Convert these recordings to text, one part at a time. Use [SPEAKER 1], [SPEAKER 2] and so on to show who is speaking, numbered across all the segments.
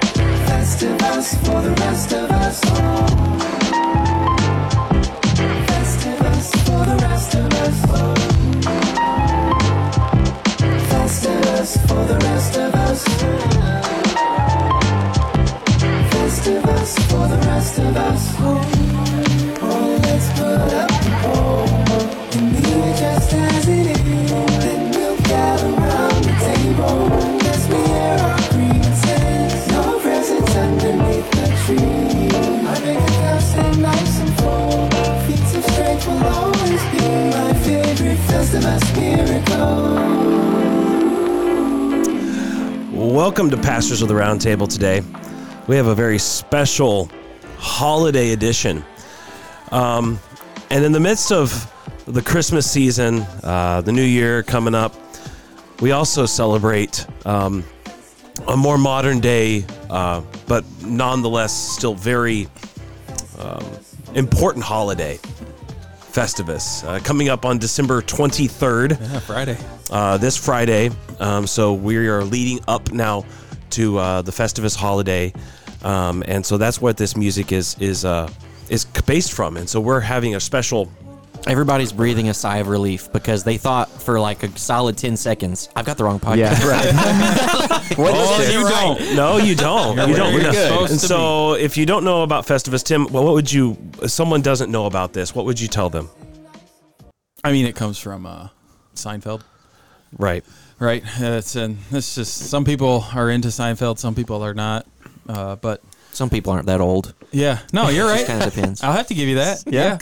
[SPEAKER 1] Festivus for the rest of us all. Festivus for the rest of us all. Festivus for the rest of us. Festivus for the rest of us. Oh, oh, let's put up the pole and leave it just as it is. Then we'll gather round the table. Let's hear our grievances. No presents underneath the tree. Our big cups and knives and forks. Feats of strength will always be my favorite Festivus miracle.
[SPEAKER 2] Welcome to Pastors of the Roundtable today. We have a very special holiday edition. Um, and in the midst of the Christmas season, uh, the new year coming up, we also celebrate um, a more modern day, uh, but nonetheless still very um, important holiday, Festivus, uh, coming up on December 23rd
[SPEAKER 3] Yeah, Friday.
[SPEAKER 2] uh, this Friday. Um, so we are leading up now to uh, the Festivus holiday, um, and so that's what this music is is uh, is based from. And so we're having a special.
[SPEAKER 3] Everybody's breathing a sigh of relief because they thought for like a solid 10 seconds, I've got the wrong podcast.
[SPEAKER 4] Yeah, right. what
[SPEAKER 3] Oh,
[SPEAKER 4] does it-
[SPEAKER 3] you right.
[SPEAKER 2] don't. No, you don't. you don't.
[SPEAKER 3] where
[SPEAKER 2] No.
[SPEAKER 3] you're supposed
[SPEAKER 2] And
[SPEAKER 3] to
[SPEAKER 2] so, if you don't know about Festivus, Tim, well, what would you? If someone doesn't know about this, what would you tell them?
[SPEAKER 3] I mean, it comes from uh, Seinfeld,
[SPEAKER 2] Right.
[SPEAKER 3] right? It's and it's just some people are into Seinfeld, some people are not. Uh, but
[SPEAKER 5] Some people aren't that old.
[SPEAKER 3] yeah, no, you're right.
[SPEAKER 5] Kind of depends.
[SPEAKER 3] I'll have to give you that.
[SPEAKER 4] yeah.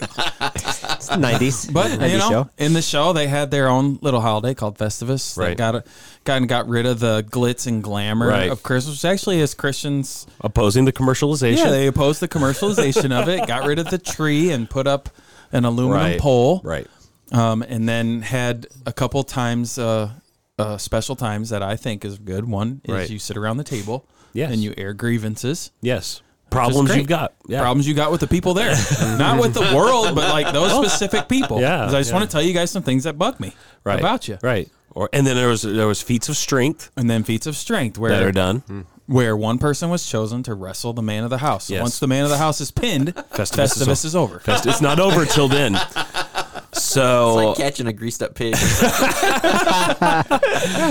[SPEAKER 4] It's the 90s.
[SPEAKER 3] But
[SPEAKER 4] 90s
[SPEAKER 3] you know,
[SPEAKER 4] show.
[SPEAKER 3] in the show, they had their own little holiday called Festivus. They
[SPEAKER 2] Right.
[SPEAKER 3] got a, got and got rid of the glitz and glamour
[SPEAKER 2] Right.
[SPEAKER 3] of Christmas. Which actually, as Christians,
[SPEAKER 2] Opposing the commercialization.
[SPEAKER 3] yeah, they opposed the commercialization of it. Got rid of the tree and put up an aluminum
[SPEAKER 2] right.
[SPEAKER 3] pole.
[SPEAKER 2] Right.
[SPEAKER 3] um, and then had a couple times uh, uh, special times that I think is good. One is
[SPEAKER 2] Right.
[SPEAKER 3] you sit around the table
[SPEAKER 2] Yes.
[SPEAKER 3] and you air grievances.
[SPEAKER 2] Yes.
[SPEAKER 3] which is
[SPEAKER 2] Problems
[SPEAKER 3] great.
[SPEAKER 2] you've got. Yeah.
[SPEAKER 3] Problems you got with the people there. Not with the world, but like those specific people.
[SPEAKER 2] Yeah,
[SPEAKER 3] 'Cause I just
[SPEAKER 2] yeah.
[SPEAKER 3] want to tell you guys some things that bug me
[SPEAKER 2] right.
[SPEAKER 3] about you.
[SPEAKER 2] Right. Or and then there was there was feats of strength
[SPEAKER 3] And then feats of strength where
[SPEAKER 2] that are done.
[SPEAKER 3] Mm-hmm. where one person was chosen to wrestle the man of the house.
[SPEAKER 2] Yes.
[SPEAKER 3] Once the man of the house is pinned,
[SPEAKER 2] Festivus
[SPEAKER 3] Festivus,
[SPEAKER 2] is
[SPEAKER 3] is, over.
[SPEAKER 2] Fest- it's not over till then. So,
[SPEAKER 5] Like catching a greased up pig.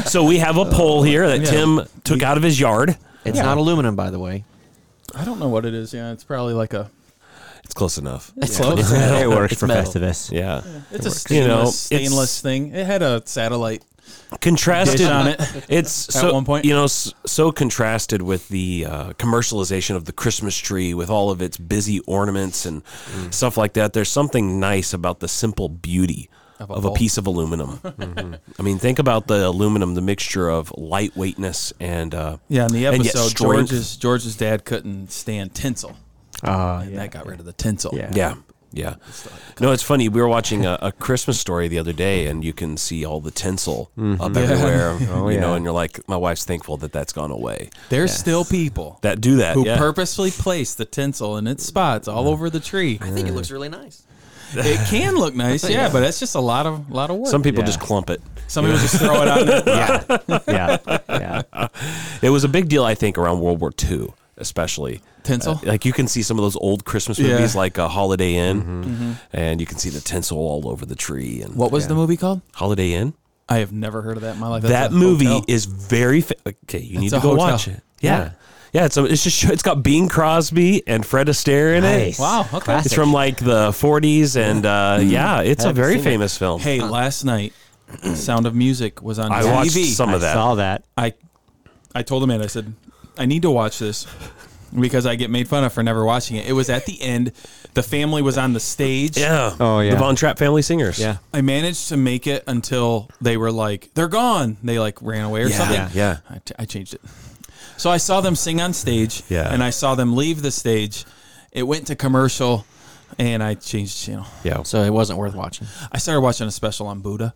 [SPEAKER 2] so we have a poll here that
[SPEAKER 3] yeah.
[SPEAKER 2] Tim took out of his yard.
[SPEAKER 5] It's not aluminum, by the way.
[SPEAKER 3] I don't know what it is. Yeah, it's probably like a
[SPEAKER 2] It's close enough.
[SPEAKER 3] it's close.
[SPEAKER 4] it works for
[SPEAKER 5] metal.
[SPEAKER 4] Festivus.
[SPEAKER 2] Yeah.
[SPEAKER 3] It's a stainless,
[SPEAKER 2] You know,
[SPEAKER 3] stainless thing. It had a satellite
[SPEAKER 2] Contrasted
[SPEAKER 3] Dish on it.
[SPEAKER 2] It's
[SPEAKER 3] At
[SPEAKER 2] so
[SPEAKER 3] one point.
[SPEAKER 2] you know s- so contrasted with the uh, commercialization of the Christmas tree with all of its busy ornaments and stuff like that. There's something nice about the simple beauty. Of
[SPEAKER 3] Of
[SPEAKER 2] a, Mm-hmm.
[SPEAKER 3] a pole.
[SPEAKER 2] piece of aluminum. I mean, think about the aluminum, the mixture of lightweightness and uh,
[SPEAKER 3] Yeah, in the
[SPEAKER 2] and yet
[SPEAKER 3] episode,
[SPEAKER 2] strength.
[SPEAKER 3] George's George's dad couldn't stand tinsel,
[SPEAKER 4] Uh,
[SPEAKER 3] and that got rid of the tinsel.
[SPEAKER 4] Yeah.
[SPEAKER 2] Ah, Yeah. Yeah. No, it's funny. We were watching a, a Christmas story the other day, and you can see all the tinsel
[SPEAKER 3] Mm-hmm.
[SPEAKER 2] up everywhere.
[SPEAKER 3] Oh,
[SPEAKER 2] you know,
[SPEAKER 4] yeah.
[SPEAKER 2] and you're like, my wife's thankful that that's gone away.
[SPEAKER 3] there's still people
[SPEAKER 2] That do that.
[SPEAKER 3] who
[SPEAKER 2] yeah.
[SPEAKER 3] purposely place the tinsel in its spots all over the tree.
[SPEAKER 5] I think it looks really nice.
[SPEAKER 3] It can look nice, yeah, but that's just a lot of lot of work.
[SPEAKER 2] Some
[SPEAKER 3] Some,
[SPEAKER 2] people
[SPEAKER 4] Yeah.
[SPEAKER 2] just clump it.
[SPEAKER 3] people just throw it on. There.
[SPEAKER 4] yeah. Yeah. Yeah.
[SPEAKER 2] It was a big deal, I think, around World War II, especially.
[SPEAKER 3] Tinsel?
[SPEAKER 2] Uh, like you can see some of those old Christmas
[SPEAKER 3] Yeah. Mm-hmm.
[SPEAKER 2] movies, like uh, Holiday Inn, and you can see the tinsel all over the tree. And
[SPEAKER 3] What was the movie called?
[SPEAKER 2] Holiday Inn?
[SPEAKER 3] I have never heard of that in my life.
[SPEAKER 2] that
[SPEAKER 3] That's a
[SPEAKER 2] movie
[SPEAKER 3] hotel.
[SPEAKER 2] is very fa- okay. You need
[SPEAKER 3] It's
[SPEAKER 2] to
[SPEAKER 3] a
[SPEAKER 2] go
[SPEAKER 3] hotel.
[SPEAKER 2] watch it. Yeah, yeah. It's a, it's just it's got Bing Crosby and Fred Astaire in it.
[SPEAKER 4] Nice.
[SPEAKER 3] Wow, okay. It's
[SPEAKER 2] It's
[SPEAKER 4] Classic.
[SPEAKER 2] from like the 40s, and uh, yeah, it's a
[SPEAKER 4] Haven't
[SPEAKER 2] very
[SPEAKER 4] seen it.
[SPEAKER 2] famous film.
[SPEAKER 3] Hey, last night, Sound of Music was on
[SPEAKER 2] I
[SPEAKER 3] TV.
[SPEAKER 2] watched some
[SPEAKER 4] I
[SPEAKER 2] of that.
[SPEAKER 4] saw that.
[SPEAKER 3] I I told Amanda, I said, I need to watch this because I get made fun of for never watching it. It was at the end. The family was on the stage.
[SPEAKER 2] Yeah.
[SPEAKER 4] Oh, yeah.
[SPEAKER 2] The Von Trapp Family Singers.
[SPEAKER 4] Yeah.
[SPEAKER 3] I managed to make it until they were like, they're gone. They like ran away or
[SPEAKER 2] Yeah,
[SPEAKER 3] something.
[SPEAKER 2] yeah, yeah.
[SPEAKER 3] I, t- I changed it. So I saw them sing on stage
[SPEAKER 2] Yeah.
[SPEAKER 3] and I saw them leave the stage. It went to commercial. and I changed the channel.
[SPEAKER 2] Yeah.
[SPEAKER 5] So it wasn't worth watching.
[SPEAKER 3] I started watching a special on Buddha.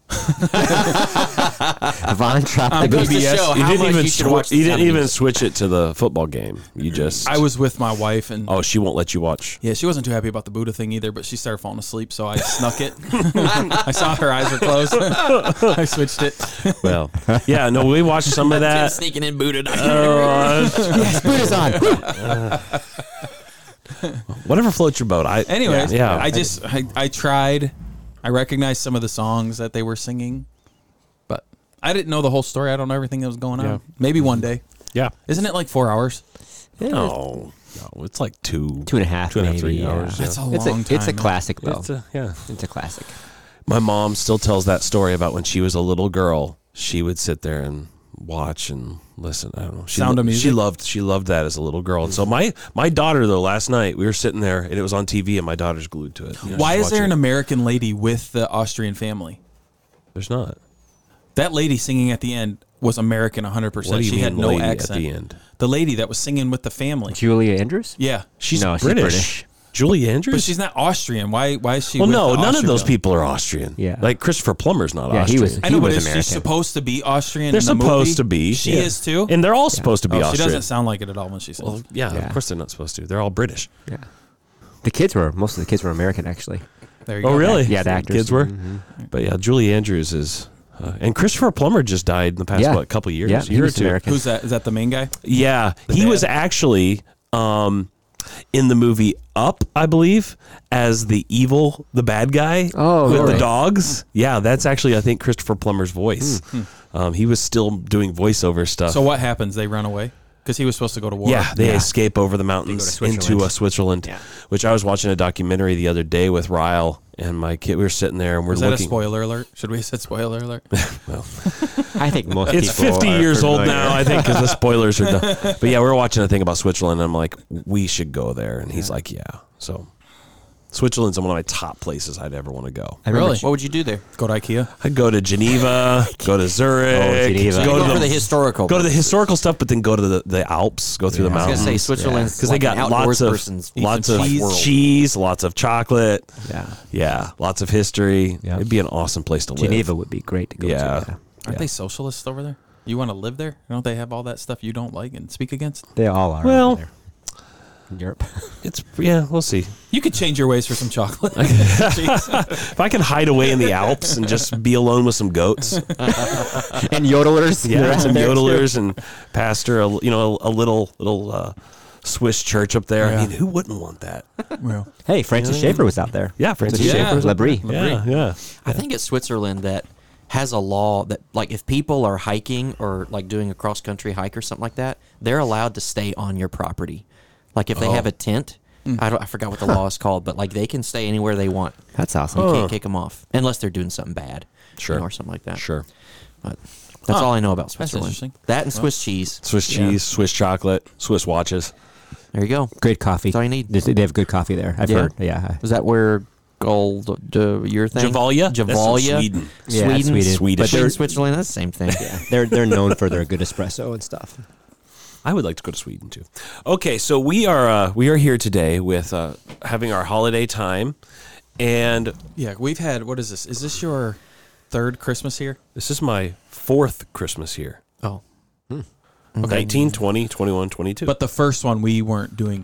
[SPEAKER 4] Von
[SPEAKER 3] Um,
[SPEAKER 4] Tropic.
[SPEAKER 5] goes to
[SPEAKER 3] PBS.
[SPEAKER 5] show
[SPEAKER 3] You
[SPEAKER 2] You
[SPEAKER 5] how
[SPEAKER 2] didn't
[SPEAKER 5] much
[SPEAKER 2] even
[SPEAKER 5] you should
[SPEAKER 2] swi-
[SPEAKER 5] watch.
[SPEAKER 2] you
[SPEAKER 5] the
[SPEAKER 2] didn't even
[SPEAKER 5] 70s.
[SPEAKER 2] switch it to the football game. You just
[SPEAKER 3] I was with my wife, and
[SPEAKER 2] oh she won't let you watch.
[SPEAKER 3] yeah, she wasn't too happy about the Buddha thing either. But she started falling asleep, so I snuck it. I saw her eyes were closed. I switched it.
[SPEAKER 2] Well, yeah, no, we watched some of
[SPEAKER 5] Tim
[SPEAKER 2] that.
[SPEAKER 5] sneaking in Buddha.
[SPEAKER 2] Uh,
[SPEAKER 4] Yes, Buddha's on.
[SPEAKER 2] whatever floats your boat. I
[SPEAKER 3] Anyways,
[SPEAKER 2] yeah.
[SPEAKER 3] I just I, I tried. I recognized some of the songs that they were singing, but I didn't know the whole story. I don't know everything that was going on.
[SPEAKER 2] Yeah.
[SPEAKER 3] Maybe one day.
[SPEAKER 2] yeah.
[SPEAKER 3] Isn't it like four hours?
[SPEAKER 2] No, no, it's like two,
[SPEAKER 4] Two and a half,
[SPEAKER 2] two and a half,
[SPEAKER 4] maybe,
[SPEAKER 2] three
[SPEAKER 4] yeah.
[SPEAKER 2] hours.
[SPEAKER 3] That's
[SPEAKER 2] yeah.
[SPEAKER 3] a
[SPEAKER 4] It's
[SPEAKER 3] long
[SPEAKER 4] a,
[SPEAKER 3] time.
[SPEAKER 4] it's a classic, though.
[SPEAKER 2] It's a- yeah.
[SPEAKER 4] it's a classic.
[SPEAKER 2] My mom still tells that story about when she was a little girl. She would sit there and watch and listen. I don't know. She
[SPEAKER 3] Sound of
[SPEAKER 2] lo- She
[SPEAKER 3] Music?
[SPEAKER 2] loved. She loved that as a little girl. And so my my daughter though last night we were sitting there and it was on TV and my daughter's glued to it. You know,
[SPEAKER 3] Why
[SPEAKER 2] she's
[SPEAKER 3] is there an
[SPEAKER 2] watching
[SPEAKER 3] American lady with the Austrian family?
[SPEAKER 2] it. There's not.
[SPEAKER 3] That lady singing at the end was American 100%.
[SPEAKER 2] What do you
[SPEAKER 3] she
[SPEAKER 2] mean
[SPEAKER 3] had no
[SPEAKER 2] lady at
[SPEAKER 3] accent.
[SPEAKER 2] the end?
[SPEAKER 3] The lady that was singing with the family.
[SPEAKER 4] Julia Andrews?
[SPEAKER 3] Yeah.
[SPEAKER 2] She's
[SPEAKER 4] No, she's
[SPEAKER 2] British.
[SPEAKER 4] British.
[SPEAKER 2] Julie Andrews.
[SPEAKER 3] But she's not Austrian. Why why is she
[SPEAKER 2] well,
[SPEAKER 3] with
[SPEAKER 2] no,
[SPEAKER 3] the
[SPEAKER 2] none of
[SPEAKER 3] Austrian
[SPEAKER 2] those
[SPEAKER 3] family?
[SPEAKER 2] people are Austrian.
[SPEAKER 4] Yeah.
[SPEAKER 2] like Christopher Plummer's not
[SPEAKER 4] Yeah, he
[SPEAKER 2] Austrian.
[SPEAKER 4] was-
[SPEAKER 3] I know,
[SPEAKER 4] He
[SPEAKER 3] but
[SPEAKER 4] was
[SPEAKER 3] is she
[SPEAKER 4] American.
[SPEAKER 3] supposed to be Austrian?
[SPEAKER 2] They're
[SPEAKER 3] in the movie?
[SPEAKER 2] supposed to be.
[SPEAKER 3] She
[SPEAKER 2] yeah.
[SPEAKER 3] is too.
[SPEAKER 2] and they're all supposed to be
[SPEAKER 3] oh, she
[SPEAKER 2] Austrian.
[SPEAKER 3] doesn't sound like it at all when she sings.
[SPEAKER 2] Well, yeah,
[SPEAKER 4] Yeah.
[SPEAKER 2] of course they're not supposed to. They're all British.
[SPEAKER 4] Yeah. The kids were, most of the kids were American, actually.
[SPEAKER 3] there you
[SPEAKER 2] Oh,
[SPEAKER 3] go.
[SPEAKER 2] really?
[SPEAKER 4] Yeah, the actors. Mm-hmm.
[SPEAKER 2] kids were. But yeah, Julie Andrews is, uh, and Christopher Plummer just died in the past
[SPEAKER 4] Yeah.
[SPEAKER 2] what couple years,
[SPEAKER 4] Yeah, he
[SPEAKER 2] year or
[SPEAKER 4] was
[SPEAKER 2] two.
[SPEAKER 4] American.
[SPEAKER 3] Who's that? Is that the main guy?
[SPEAKER 2] Yeah, he
[SPEAKER 3] dad.
[SPEAKER 2] was actually um, in the movie Up, I believe, as the evil, the bad guy
[SPEAKER 4] Oh,
[SPEAKER 2] with the
[SPEAKER 4] really?
[SPEAKER 2] dogs. Yeah, that's actually I think Christopher Plummer's voice.
[SPEAKER 4] Hmm.
[SPEAKER 2] Um, he was still doing voiceover stuff.
[SPEAKER 3] So what happens? They run away because he was supposed to go to war.
[SPEAKER 2] Yeah, they
[SPEAKER 4] Yeah.
[SPEAKER 2] escape over the mountains
[SPEAKER 4] Switzerland.
[SPEAKER 2] into uh, Switzerland, which I was watching a documentary the other day with Ryle and my kid. We were sitting there and we're
[SPEAKER 3] Is that a
[SPEAKER 2] looking.
[SPEAKER 3] spoiler alert? Should we have said spoiler alert?
[SPEAKER 4] I think most
[SPEAKER 2] It's
[SPEAKER 4] people
[SPEAKER 2] 50
[SPEAKER 4] are
[SPEAKER 2] years old
[SPEAKER 4] familiar.
[SPEAKER 2] now, I think, because the spoilers are done. But yeah, we we're watching a thing about Switzerland, and I'm like, we should go there. And he's like, yeah. So Switzerland's one of my top places I'd ever want to go.
[SPEAKER 4] I remember
[SPEAKER 3] Really?
[SPEAKER 5] What would you do there?
[SPEAKER 3] go to IKEA.
[SPEAKER 2] I'd go to Geneva, go to Zurich,
[SPEAKER 4] Oh,
[SPEAKER 2] go
[SPEAKER 4] Geneva.
[SPEAKER 5] Go,
[SPEAKER 2] to
[SPEAKER 5] for the
[SPEAKER 2] the,
[SPEAKER 5] historical.
[SPEAKER 2] go to the
[SPEAKER 5] part.
[SPEAKER 2] historical stuff, but then go to the, the Alps, go through the
[SPEAKER 5] I
[SPEAKER 2] mountains.
[SPEAKER 5] was gonna say Switzerland's
[SPEAKER 2] because they got lots of
[SPEAKER 5] person's
[SPEAKER 2] lots of
[SPEAKER 5] world.
[SPEAKER 2] cheese, lots of chocolate.
[SPEAKER 4] Yeah.
[SPEAKER 2] Yeah, lots of history.
[SPEAKER 4] Yeah.
[SPEAKER 2] It'd be an awesome place to live.
[SPEAKER 4] Geneva would be great to go
[SPEAKER 2] Yeah.
[SPEAKER 4] to. Yeah.
[SPEAKER 3] Aren't they socialists over there? You want to live there? Don't they have all that stuff you don't like and speak against?
[SPEAKER 4] They all are.
[SPEAKER 2] Well-
[SPEAKER 4] over there. In Europe.
[SPEAKER 2] It's yeah, we'll see.
[SPEAKER 3] You could change your ways for some chocolate.
[SPEAKER 2] If I can hide away in the Alps and just be alone with some goats,
[SPEAKER 4] and yodelers.
[SPEAKER 2] yeah,
[SPEAKER 4] They're
[SPEAKER 2] and
[SPEAKER 4] out
[SPEAKER 2] some
[SPEAKER 4] there, too.
[SPEAKER 2] yodelers and pastor, a, you know, a, little little uh, Swiss church up there. I
[SPEAKER 3] Yeah.
[SPEAKER 2] mean, who wouldn't want that?
[SPEAKER 3] Well,
[SPEAKER 4] Hey, Francis Schaeffer was out there.
[SPEAKER 2] Yeah, Francis
[SPEAKER 4] With
[SPEAKER 3] Schaeffer.
[SPEAKER 4] Labrie.
[SPEAKER 2] Yeah, yeah.
[SPEAKER 5] I think it's Switzerland that has a law that like if people are hiking or like doing a cross country hike or something like that, they're allowed to stay on your property. Like if they have a tent, I don't I forgot what the law is called, but like they can stay anywhere they want.
[SPEAKER 4] That's awesome.
[SPEAKER 5] You can't kick them off unless they're doing something bad, you
[SPEAKER 2] Sure.
[SPEAKER 5] know, or something like that.
[SPEAKER 2] Sure.
[SPEAKER 5] but that's
[SPEAKER 3] Huh.
[SPEAKER 5] all I know about
[SPEAKER 3] That's
[SPEAKER 5] Switzerland.
[SPEAKER 3] interesting.
[SPEAKER 5] That and Swiss cheese.
[SPEAKER 2] Swiss
[SPEAKER 5] Yeah.
[SPEAKER 2] cheese, Swiss chocolate, Swiss watches.
[SPEAKER 5] There you go.
[SPEAKER 4] Great coffee.
[SPEAKER 5] That's all you need.
[SPEAKER 4] They, they have good coffee there. I've
[SPEAKER 5] Yeah.
[SPEAKER 4] heard. Yeah.
[SPEAKER 5] Is that where gold uh, your thing?
[SPEAKER 2] Javalia? That's in
[SPEAKER 5] Javalia,
[SPEAKER 2] Sweden.
[SPEAKER 4] Yeah,
[SPEAKER 5] Sweden,
[SPEAKER 4] Sweden.
[SPEAKER 2] Swedish.
[SPEAKER 4] But they're,
[SPEAKER 5] Switzerland. That's the same thing.
[SPEAKER 4] yeah, they're they're known for their good espresso and stuff.
[SPEAKER 2] I would like to go to Sweden too. Okay, so we are uh, we are here today with uh, having our holiday time, and
[SPEAKER 3] yeah, we've had what is this? Is this your third Christmas here?
[SPEAKER 2] this is my fourth Christmas here.
[SPEAKER 5] Oh,
[SPEAKER 4] Mm-hmm.
[SPEAKER 2] nineteen, twenty, twenty-one, twenty-two. 19, 20, 21, 22.
[SPEAKER 3] But the first one we weren't doing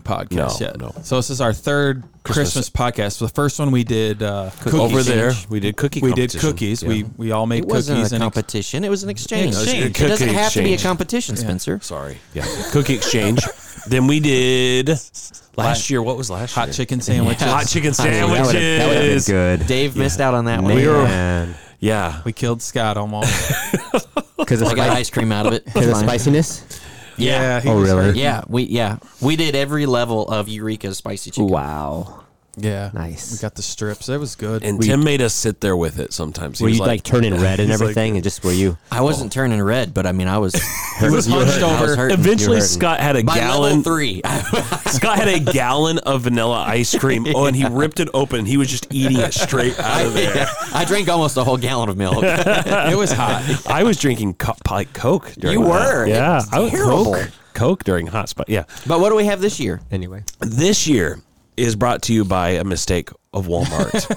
[SPEAKER 2] No,
[SPEAKER 3] podcast yet.
[SPEAKER 2] no.
[SPEAKER 3] So this is our third Christmas, podcast. The first one we did uh, cookies.
[SPEAKER 2] over there, we did cookie
[SPEAKER 3] We did
[SPEAKER 2] competition.
[SPEAKER 3] cookies.
[SPEAKER 2] Yeah.
[SPEAKER 3] We we all made
[SPEAKER 5] it
[SPEAKER 3] cookies
[SPEAKER 5] wasn't a
[SPEAKER 3] and ex-
[SPEAKER 5] competition. It was an exchange.
[SPEAKER 3] Exchange.
[SPEAKER 5] It doesn't
[SPEAKER 2] Cookie
[SPEAKER 5] have to be a
[SPEAKER 2] exchange.
[SPEAKER 5] competition, Spencer.
[SPEAKER 2] Sorry. Yeah. cookie exchange. Then we did last year. What was last
[SPEAKER 3] hot
[SPEAKER 2] year?
[SPEAKER 3] chicken sandwiches.
[SPEAKER 2] Hot chicken
[SPEAKER 4] That
[SPEAKER 2] sandwiches.
[SPEAKER 4] would've- that would have been good.
[SPEAKER 5] Dave missed out on that one.
[SPEAKER 2] We were-
[SPEAKER 4] Man.
[SPEAKER 2] Yeah.
[SPEAKER 3] We killed Scott almost.
[SPEAKER 4] Because of,
[SPEAKER 5] I got
[SPEAKER 4] spice-
[SPEAKER 5] ice cream out of it.
[SPEAKER 4] 'cause of
[SPEAKER 5] Fine.
[SPEAKER 4] spiciness.
[SPEAKER 5] Yeah.
[SPEAKER 3] he
[SPEAKER 4] Oh,
[SPEAKER 3] was
[SPEAKER 4] really?
[SPEAKER 3] hurt.
[SPEAKER 5] Yeah, we yeah we did every level of Eureka's spicy chicken.
[SPEAKER 4] Wow.
[SPEAKER 3] Yeah.
[SPEAKER 4] Nice.
[SPEAKER 3] We got the strips. That was good.
[SPEAKER 2] And Tim made us sit there with it sometimes. He
[SPEAKER 4] Were
[SPEAKER 2] was
[SPEAKER 4] you like, turning red and everything, and just were you?
[SPEAKER 5] I wasn't turning red, but I mean I was.
[SPEAKER 3] he was hunched
[SPEAKER 5] I was
[SPEAKER 3] over.
[SPEAKER 5] hurt.
[SPEAKER 2] Eventually,
[SPEAKER 4] You're hurting.
[SPEAKER 2] Scott had a
[SPEAKER 5] By
[SPEAKER 2] gallon.
[SPEAKER 5] level three,
[SPEAKER 2] Scott had a gallon of vanilla ice cream. Oh, and he ripped it open. He was just eating it straight out of there.
[SPEAKER 5] I drank almost a whole gallon of milk.
[SPEAKER 3] It was hot.
[SPEAKER 2] I was drinking co- like Coke. During
[SPEAKER 5] You
[SPEAKER 2] that.
[SPEAKER 5] were.
[SPEAKER 2] yeah.
[SPEAKER 5] It's
[SPEAKER 2] I was
[SPEAKER 5] terrible.
[SPEAKER 2] Coke, Coke during hot spot. Yeah,
[SPEAKER 5] But what do we have this year?
[SPEAKER 4] Anyway,
[SPEAKER 2] this year is brought to you by a mistake of Walmart.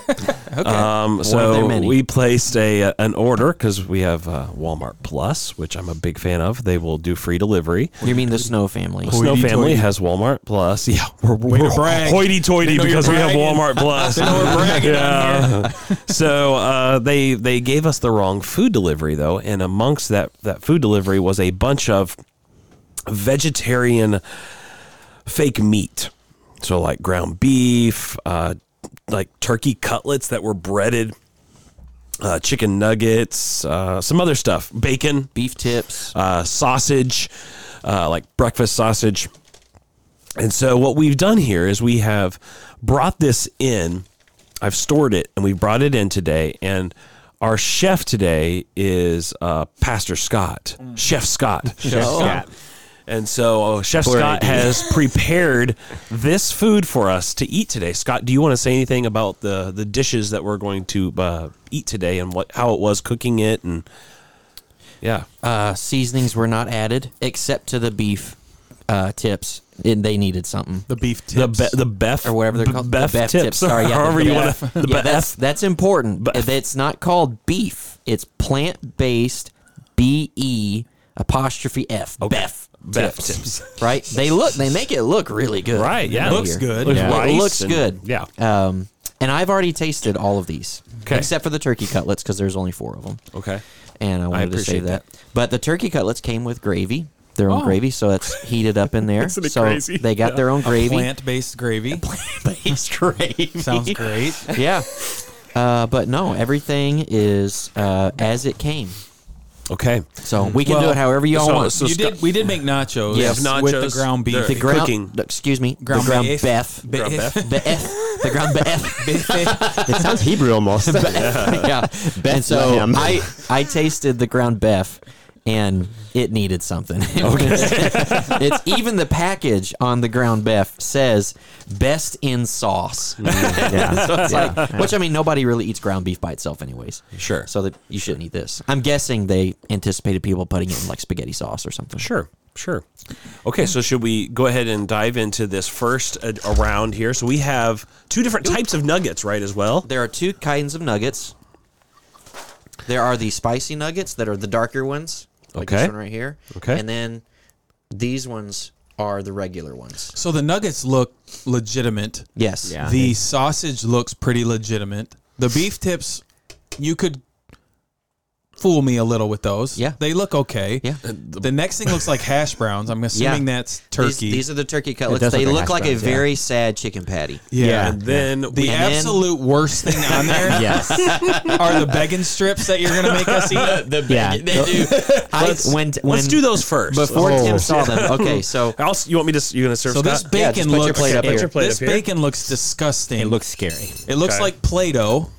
[SPEAKER 5] Okay.
[SPEAKER 2] Um,
[SPEAKER 5] their
[SPEAKER 2] so
[SPEAKER 5] many.
[SPEAKER 2] we placed a uh, an order because we have uh, Walmart Plus, which I'm a big fan of. They will do free delivery.
[SPEAKER 5] you mean the Snow family?
[SPEAKER 2] Snow
[SPEAKER 3] Hoity-toity.
[SPEAKER 2] Family has Walmart Plus. Yeah, we're,
[SPEAKER 3] to
[SPEAKER 2] we're
[SPEAKER 3] brag. They
[SPEAKER 2] hoity-toity
[SPEAKER 3] know you're
[SPEAKER 2] because we have
[SPEAKER 3] bragging.
[SPEAKER 2] Walmart Plus.
[SPEAKER 3] They know we're bragging
[SPEAKER 2] yeah. so uh, they they gave us the wrong food delivery though, and amongst that that food delivery was a bunch of vegetarian fake meat. So like ground beef, uh, like turkey cutlets that were breaded, uh, chicken nuggets, uh, some other stuff, bacon,
[SPEAKER 5] Beef tips.
[SPEAKER 2] uh, sausage, uh, like breakfast sausage. And so what we've done here is we have brought this in. I've stored it and we brought it in today. And our chef today is uh, Pastor Scott, Chef Scott. Chef
[SPEAKER 4] Scott.
[SPEAKER 2] And so uh, Chef
[SPEAKER 4] Poor
[SPEAKER 2] Scott
[SPEAKER 4] idea.
[SPEAKER 2] has prepared this food for us to eat today. Scott, do you want to say anything about the the dishes that we're going to uh, eat today and what how it was cooking it and yeah.
[SPEAKER 5] Uh, seasonings were not added except to the beef uh, tips, and they needed something.
[SPEAKER 3] The beef
[SPEAKER 2] the
[SPEAKER 3] tips.
[SPEAKER 2] be, the Bef
[SPEAKER 5] or whatever they're called.
[SPEAKER 2] Bef,
[SPEAKER 5] the Bef
[SPEAKER 2] tips.
[SPEAKER 5] Sorry, yeah, the
[SPEAKER 2] however you want
[SPEAKER 5] Bef.
[SPEAKER 2] to. The
[SPEAKER 5] yeah,
[SPEAKER 2] Bef.
[SPEAKER 5] that's that's important. It's not called beef. It's plant based. B E apostrophe F. Bef.
[SPEAKER 2] Bef
[SPEAKER 5] tips,
[SPEAKER 2] tips.
[SPEAKER 5] Right. They look. They make it look really good.
[SPEAKER 2] right. Yeah,
[SPEAKER 5] over
[SPEAKER 3] looks
[SPEAKER 5] here.
[SPEAKER 3] good.
[SPEAKER 2] There's
[SPEAKER 3] Yeah.
[SPEAKER 5] It
[SPEAKER 2] rice
[SPEAKER 5] looks
[SPEAKER 2] and-
[SPEAKER 5] good.
[SPEAKER 2] Yeah.
[SPEAKER 5] Um, and I've already tasted all of these,
[SPEAKER 2] 'Kay.
[SPEAKER 5] except for the turkey cutlets because there's only four of them.
[SPEAKER 2] Okay.
[SPEAKER 5] And I wanted to say
[SPEAKER 2] appreciate Oh.
[SPEAKER 5] that. But the turkey cutlets came with gravy, their own gravy, so it's heated up in there.
[SPEAKER 2] Isn't it
[SPEAKER 5] so
[SPEAKER 2] crazy?
[SPEAKER 5] they got their own gravy.
[SPEAKER 3] Plant based gravy.
[SPEAKER 5] Plant-based gravy.
[SPEAKER 3] Sounds great.
[SPEAKER 5] yeah. Uh, but no, everything is uh, as it came.
[SPEAKER 2] Okay.
[SPEAKER 5] So we can do
[SPEAKER 2] Mm-hmm. Well,
[SPEAKER 5] it however y'all
[SPEAKER 2] so-
[SPEAKER 5] want.
[SPEAKER 2] so
[SPEAKER 3] you
[SPEAKER 2] Scott-
[SPEAKER 3] did, we did make nachos,
[SPEAKER 5] Yes.
[SPEAKER 3] with the
[SPEAKER 2] Nachos.
[SPEAKER 3] ground beef.
[SPEAKER 5] the
[SPEAKER 2] They're-
[SPEAKER 5] ground,
[SPEAKER 2] cooking.
[SPEAKER 5] excuse me,
[SPEAKER 3] Ground
[SPEAKER 5] the ground
[SPEAKER 3] beef.
[SPEAKER 5] beth,
[SPEAKER 3] Ground
[SPEAKER 5] beth,
[SPEAKER 3] beef.
[SPEAKER 5] the ground beth,
[SPEAKER 4] It sounds Hebrew almost.
[SPEAKER 5] yeah. And so
[SPEAKER 4] Bethlehem.
[SPEAKER 5] I, I tasted the ground beth, and it needed something. it's even the package on the ground beth says best in sauce.
[SPEAKER 2] Hmm.
[SPEAKER 4] yeah.
[SPEAKER 5] So it's like, which I mean, nobody really eats ground beef by itself, anyways.
[SPEAKER 2] Sure.
[SPEAKER 5] So that you shouldn't eat this. I'm guessing they anticipated people putting it in like spaghetti sauce or something.
[SPEAKER 2] Sure. Sure. Okay. So should we go ahead and dive into this first uh, around here? So we have two different types of nuggets, right? As well.
[SPEAKER 5] There are two kinds of nuggets. There are the spicy nuggets that are the darker ones, like
[SPEAKER 2] Okay.
[SPEAKER 5] this one right here.
[SPEAKER 2] Okay.
[SPEAKER 5] And then these ones are the regular ones.
[SPEAKER 3] So the nuggets look legitimate.
[SPEAKER 5] Yes.
[SPEAKER 4] Yeah.
[SPEAKER 3] The sausage looks pretty legitimate. The beef tips, you could fool me a little with those.
[SPEAKER 5] Yeah.
[SPEAKER 3] They look okay.
[SPEAKER 5] Yeah.
[SPEAKER 3] The next thing looks like hash browns. I'm assuming that's
[SPEAKER 5] These,
[SPEAKER 3] turkey.
[SPEAKER 5] these are the turkey cutlets.
[SPEAKER 4] does
[SPEAKER 5] They
[SPEAKER 4] look
[SPEAKER 5] look,
[SPEAKER 4] like
[SPEAKER 5] like
[SPEAKER 4] hash
[SPEAKER 5] a
[SPEAKER 4] browns, yeah.
[SPEAKER 5] very sad chicken patty.
[SPEAKER 3] yeah.
[SPEAKER 2] And then
[SPEAKER 3] The
[SPEAKER 2] we
[SPEAKER 5] And then-
[SPEAKER 3] absolute worst thing on there
[SPEAKER 4] Yes.
[SPEAKER 3] are the begging strips that you're gonna make us eat.
[SPEAKER 4] Yeah.
[SPEAKER 5] I, when, when,
[SPEAKER 2] let's do those first.
[SPEAKER 5] Before
[SPEAKER 4] Oh.
[SPEAKER 5] Tim saw them. Okay, so
[SPEAKER 2] I'll s- you want me to? s- You gonna serve
[SPEAKER 3] So this
[SPEAKER 2] Scott?
[SPEAKER 5] Yeah, just
[SPEAKER 3] bacon
[SPEAKER 5] put your
[SPEAKER 3] looks
[SPEAKER 5] plate up
[SPEAKER 2] Put your here. plate
[SPEAKER 3] this
[SPEAKER 2] up here.
[SPEAKER 3] bacon looks disgusting.
[SPEAKER 4] It looks scary.
[SPEAKER 3] it looks
[SPEAKER 2] Okay.
[SPEAKER 3] like Play-Doh.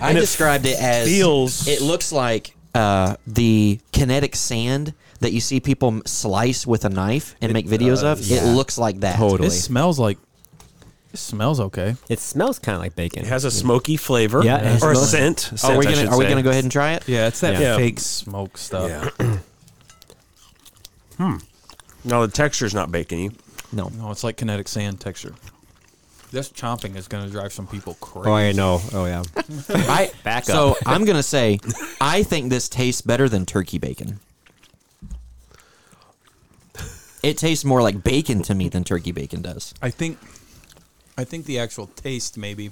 [SPEAKER 5] I
[SPEAKER 2] And it
[SPEAKER 5] described it as
[SPEAKER 2] feels-
[SPEAKER 5] It looks like uh, the kinetic sand that you see people m- slice with a knife and make videos of. It looks like that.
[SPEAKER 4] Totally.
[SPEAKER 3] It smells like it smells okay.
[SPEAKER 4] It smells kind of like bacon.
[SPEAKER 2] It has a smoky flavor.
[SPEAKER 4] Yeah, it has
[SPEAKER 2] Or a
[SPEAKER 4] smoky-
[SPEAKER 2] scent.
[SPEAKER 5] Are
[SPEAKER 2] Scent,
[SPEAKER 5] we
[SPEAKER 2] I
[SPEAKER 5] gonna
[SPEAKER 2] should
[SPEAKER 5] Are we
[SPEAKER 2] say.
[SPEAKER 5] gonna go ahead and try it?
[SPEAKER 3] Yeah, it's that
[SPEAKER 2] Yeah.
[SPEAKER 3] fake smoke stuff.
[SPEAKER 2] Yeah. No, the texture's not bacony.
[SPEAKER 5] No.
[SPEAKER 3] No, it's like kinetic sand texture. This chomping is going to drive some people crazy.
[SPEAKER 4] Oh, I know. Oh, yeah.
[SPEAKER 5] I,
[SPEAKER 4] Back
[SPEAKER 5] so
[SPEAKER 4] up.
[SPEAKER 5] I'm gonna say, I think this tastes better than turkey bacon. It tastes more like bacon to me than turkey bacon does.
[SPEAKER 3] I think, I think the actual taste maybe.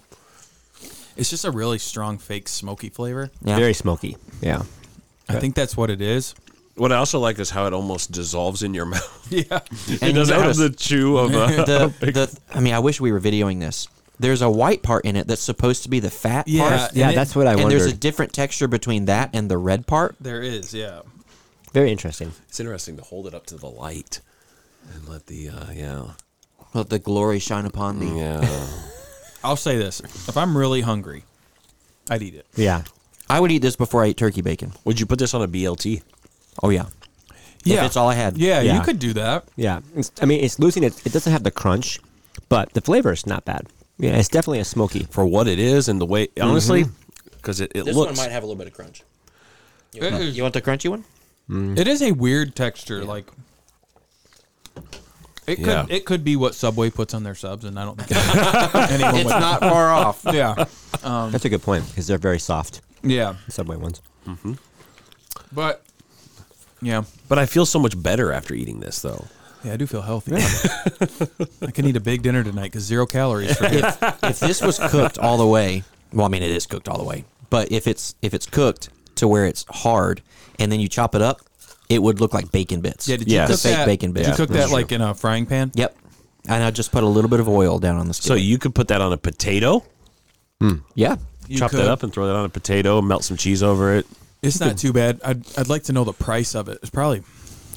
[SPEAKER 3] It's just a really strong fake smoky flavor.
[SPEAKER 5] Yeah.
[SPEAKER 4] Very smoky. Yeah.
[SPEAKER 3] I think that's what it is.
[SPEAKER 2] What I also like is how it almost dissolves in your mouth.
[SPEAKER 3] Yeah,
[SPEAKER 5] And
[SPEAKER 2] it doesn't
[SPEAKER 5] notice-
[SPEAKER 2] have the chew of a.
[SPEAKER 5] the, the I mean, I wish we were videoing this. There's a white part in it that's supposed to be the fat
[SPEAKER 3] yeah,
[SPEAKER 5] part.
[SPEAKER 4] Yeah,
[SPEAKER 3] and it-
[SPEAKER 4] that's what I
[SPEAKER 5] and
[SPEAKER 4] wondered.
[SPEAKER 5] there's a different texture between that and the red part.
[SPEAKER 3] there is. Yeah,
[SPEAKER 4] Very interesting.
[SPEAKER 2] it's interesting to hold it up to the light and let the uh, yeah
[SPEAKER 5] Let the glory shine upon thee.
[SPEAKER 2] yeah.
[SPEAKER 3] I'll say this: if I'm really hungry, I'd eat it.
[SPEAKER 4] Yeah.
[SPEAKER 5] I would eat this before I ate turkey bacon.
[SPEAKER 2] Would you put this on a BLT?
[SPEAKER 5] Oh yeah,
[SPEAKER 3] Yeah,
[SPEAKER 5] it's all I had.
[SPEAKER 3] Yeah, you
[SPEAKER 4] Yeah.
[SPEAKER 3] could do that.
[SPEAKER 4] Yeah. It's, I mean, it's losing it. It doesn't have the crunch, but the flavor is not bad. Yeah, it's definitely a smoky.
[SPEAKER 2] For what it is and the way, honestly, because it, it
[SPEAKER 5] this
[SPEAKER 2] looks.
[SPEAKER 5] one might have a little bit of crunch. You
[SPEAKER 3] It
[SPEAKER 5] want,
[SPEAKER 3] is-
[SPEAKER 5] you want the crunchy one?
[SPEAKER 3] It is a weird texture. Like It could
[SPEAKER 2] Yeah.
[SPEAKER 3] it could be what Subway puts on their subs, and I don't think anyone
[SPEAKER 5] It's
[SPEAKER 3] would.
[SPEAKER 5] not far off.
[SPEAKER 3] yeah,
[SPEAKER 4] That's a good point because they're very soft.
[SPEAKER 3] yeah,
[SPEAKER 4] the Subway ones.
[SPEAKER 3] but yeah,
[SPEAKER 2] But I feel so much better after eating this, though.
[SPEAKER 3] yeah, I do feel healthy. I can eat a big dinner tonight because zero calories. For
[SPEAKER 5] if, if this was cooked all the way, well, I mean it is cooked all the way, but if it's if it's cooked to where it's hard and then you chop it up, it would look like bacon bits.
[SPEAKER 3] yeah, did you
[SPEAKER 2] Yes.
[SPEAKER 5] the
[SPEAKER 3] cook
[SPEAKER 5] fake
[SPEAKER 3] that?
[SPEAKER 5] bacon
[SPEAKER 3] Did
[SPEAKER 5] bits? Mm-hmm.
[SPEAKER 3] you cook that like in a frying pan?
[SPEAKER 5] Yep. And I just put a little bit of oil down on the
[SPEAKER 2] So
[SPEAKER 5] skillet.
[SPEAKER 2] you could put that on a potato,
[SPEAKER 5] yeah.
[SPEAKER 3] You
[SPEAKER 2] chop
[SPEAKER 3] could.
[SPEAKER 2] that up, and throw that on a potato, melt some cheese over it.
[SPEAKER 3] It's not too bad. I'd I'd like to know the price of it. It's probably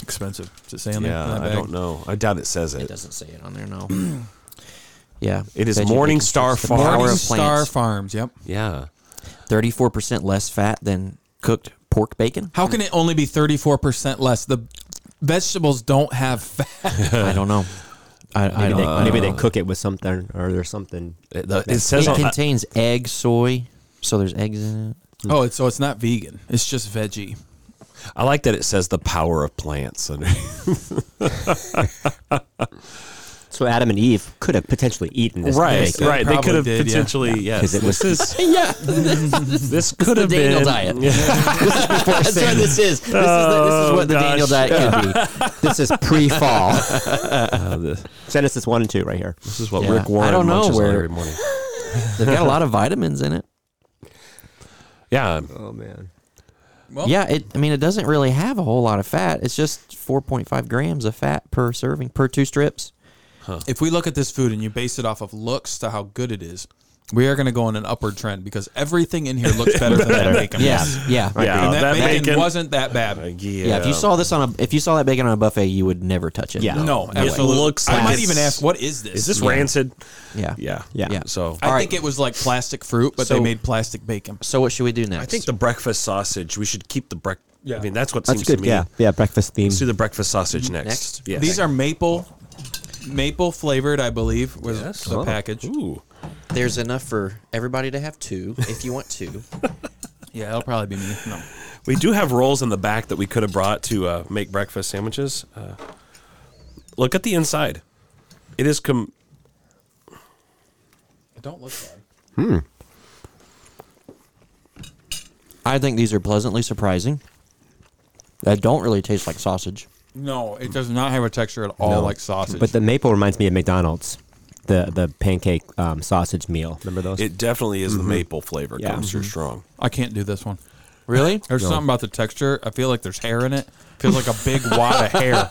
[SPEAKER 3] expensive. Does it say on there?
[SPEAKER 2] Yeah,
[SPEAKER 3] on that
[SPEAKER 2] I
[SPEAKER 3] bag?
[SPEAKER 2] don't know. I doubt it says
[SPEAKER 5] It
[SPEAKER 2] it.
[SPEAKER 5] doesn't say it on there, no. yeah.
[SPEAKER 2] It is
[SPEAKER 5] Veggie bacon
[SPEAKER 2] Morning
[SPEAKER 5] strips.
[SPEAKER 2] Star
[SPEAKER 5] The
[SPEAKER 2] Farm.
[SPEAKER 5] power
[SPEAKER 3] Morning
[SPEAKER 5] of
[SPEAKER 3] Star
[SPEAKER 5] plants.
[SPEAKER 3] Farms. Yep.
[SPEAKER 2] Yeah.
[SPEAKER 5] Thirty-four percent less fat than cooked pork bacon.
[SPEAKER 3] How can it only be thirty four percent less? The vegetables don't have fat.
[SPEAKER 5] I don't know. I, I
[SPEAKER 4] Maybe,
[SPEAKER 5] don't,
[SPEAKER 4] they,
[SPEAKER 5] I
[SPEAKER 4] maybe
[SPEAKER 5] don't
[SPEAKER 4] they
[SPEAKER 5] know.
[SPEAKER 4] cook it with something or there's something.
[SPEAKER 2] It, the- it
[SPEAKER 5] It
[SPEAKER 2] says on, I-
[SPEAKER 5] contains egg, soy, so there's eggs in it.
[SPEAKER 3] Oh, it's, so it's not vegan. It's just veggie.
[SPEAKER 2] I like that it says the power of plants. under-
[SPEAKER 4] So Adam and Eve could have potentially eaten this.
[SPEAKER 2] right,
[SPEAKER 4] Bacon.
[SPEAKER 2] right. They
[SPEAKER 3] probably
[SPEAKER 2] could have
[SPEAKER 3] did, yeah.
[SPEAKER 2] potentially, yes.
[SPEAKER 4] 'Cause it
[SPEAKER 2] This is
[SPEAKER 5] Yeah,
[SPEAKER 2] this could
[SPEAKER 5] the
[SPEAKER 2] have
[SPEAKER 5] Daniel
[SPEAKER 2] Eh, been
[SPEAKER 5] diet.
[SPEAKER 2] Yeah.
[SPEAKER 5] that's what this is. This is, the, this is
[SPEAKER 2] Oh,
[SPEAKER 5] what the Daniel
[SPEAKER 2] gosh.
[SPEAKER 5] diet could be.
[SPEAKER 4] This is pre-fall.
[SPEAKER 2] Uh, this,
[SPEAKER 4] Genesis one and two right here.
[SPEAKER 2] this is what
[SPEAKER 5] Yeah.
[SPEAKER 2] Rick Warren
[SPEAKER 5] I don't know
[SPEAKER 2] munches on
[SPEAKER 5] where-
[SPEAKER 2] every morning.
[SPEAKER 5] They've got a lot of vitamins in it.
[SPEAKER 2] Yeah,
[SPEAKER 4] Oh man.
[SPEAKER 2] Oh.
[SPEAKER 5] Yeah, it. I mean, it doesn't really have a whole lot of fat. It's just 4.5 grams of fat per serving per two strips.
[SPEAKER 3] If we look at this food and you base it off of looks to how good it is, we are going to go on an upward trend because everything in here looks better than that bacon.
[SPEAKER 5] yeah,
[SPEAKER 2] Yeah.
[SPEAKER 3] And that,
[SPEAKER 2] That
[SPEAKER 3] bacon,
[SPEAKER 2] bacon-
[SPEAKER 3] wasn't that bad.
[SPEAKER 2] yeah.
[SPEAKER 5] yeah. If you saw this on a, if you saw that bacon on a buffet, you would never touch it.
[SPEAKER 4] Yeah.
[SPEAKER 3] No, absolutely.
[SPEAKER 2] looks
[SPEAKER 3] I
[SPEAKER 2] like
[SPEAKER 3] might
[SPEAKER 2] it's-
[SPEAKER 3] even ask, what is this?
[SPEAKER 2] is this
[SPEAKER 5] Yeah.
[SPEAKER 2] rancid?
[SPEAKER 5] yeah,
[SPEAKER 2] Yeah,
[SPEAKER 4] Yeah.
[SPEAKER 5] Yeah.
[SPEAKER 2] So
[SPEAKER 3] I
[SPEAKER 5] All
[SPEAKER 3] think
[SPEAKER 5] right.
[SPEAKER 3] it was like plastic fruit, but they
[SPEAKER 5] So-
[SPEAKER 3] made plastic bacon.
[SPEAKER 5] So what should we do next?
[SPEAKER 2] I think the breakfast sausage. We should keep the break.
[SPEAKER 3] Yeah.
[SPEAKER 2] I mean, that's what
[SPEAKER 4] That's
[SPEAKER 2] seems
[SPEAKER 4] good.
[SPEAKER 2] to me.
[SPEAKER 4] Yeah. Yeah. Breakfast theme.
[SPEAKER 2] Let's do the breakfast sausage next.
[SPEAKER 5] Next.
[SPEAKER 2] Yes.
[SPEAKER 3] These are maple, maple flavored, I believe, was
[SPEAKER 2] Yes.
[SPEAKER 3] the
[SPEAKER 2] Oh.
[SPEAKER 3] package.
[SPEAKER 2] Ooh.
[SPEAKER 5] there's enough for everybody to have two if you want two.
[SPEAKER 3] Yeah, that'll probably be me. No.
[SPEAKER 2] We do have rolls in the back that we could have brought to uh, make breakfast sandwiches. Uh, look at the inside. It is com-
[SPEAKER 3] It don't look bad.
[SPEAKER 5] I think these are pleasantly surprising. They don't really taste like sausage.
[SPEAKER 3] No, it does not have a texture at all like sausage.
[SPEAKER 4] But the maple reminds me of McDonald's, the the pancake um, sausage meal. Remember those?
[SPEAKER 2] It definitely
[SPEAKER 5] Mm-hmm.
[SPEAKER 2] is the maple flavor
[SPEAKER 4] Yeah.
[SPEAKER 2] comes through strong.
[SPEAKER 3] I can't do this one.
[SPEAKER 5] Really?
[SPEAKER 3] There's something about the texture. I feel like there's hair in it. Feels like a big wad of hair.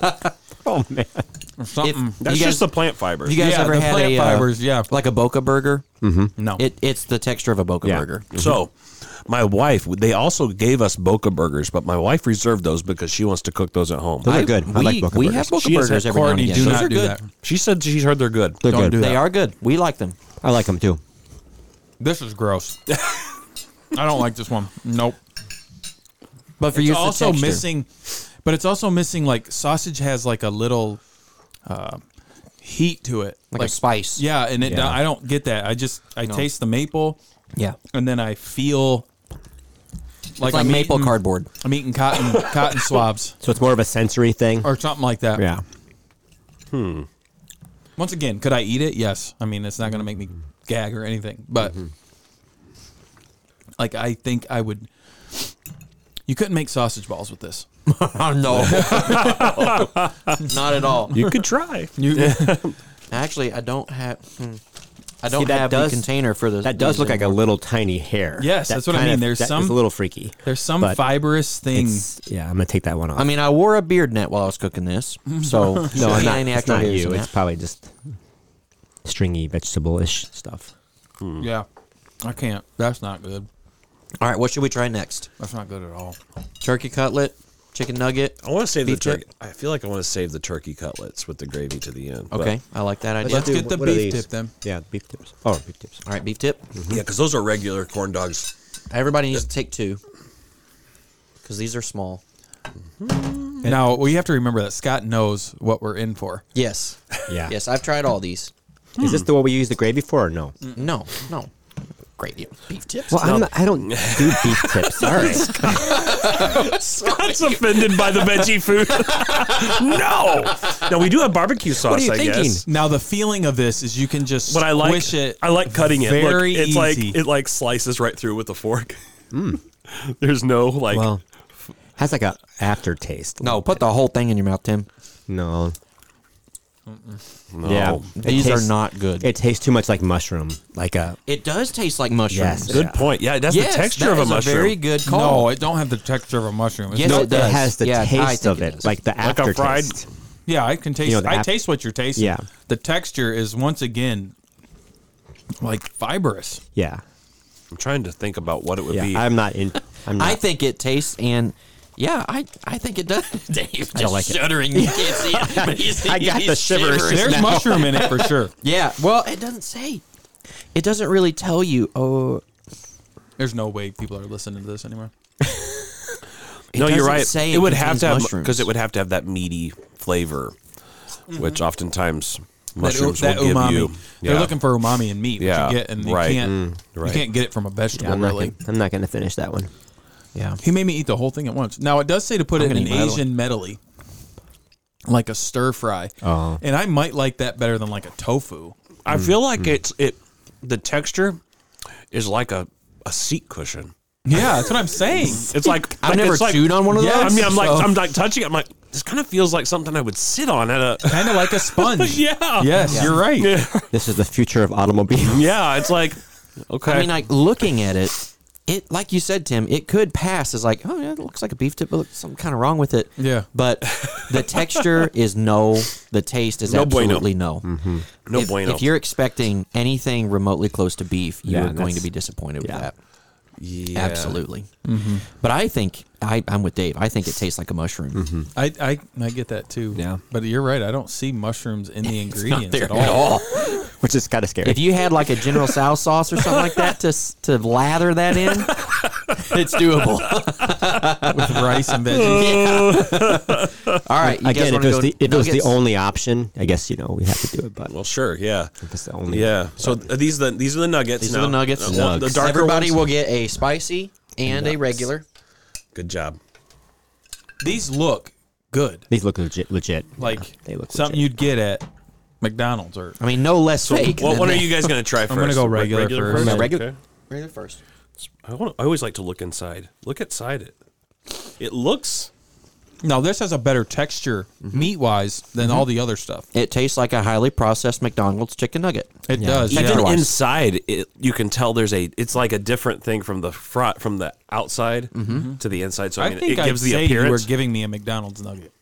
[SPEAKER 4] oh man.
[SPEAKER 3] Or something.
[SPEAKER 5] If-
[SPEAKER 2] That's
[SPEAKER 5] You guys-
[SPEAKER 2] just the plant fiber.
[SPEAKER 5] You guys
[SPEAKER 3] Yeah,
[SPEAKER 5] ever
[SPEAKER 3] the
[SPEAKER 5] had
[SPEAKER 3] plant
[SPEAKER 5] a uh,
[SPEAKER 3] fibers, yeah.
[SPEAKER 5] like a Boca burger?
[SPEAKER 4] Mm-hmm.
[SPEAKER 3] no.
[SPEAKER 5] It it's the texture of a Boca
[SPEAKER 4] Yeah.
[SPEAKER 5] burger.
[SPEAKER 3] Mm-hmm.
[SPEAKER 2] So, my wife, they also gave us Boca burgers, but my wife reserved those because she wants to cook those at home.
[SPEAKER 4] Those are good.
[SPEAKER 5] We,
[SPEAKER 4] I like Boca
[SPEAKER 5] we
[SPEAKER 4] burgers.
[SPEAKER 5] have Boca
[SPEAKER 2] She has
[SPEAKER 5] burgers
[SPEAKER 2] had
[SPEAKER 5] every now and
[SPEAKER 3] Courtney,
[SPEAKER 5] again.
[SPEAKER 3] do
[SPEAKER 5] Those
[SPEAKER 3] not
[SPEAKER 5] are
[SPEAKER 3] do
[SPEAKER 5] good.
[SPEAKER 3] that.
[SPEAKER 2] She said she's heard they're good.
[SPEAKER 4] They're
[SPEAKER 3] Don't
[SPEAKER 4] good.
[SPEAKER 3] do that.
[SPEAKER 5] They are good. We like them.
[SPEAKER 4] I like them too.
[SPEAKER 3] This is gross. I don't like this one. Nope.
[SPEAKER 5] But for you,
[SPEAKER 3] It's
[SPEAKER 5] it's
[SPEAKER 3] also
[SPEAKER 5] the texture.
[SPEAKER 3] missing, but it's also missing like sausage has like a little uh, heat to it,
[SPEAKER 5] Like a spice.
[SPEAKER 3] Yeah, and it,
[SPEAKER 4] Yeah.
[SPEAKER 3] I don't get that. I just I
[SPEAKER 5] No.
[SPEAKER 3] taste the maple,
[SPEAKER 5] Yeah.
[SPEAKER 3] and then I feel like,
[SPEAKER 5] It's like
[SPEAKER 3] I'm
[SPEAKER 5] maple
[SPEAKER 3] eating,
[SPEAKER 5] cardboard.
[SPEAKER 3] I'm eating cotton cotton swabs
[SPEAKER 4] So it's more of a sensory thing.
[SPEAKER 3] or something like that.
[SPEAKER 4] yeah.
[SPEAKER 3] Once again, could I eat it? Yes. I mean, it's not going to make me gag or anything, but
[SPEAKER 4] Mm-hmm.
[SPEAKER 3] like I think I would. You couldn't make sausage balls with this.
[SPEAKER 5] Oh no. not at all.
[SPEAKER 2] You could try.
[SPEAKER 3] You,
[SPEAKER 5] Actually, I don't have. hmm. I don't
[SPEAKER 4] See, that
[SPEAKER 5] have
[SPEAKER 4] does-
[SPEAKER 5] the container for the.
[SPEAKER 4] That does look like a
[SPEAKER 5] anymore.
[SPEAKER 4] little tiny hair.
[SPEAKER 3] Yes,
[SPEAKER 4] That
[SPEAKER 3] that's what I
[SPEAKER 4] kind
[SPEAKER 3] mean.
[SPEAKER 4] of-
[SPEAKER 3] There's
[SPEAKER 4] that is
[SPEAKER 3] some-
[SPEAKER 4] a little freaky.
[SPEAKER 3] there's some
[SPEAKER 4] But
[SPEAKER 3] fibrous thing.
[SPEAKER 4] It's- Yeah, I'm gonna take that one off.
[SPEAKER 5] I mean, I wore a beard net while I was cooking this,
[SPEAKER 4] Mm-hmm.
[SPEAKER 5] so
[SPEAKER 4] no,
[SPEAKER 5] ain't
[SPEAKER 4] I'm not,
[SPEAKER 5] any
[SPEAKER 4] it's
[SPEAKER 5] actual
[SPEAKER 4] not
[SPEAKER 5] hairs
[SPEAKER 4] you.
[SPEAKER 5] in
[SPEAKER 4] It's
[SPEAKER 5] that.
[SPEAKER 4] probably just stringy vegetable-ish stuff. Mm.
[SPEAKER 3] Yeah, I can't. That's not good.
[SPEAKER 5] all right, what should we try next?
[SPEAKER 3] That's not good at all.
[SPEAKER 5] Turkey cutlet, chicken nugget.
[SPEAKER 2] I want to save
[SPEAKER 5] Beef
[SPEAKER 2] the
[SPEAKER 5] jerky.
[SPEAKER 2] turkey. I feel like I want to save the turkey cutlets with the gravy to the end. but-
[SPEAKER 5] Okay, I like that idea.
[SPEAKER 3] Let's do- get the
[SPEAKER 4] what are
[SPEAKER 3] beef
[SPEAKER 4] these?
[SPEAKER 3] tip then.
[SPEAKER 4] Yeah, beef tips. Oh, beef tips.
[SPEAKER 5] all right, beef tip.
[SPEAKER 3] Mm-hmm.
[SPEAKER 2] yeah, because those are regular corn dogs.
[SPEAKER 5] Everybody needs to take two because these are small.
[SPEAKER 3] Now we have to remember that Scott knows what we're in for.
[SPEAKER 5] Yes.
[SPEAKER 4] Yeah.
[SPEAKER 5] Yes, I've tried all these.
[SPEAKER 3] Mm.
[SPEAKER 4] Is this the one we use the gravy for or no?
[SPEAKER 5] No, no. great deal. Beef tips.
[SPEAKER 4] Well, I'm not, I don't do beef tips. Sorry.
[SPEAKER 2] Scott's offended by the veggie food. no, no, we do have barbecue sauce.
[SPEAKER 4] you
[SPEAKER 2] I
[SPEAKER 4] thinking?
[SPEAKER 2] guess.
[SPEAKER 3] Now the feeling of this is you can just
[SPEAKER 2] But I like
[SPEAKER 3] squish it.
[SPEAKER 2] I like cutting it. Look,
[SPEAKER 3] Very
[SPEAKER 2] it's like
[SPEAKER 3] easy.
[SPEAKER 2] it like slices right through with a fork. There's no like.
[SPEAKER 4] well, has like a aftertaste.
[SPEAKER 5] no, put the whole thing in your mouth, Tim.
[SPEAKER 4] No.
[SPEAKER 2] no.
[SPEAKER 4] Yeah.
[SPEAKER 5] These
[SPEAKER 4] It
[SPEAKER 5] are
[SPEAKER 4] tastes-
[SPEAKER 5] not good. It,
[SPEAKER 4] It tastes too much like mushroom. Like a
[SPEAKER 5] does taste like mushrooms.
[SPEAKER 4] Yes.
[SPEAKER 2] Good
[SPEAKER 4] Yeah.
[SPEAKER 2] point. Yeah, that's
[SPEAKER 5] Yes,
[SPEAKER 2] the texture
[SPEAKER 5] that
[SPEAKER 2] of a
[SPEAKER 5] is
[SPEAKER 2] mushroom.
[SPEAKER 5] very good call.
[SPEAKER 3] no, it don't have the texture of a mushroom. It's
[SPEAKER 5] Yes,
[SPEAKER 3] not-
[SPEAKER 5] it does.
[SPEAKER 4] has the
[SPEAKER 5] Yeah, I
[SPEAKER 4] taste
[SPEAKER 5] think
[SPEAKER 4] of
[SPEAKER 5] it
[SPEAKER 4] it,
[SPEAKER 5] does.
[SPEAKER 4] like the
[SPEAKER 2] Like a
[SPEAKER 4] aftertaste.
[SPEAKER 2] fried-
[SPEAKER 3] yeah, I can taste.
[SPEAKER 4] You know, the
[SPEAKER 3] I
[SPEAKER 4] ap-
[SPEAKER 3] taste what you're tasting.
[SPEAKER 4] Yeah.
[SPEAKER 3] the texture is once again like fibrous.
[SPEAKER 4] Yeah,
[SPEAKER 2] I'm trying to think about what it would
[SPEAKER 4] yeah.
[SPEAKER 2] be.
[SPEAKER 4] I'm not in. I'm not.
[SPEAKER 5] I think it tastes and yeah, I, I think it does. Dave just
[SPEAKER 4] like it.
[SPEAKER 5] shuddering. You can't see it, but he's,
[SPEAKER 4] I got
[SPEAKER 5] he's
[SPEAKER 4] the shivers.
[SPEAKER 5] shivering.
[SPEAKER 3] There's mushroom in it for sure.
[SPEAKER 5] Yeah, well, it doesn't say. It doesn't really tell you. Oh,
[SPEAKER 3] There's no way people are listening to this anymore.
[SPEAKER 5] it
[SPEAKER 2] no, you're
[SPEAKER 5] doesn't
[SPEAKER 2] right.
[SPEAKER 5] Say
[SPEAKER 2] it would have to have
[SPEAKER 5] contains
[SPEAKER 2] because it would have to have that meaty flavor, which oftentimes mushrooms
[SPEAKER 3] Mm-hmm. that, u-
[SPEAKER 2] will
[SPEAKER 3] that umami.
[SPEAKER 2] give you.
[SPEAKER 3] They're looking for umami in meat,
[SPEAKER 2] Yeah,
[SPEAKER 3] which you get, and you
[SPEAKER 2] right.
[SPEAKER 3] can't
[SPEAKER 2] Mm, right.
[SPEAKER 3] you can't get it from a vegetable.
[SPEAKER 4] Yeah, I'm, not
[SPEAKER 3] really,
[SPEAKER 4] gonna, I'm not gonna finish that one.
[SPEAKER 5] Yeah,
[SPEAKER 3] he made me eat the whole thing at once. Now it does say to put
[SPEAKER 5] I'm
[SPEAKER 3] it in
[SPEAKER 5] gonna
[SPEAKER 3] an
[SPEAKER 5] eat my other
[SPEAKER 3] Asian medley, like a stir fry,
[SPEAKER 4] Oh.
[SPEAKER 3] and I might like that better than like a tofu.
[SPEAKER 2] I
[SPEAKER 5] Mm.
[SPEAKER 2] feel like it's it. The texture is like a a seat cushion.
[SPEAKER 3] Yeah, that's what I'm saying.
[SPEAKER 2] It's like
[SPEAKER 5] I've
[SPEAKER 2] like,
[SPEAKER 5] never
[SPEAKER 2] it's like-
[SPEAKER 5] chewed on one of
[SPEAKER 2] Yeah, I
[SPEAKER 5] those,
[SPEAKER 2] mean, I'm like
[SPEAKER 5] so-
[SPEAKER 2] I'm like touching it. I'm like this kind of feels like something I would sit on at a.
[SPEAKER 3] kind of like a sponge.
[SPEAKER 2] yeah.
[SPEAKER 3] Yes, you're right.
[SPEAKER 2] Yeah.
[SPEAKER 4] This is the future of automobiles.
[SPEAKER 2] Yeah, it's like okay.
[SPEAKER 5] I mean, like looking at it, it like you said, Tim, it could pass as like, oh yeah, it looks like a beef tip, but something kind of wrong with it.
[SPEAKER 3] Yeah.
[SPEAKER 5] but the texture is no, the taste is
[SPEAKER 2] No bueno.
[SPEAKER 5] absolutely no.
[SPEAKER 4] Mm-hmm.
[SPEAKER 2] no
[SPEAKER 5] if,
[SPEAKER 2] bueno.
[SPEAKER 5] If you're expecting anything remotely close to beef, you
[SPEAKER 4] Yeah,
[SPEAKER 5] are going to
[SPEAKER 4] that's-
[SPEAKER 5] be disappointed with
[SPEAKER 4] yeah.
[SPEAKER 5] that.
[SPEAKER 2] Yeah. Mm-hmm.
[SPEAKER 5] Absolutely. But I think I, I'm with Dave. I think it tastes like a mushroom.
[SPEAKER 2] Mm-hmm.
[SPEAKER 3] I, I I get that too.
[SPEAKER 4] Yeah.
[SPEAKER 3] but you're right. I don't see mushrooms in the ingredients
[SPEAKER 5] there
[SPEAKER 3] at all.
[SPEAKER 4] which is kind of scary.
[SPEAKER 5] If you had like a General Tso sauce or something like that to s- to lather that in, it's doable.
[SPEAKER 3] With rice and veggies.
[SPEAKER 5] All right. You guys
[SPEAKER 4] Again, if
[SPEAKER 5] wanna
[SPEAKER 4] it was
[SPEAKER 5] go
[SPEAKER 4] the if it was the
[SPEAKER 5] nuggets?
[SPEAKER 4] only option, I guess you know we have to do it. But
[SPEAKER 2] Well, sure. Yeah.
[SPEAKER 4] if it's the only,
[SPEAKER 2] Yeah. So th- these are the these are the nuggets.
[SPEAKER 5] These
[SPEAKER 2] now.
[SPEAKER 5] are the nuggets.
[SPEAKER 2] Uh, one- The
[SPEAKER 4] Nugs.
[SPEAKER 2] darker
[SPEAKER 5] Everybody
[SPEAKER 2] ones.
[SPEAKER 5] will get a spicy and a regular.
[SPEAKER 2] Good job.
[SPEAKER 3] These look good.
[SPEAKER 4] these look legit. Legit.
[SPEAKER 3] Like
[SPEAKER 4] Yeah, they look
[SPEAKER 3] something
[SPEAKER 4] legit.
[SPEAKER 3] you'd get at McDonald's or
[SPEAKER 5] I mean, no less fake.
[SPEAKER 2] What
[SPEAKER 5] than
[SPEAKER 2] one are
[SPEAKER 5] that.
[SPEAKER 2] you guys gonna try first?
[SPEAKER 3] gonna go regular first.
[SPEAKER 5] Yeah, regular.
[SPEAKER 2] Okay.
[SPEAKER 5] Regular first.
[SPEAKER 2] I, wanna, I always like to look inside. Look inside it. It looks.
[SPEAKER 3] No, this has a better texture meat wise than all the other stuff.
[SPEAKER 5] It tastes like a highly processed McDonald's chicken nugget.
[SPEAKER 3] It does.
[SPEAKER 5] Even
[SPEAKER 3] yeah.
[SPEAKER 5] in- Otherwise.
[SPEAKER 2] inside, it, you can tell there's a. It's like a different thing from the front, from the outside
[SPEAKER 3] Mm-hmm.
[SPEAKER 2] to the inside. So I,
[SPEAKER 3] I
[SPEAKER 2] mean,
[SPEAKER 3] think
[SPEAKER 2] it gives
[SPEAKER 3] I'd
[SPEAKER 2] the
[SPEAKER 3] say you were
[SPEAKER 2] appearance.
[SPEAKER 3] giving me a McDonald's nugget.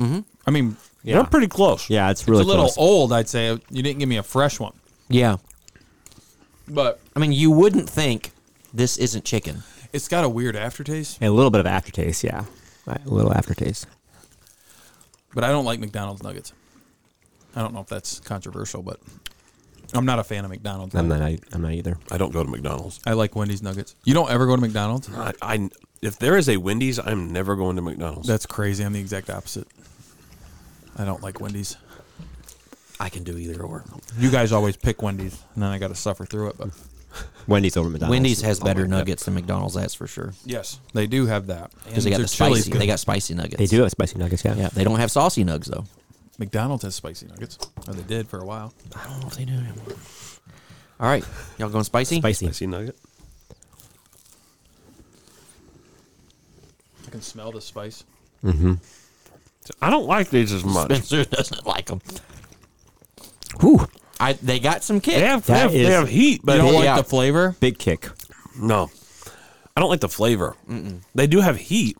[SPEAKER 3] I mean,
[SPEAKER 2] You're pretty close.
[SPEAKER 4] Yeah, it's
[SPEAKER 3] it's
[SPEAKER 4] really
[SPEAKER 3] a little
[SPEAKER 4] close.
[SPEAKER 3] old. I'd say you didn't give me a fresh one,
[SPEAKER 5] Yeah.
[SPEAKER 3] but
[SPEAKER 5] I mean, you wouldn't think this isn't chicken.
[SPEAKER 3] it's got a weird aftertaste.
[SPEAKER 4] And a little bit of aftertaste. Yeah, a little aftertaste.
[SPEAKER 3] But I don't like McDonald's nuggets. I don't know if that's controversial, but I'm not a fan of McDonald's.
[SPEAKER 4] I'm not. I'm not either.
[SPEAKER 2] I don't go to McDonald's.
[SPEAKER 3] I like Wendy's nuggets. You don't ever go to McDonald's?
[SPEAKER 2] I, I if there is a Wendy's, I'm never going to McDonald's.
[SPEAKER 3] That's crazy. I'm the exact opposite. I don't like Wendy's.
[SPEAKER 5] I can do either or.
[SPEAKER 3] You guys always pick Wendy's, and then I got to suffer through it. But
[SPEAKER 4] Wendy's over Oh McDonald's.
[SPEAKER 5] Wendy's has better nuggets than McDonald's, that's for sure.
[SPEAKER 3] yes, they do have that
[SPEAKER 5] Because they got
[SPEAKER 3] their
[SPEAKER 5] the
[SPEAKER 3] chili's
[SPEAKER 5] spicy.
[SPEAKER 3] good.
[SPEAKER 5] They got spicy nuggets.
[SPEAKER 4] They do have spicy nuggets. Yeah.
[SPEAKER 5] Yeah, they don't have saucy nugs though.
[SPEAKER 3] McDonald's has spicy nuggets, or they did for a while.
[SPEAKER 5] I don't know if they do anymore. All right, y'all going spicy?
[SPEAKER 4] Spicy.
[SPEAKER 2] Spicy nugget.
[SPEAKER 3] I can smell the spice.
[SPEAKER 2] I don't like these as much.
[SPEAKER 5] Spencer doesn't like them.
[SPEAKER 4] Whew.
[SPEAKER 5] I they got some kick.
[SPEAKER 2] They have, they
[SPEAKER 4] That
[SPEAKER 2] have, they
[SPEAKER 4] is-
[SPEAKER 2] have heat, but
[SPEAKER 3] You don't
[SPEAKER 5] Yeah.
[SPEAKER 3] like the flavor?
[SPEAKER 4] Big kick.
[SPEAKER 2] no, I don't like the flavor. They do have heat,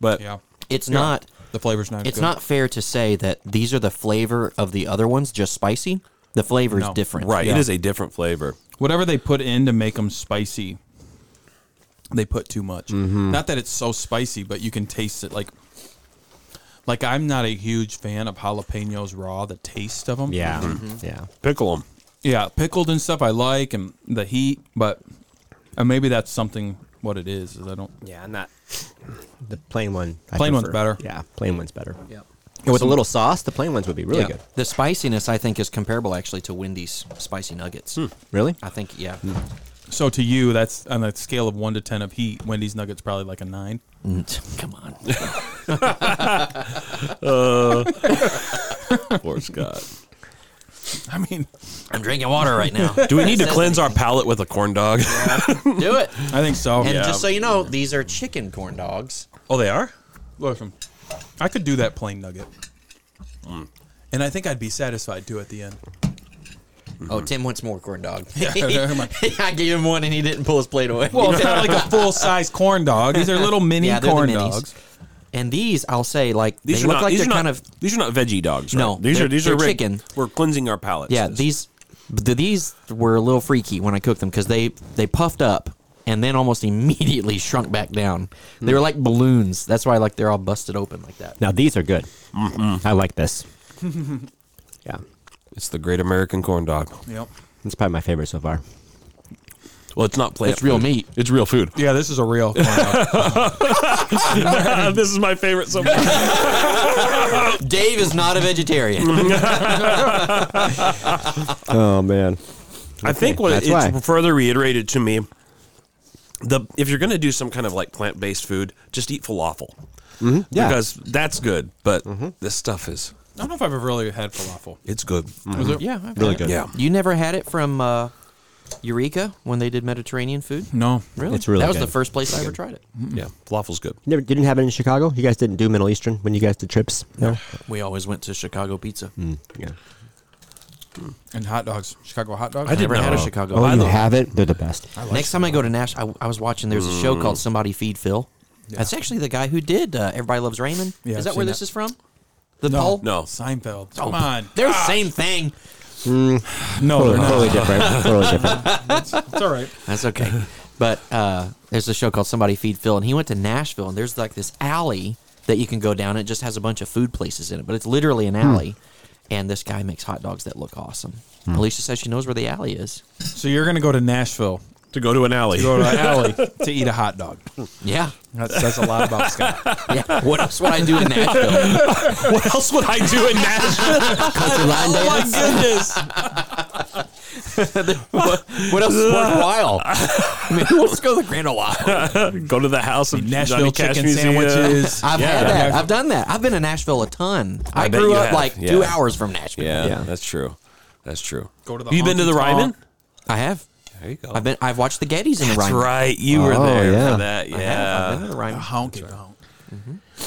[SPEAKER 2] but
[SPEAKER 3] Yeah,
[SPEAKER 5] It's
[SPEAKER 3] Yeah.
[SPEAKER 5] not.
[SPEAKER 3] The flavor's not.
[SPEAKER 5] It's
[SPEAKER 3] good.
[SPEAKER 5] not fair to say that these are the flavor of the other ones, just spicy. The flavor is
[SPEAKER 3] No.
[SPEAKER 5] different.
[SPEAKER 2] right, it
[SPEAKER 3] Yeah.
[SPEAKER 2] is a different flavor.
[SPEAKER 3] whatever they put in to make them spicy. They put too much.
[SPEAKER 5] Mm-hmm.
[SPEAKER 3] Not that it's so spicy, but you can taste it. Like, like I'm not a huge fan of jalapenos raw. The taste of them.
[SPEAKER 4] Yeah.
[SPEAKER 5] Mm-hmm.
[SPEAKER 4] Yeah.
[SPEAKER 2] Pickle them.
[SPEAKER 3] Yeah, pickled and stuff I like, and the heat, but and maybe that's something what it is. Is I don't.
[SPEAKER 4] Yeah. I'm not. The plain one. I
[SPEAKER 3] Plain one's
[SPEAKER 4] prefer.
[SPEAKER 3] better.
[SPEAKER 4] Yeah. Plain one's better. Yeah. with a little sauce, the plain ones would be really
[SPEAKER 5] Yeah.
[SPEAKER 4] good.
[SPEAKER 5] The spiciness I think is comparable actually to Wendy's spicy nuggets.
[SPEAKER 4] Really?
[SPEAKER 5] I think yeah.
[SPEAKER 3] So to you, that's on a scale of one to ten of heat. Wendy's nuggets probably like a nine.
[SPEAKER 5] Mm, Come on.
[SPEAKER 2] Poor Scott.
[SPEAKER 3] I mean,
[SPEAKER 5] I'm drinking water right now.
[SPEAKER 2] Do we need to cleanse our palate with a corn dog?
[SPEAKER 5] Do it.
[SPEAKER 3] I think so.
[SPEAKER 5] And just so you know, these are chicken corn dogs.
[SPEAKER 2] oh, they are.
[SPEAKER 3] Listen, I could do that plain nugget, Mm. and I think I'd be satisfied too at the end.
[SPEAKER 2] Mm-hmm.
[SPEAKER 5] Oh, Tim wants more corn dog.
[SPEAKER 3] never mind.
[SPEAKER 5] I gave him one and he didn't pull his plate away.
[SPEAKER 3] Well, it's not like a full size corn dog. These are little mini
[SPEAKER 5] Yeah, they're the
[SPEAKER 3] corn
[SPEAKER 5] minis.
[SPEAKER 3] dogs.
[SPEAKER 5] and these, I'll say, like
[SPEAKER 2] These
[SPEAKER 5] they
[SPEAKER 2] are
[SPEAKER 5] look
[SPEAKER 2] not.
[SPEAKER 5] like
[SPEAKER 2] these
[SPEAKER 5] they're
[SPEAKER 2] are not,
[SPEAKER 5] kind of
[SPEAKER 2] These are not veggie dogs.
[SPEAKER 5] No,
[SPEAKER 2] right? these
[SPEAKER 5] they're-
[SPEAKER 2] are these
[SPEAKER 5] they're
[SPEAKER 2] are rig-
[SPEAKER 5] chicken.
[SPEAKER 2] We're cleansing our palates.
[SPEAKER 5] yeah. These the, these were a little freaky when I cooked them because they they puffed up and then almost immediately shrunk back down. They were like balloons. That's why like they're all busted open like that.
[SPEAKER 4] Now these are good. I like this. yeah,
[SPEAKER 2] it's the Great American Corn Dog.
[SPEAKER 3] Yep.
[SPEAKER 4] it's probably my favorite so far.
[SPEAKER 2] Well, it's not plant.
[SPEAKER 5] It's real
[SPEAKER 2] food.
[SPEAKER 5] meat.
[SPEAKER 2] It's real food.
[SPEAKER 3] Yeah, this is a real corn dog.
[SPEAKER 2] this is my favorite. So far.
[SPEAKER 5] Dave is not a vegetarian.
[SPEAKER 4] Oh man,
[SPEAKER 2] I think what
[SPEAKER 4] that's
[SPEAKER 2] it's
[SPEAKER 4] why.
[SPEAKER 2] further reiterated to me. The if you're going to do some kind of like plant based food, just eat falafel.
[SPEAKER 5] Mm-hmm.
[SPEAKER 4] yeah.
[SPEAKER 2] Because that's good, but this stuff is
[SPEAKER 3] I don't know if I've ever really had falafel.
[SPEAKER 2] it's good.
[SPEAKER 3] Was it?
[SPEAKER 5] Mm-hmm. yeah, I've had
[SPEAKER 4] really
[SPEAKER 5] it.
[SPEAKER 4] good.
[SPEAKER 2] Yeah.
[SPEAKER 5] You never had it from uh, Eureka when they did Mediterranean food?
[SPEAKER 3] No.
[SPEAKER 5] Really?
[SPEAKER 4] It's really
[SPEAKER 5] that was
[SPEAKER 4] good.
[SPEAKER 5] the first place I ever tried it.
[SPEAKER 2] Mm-hmm. Yeah. Falafel's good.
[SPEAKER 4] You never didn't have it in Chicago. You guys didn't do Middle Eastern when you guys did trips. No.
[SPEAKER 5] We always went to Chicago Pizza.
[SPEAKER 4] Yeah.
[SPEAKER 3] And hot dogs. Chicago hot dogs.
[SPEAKER 2] I did
[SPEAKER 5] Never had a
[SPEAKER 2] not.
[SPEAKER 5] Chicago.
[SPEAKER 4] Oh,
[SPEAKER 2] I
[SPEAKER 4] you
[SPEAKER 2] love-
[SPEAKER 4] have it. They're the best.
[SPEAKER 5] Next time I go to Nash, I, I was watching. There's a show
[SPEAKER 4] Mm.
[SPEAKER 5] called Somebody Feed Phil. That's actually the guy who did uh, Everybody Loves Raymond.
[SPEAKER 3] Yeah,
[SPEAKER 5] is
[SPEAKER 3] I've
[SPEAKER 5] that where
[SPEAKER 3] seen
[SPEAKER 5] this
[SPEAKER 3] that.
[SPEAKER 5] is from? The
[SPEAKER 3] No.
[SPEAKER 5] poll.
[SPEAKER 2] No.
[SPEAKER 3] Seinfeld. Come on.
[SPEAKER 5] They're the same thing.
[SPEAKER 3] No,
[SPEAKER 4] Totally,
[SPEAKER 3] they're not.
[SPEAKER 4] totally different. Totally different.
[SPEAKER 3] It's all right.
[SPEAKER 5] That's okay. but uh, there's a show called Somebody Feed Phil, and he went to Nashville, and there's like this alley that you can go down. It just has a bunch of food places in it, but it's literally an alley. And this guy makes hot dogs that look awesome. Alicia says she knows where the alley is.
[SPEAKER 3] So you're going to go to Nashville,
[SPEAKER 2] To go to an alley.
[SPEAKER 3] go to an alley to eat a hot dog.
[SPEAKER 5] Yeah.
[SPEAKER 3] That says a lot about Scott.
[SPEAKER 5] yeah. What else would I do in Nashville?
[SPEAKER 2] what else would I do in Nashville?
[SPEAKER 5] Country line
[SPEAKER 2] My
[SPEAKER 5] dance?
[SPEAKER 2] goodness.
[SPEAKER 5] What else is worthwhile? I mean, let's go to the Grand Ole Opry.
[SPEAKER 2] go to the house of
[SPEAKER 3] Nashville
[SPEAKER 2] Johnny Cash
[SPEAKER 3] chicken
[SPEAKER 2] Museum.
[SPEAKER 3] sandwiches.
[SPEAKER 5] I've
[SPEAKER 2] Yeah.
[SPEAKER 5] had that.
[SPEAKER 3] Yeah.
[SPEAKER 5] I've done that. I've been to Nashville a ton. I,
[SPEAKER 2] bet
[SPEAKER 5] grew
[SPEAKER 2] you
[SPEAKER 5] up
[SPEAKER 2] have.
[SPEAKER 5] like
[SPEAKER 2] Yeah.
[SPEAKER 5] two hours from Nashville.
[SPEAKER 2] Yeah,
[SPEAKER 4] Yeah.
[SPEAKER 2] that's true. That's true.
[SPEAKER 3] Go to the
[SPEAKER 2] you been to the
[SPEAKER 3] honky tonk.
[SPEAKER 2] Ryman?
[SPEAKER 5] I have.
[SPEAKER 2] There you go.
[SPEAKER 5] I've been. I've watched the Gettys in the
[SPEAKER 2] That's
[SPEAKER 5] Ryman.
[SPEAKER 2] right. You were
[SPEAKER 4] Oh,
[SPEAKER 2] there
[SPEAKER 4] yeah.
[SPEAKER 2] for that.
[SPEAKER 5] I have. I've been
[SPEAKER 2] Yeah.
[SPEAKER 5] to the Ryman.
[SPEAKER 3] Honky tonk.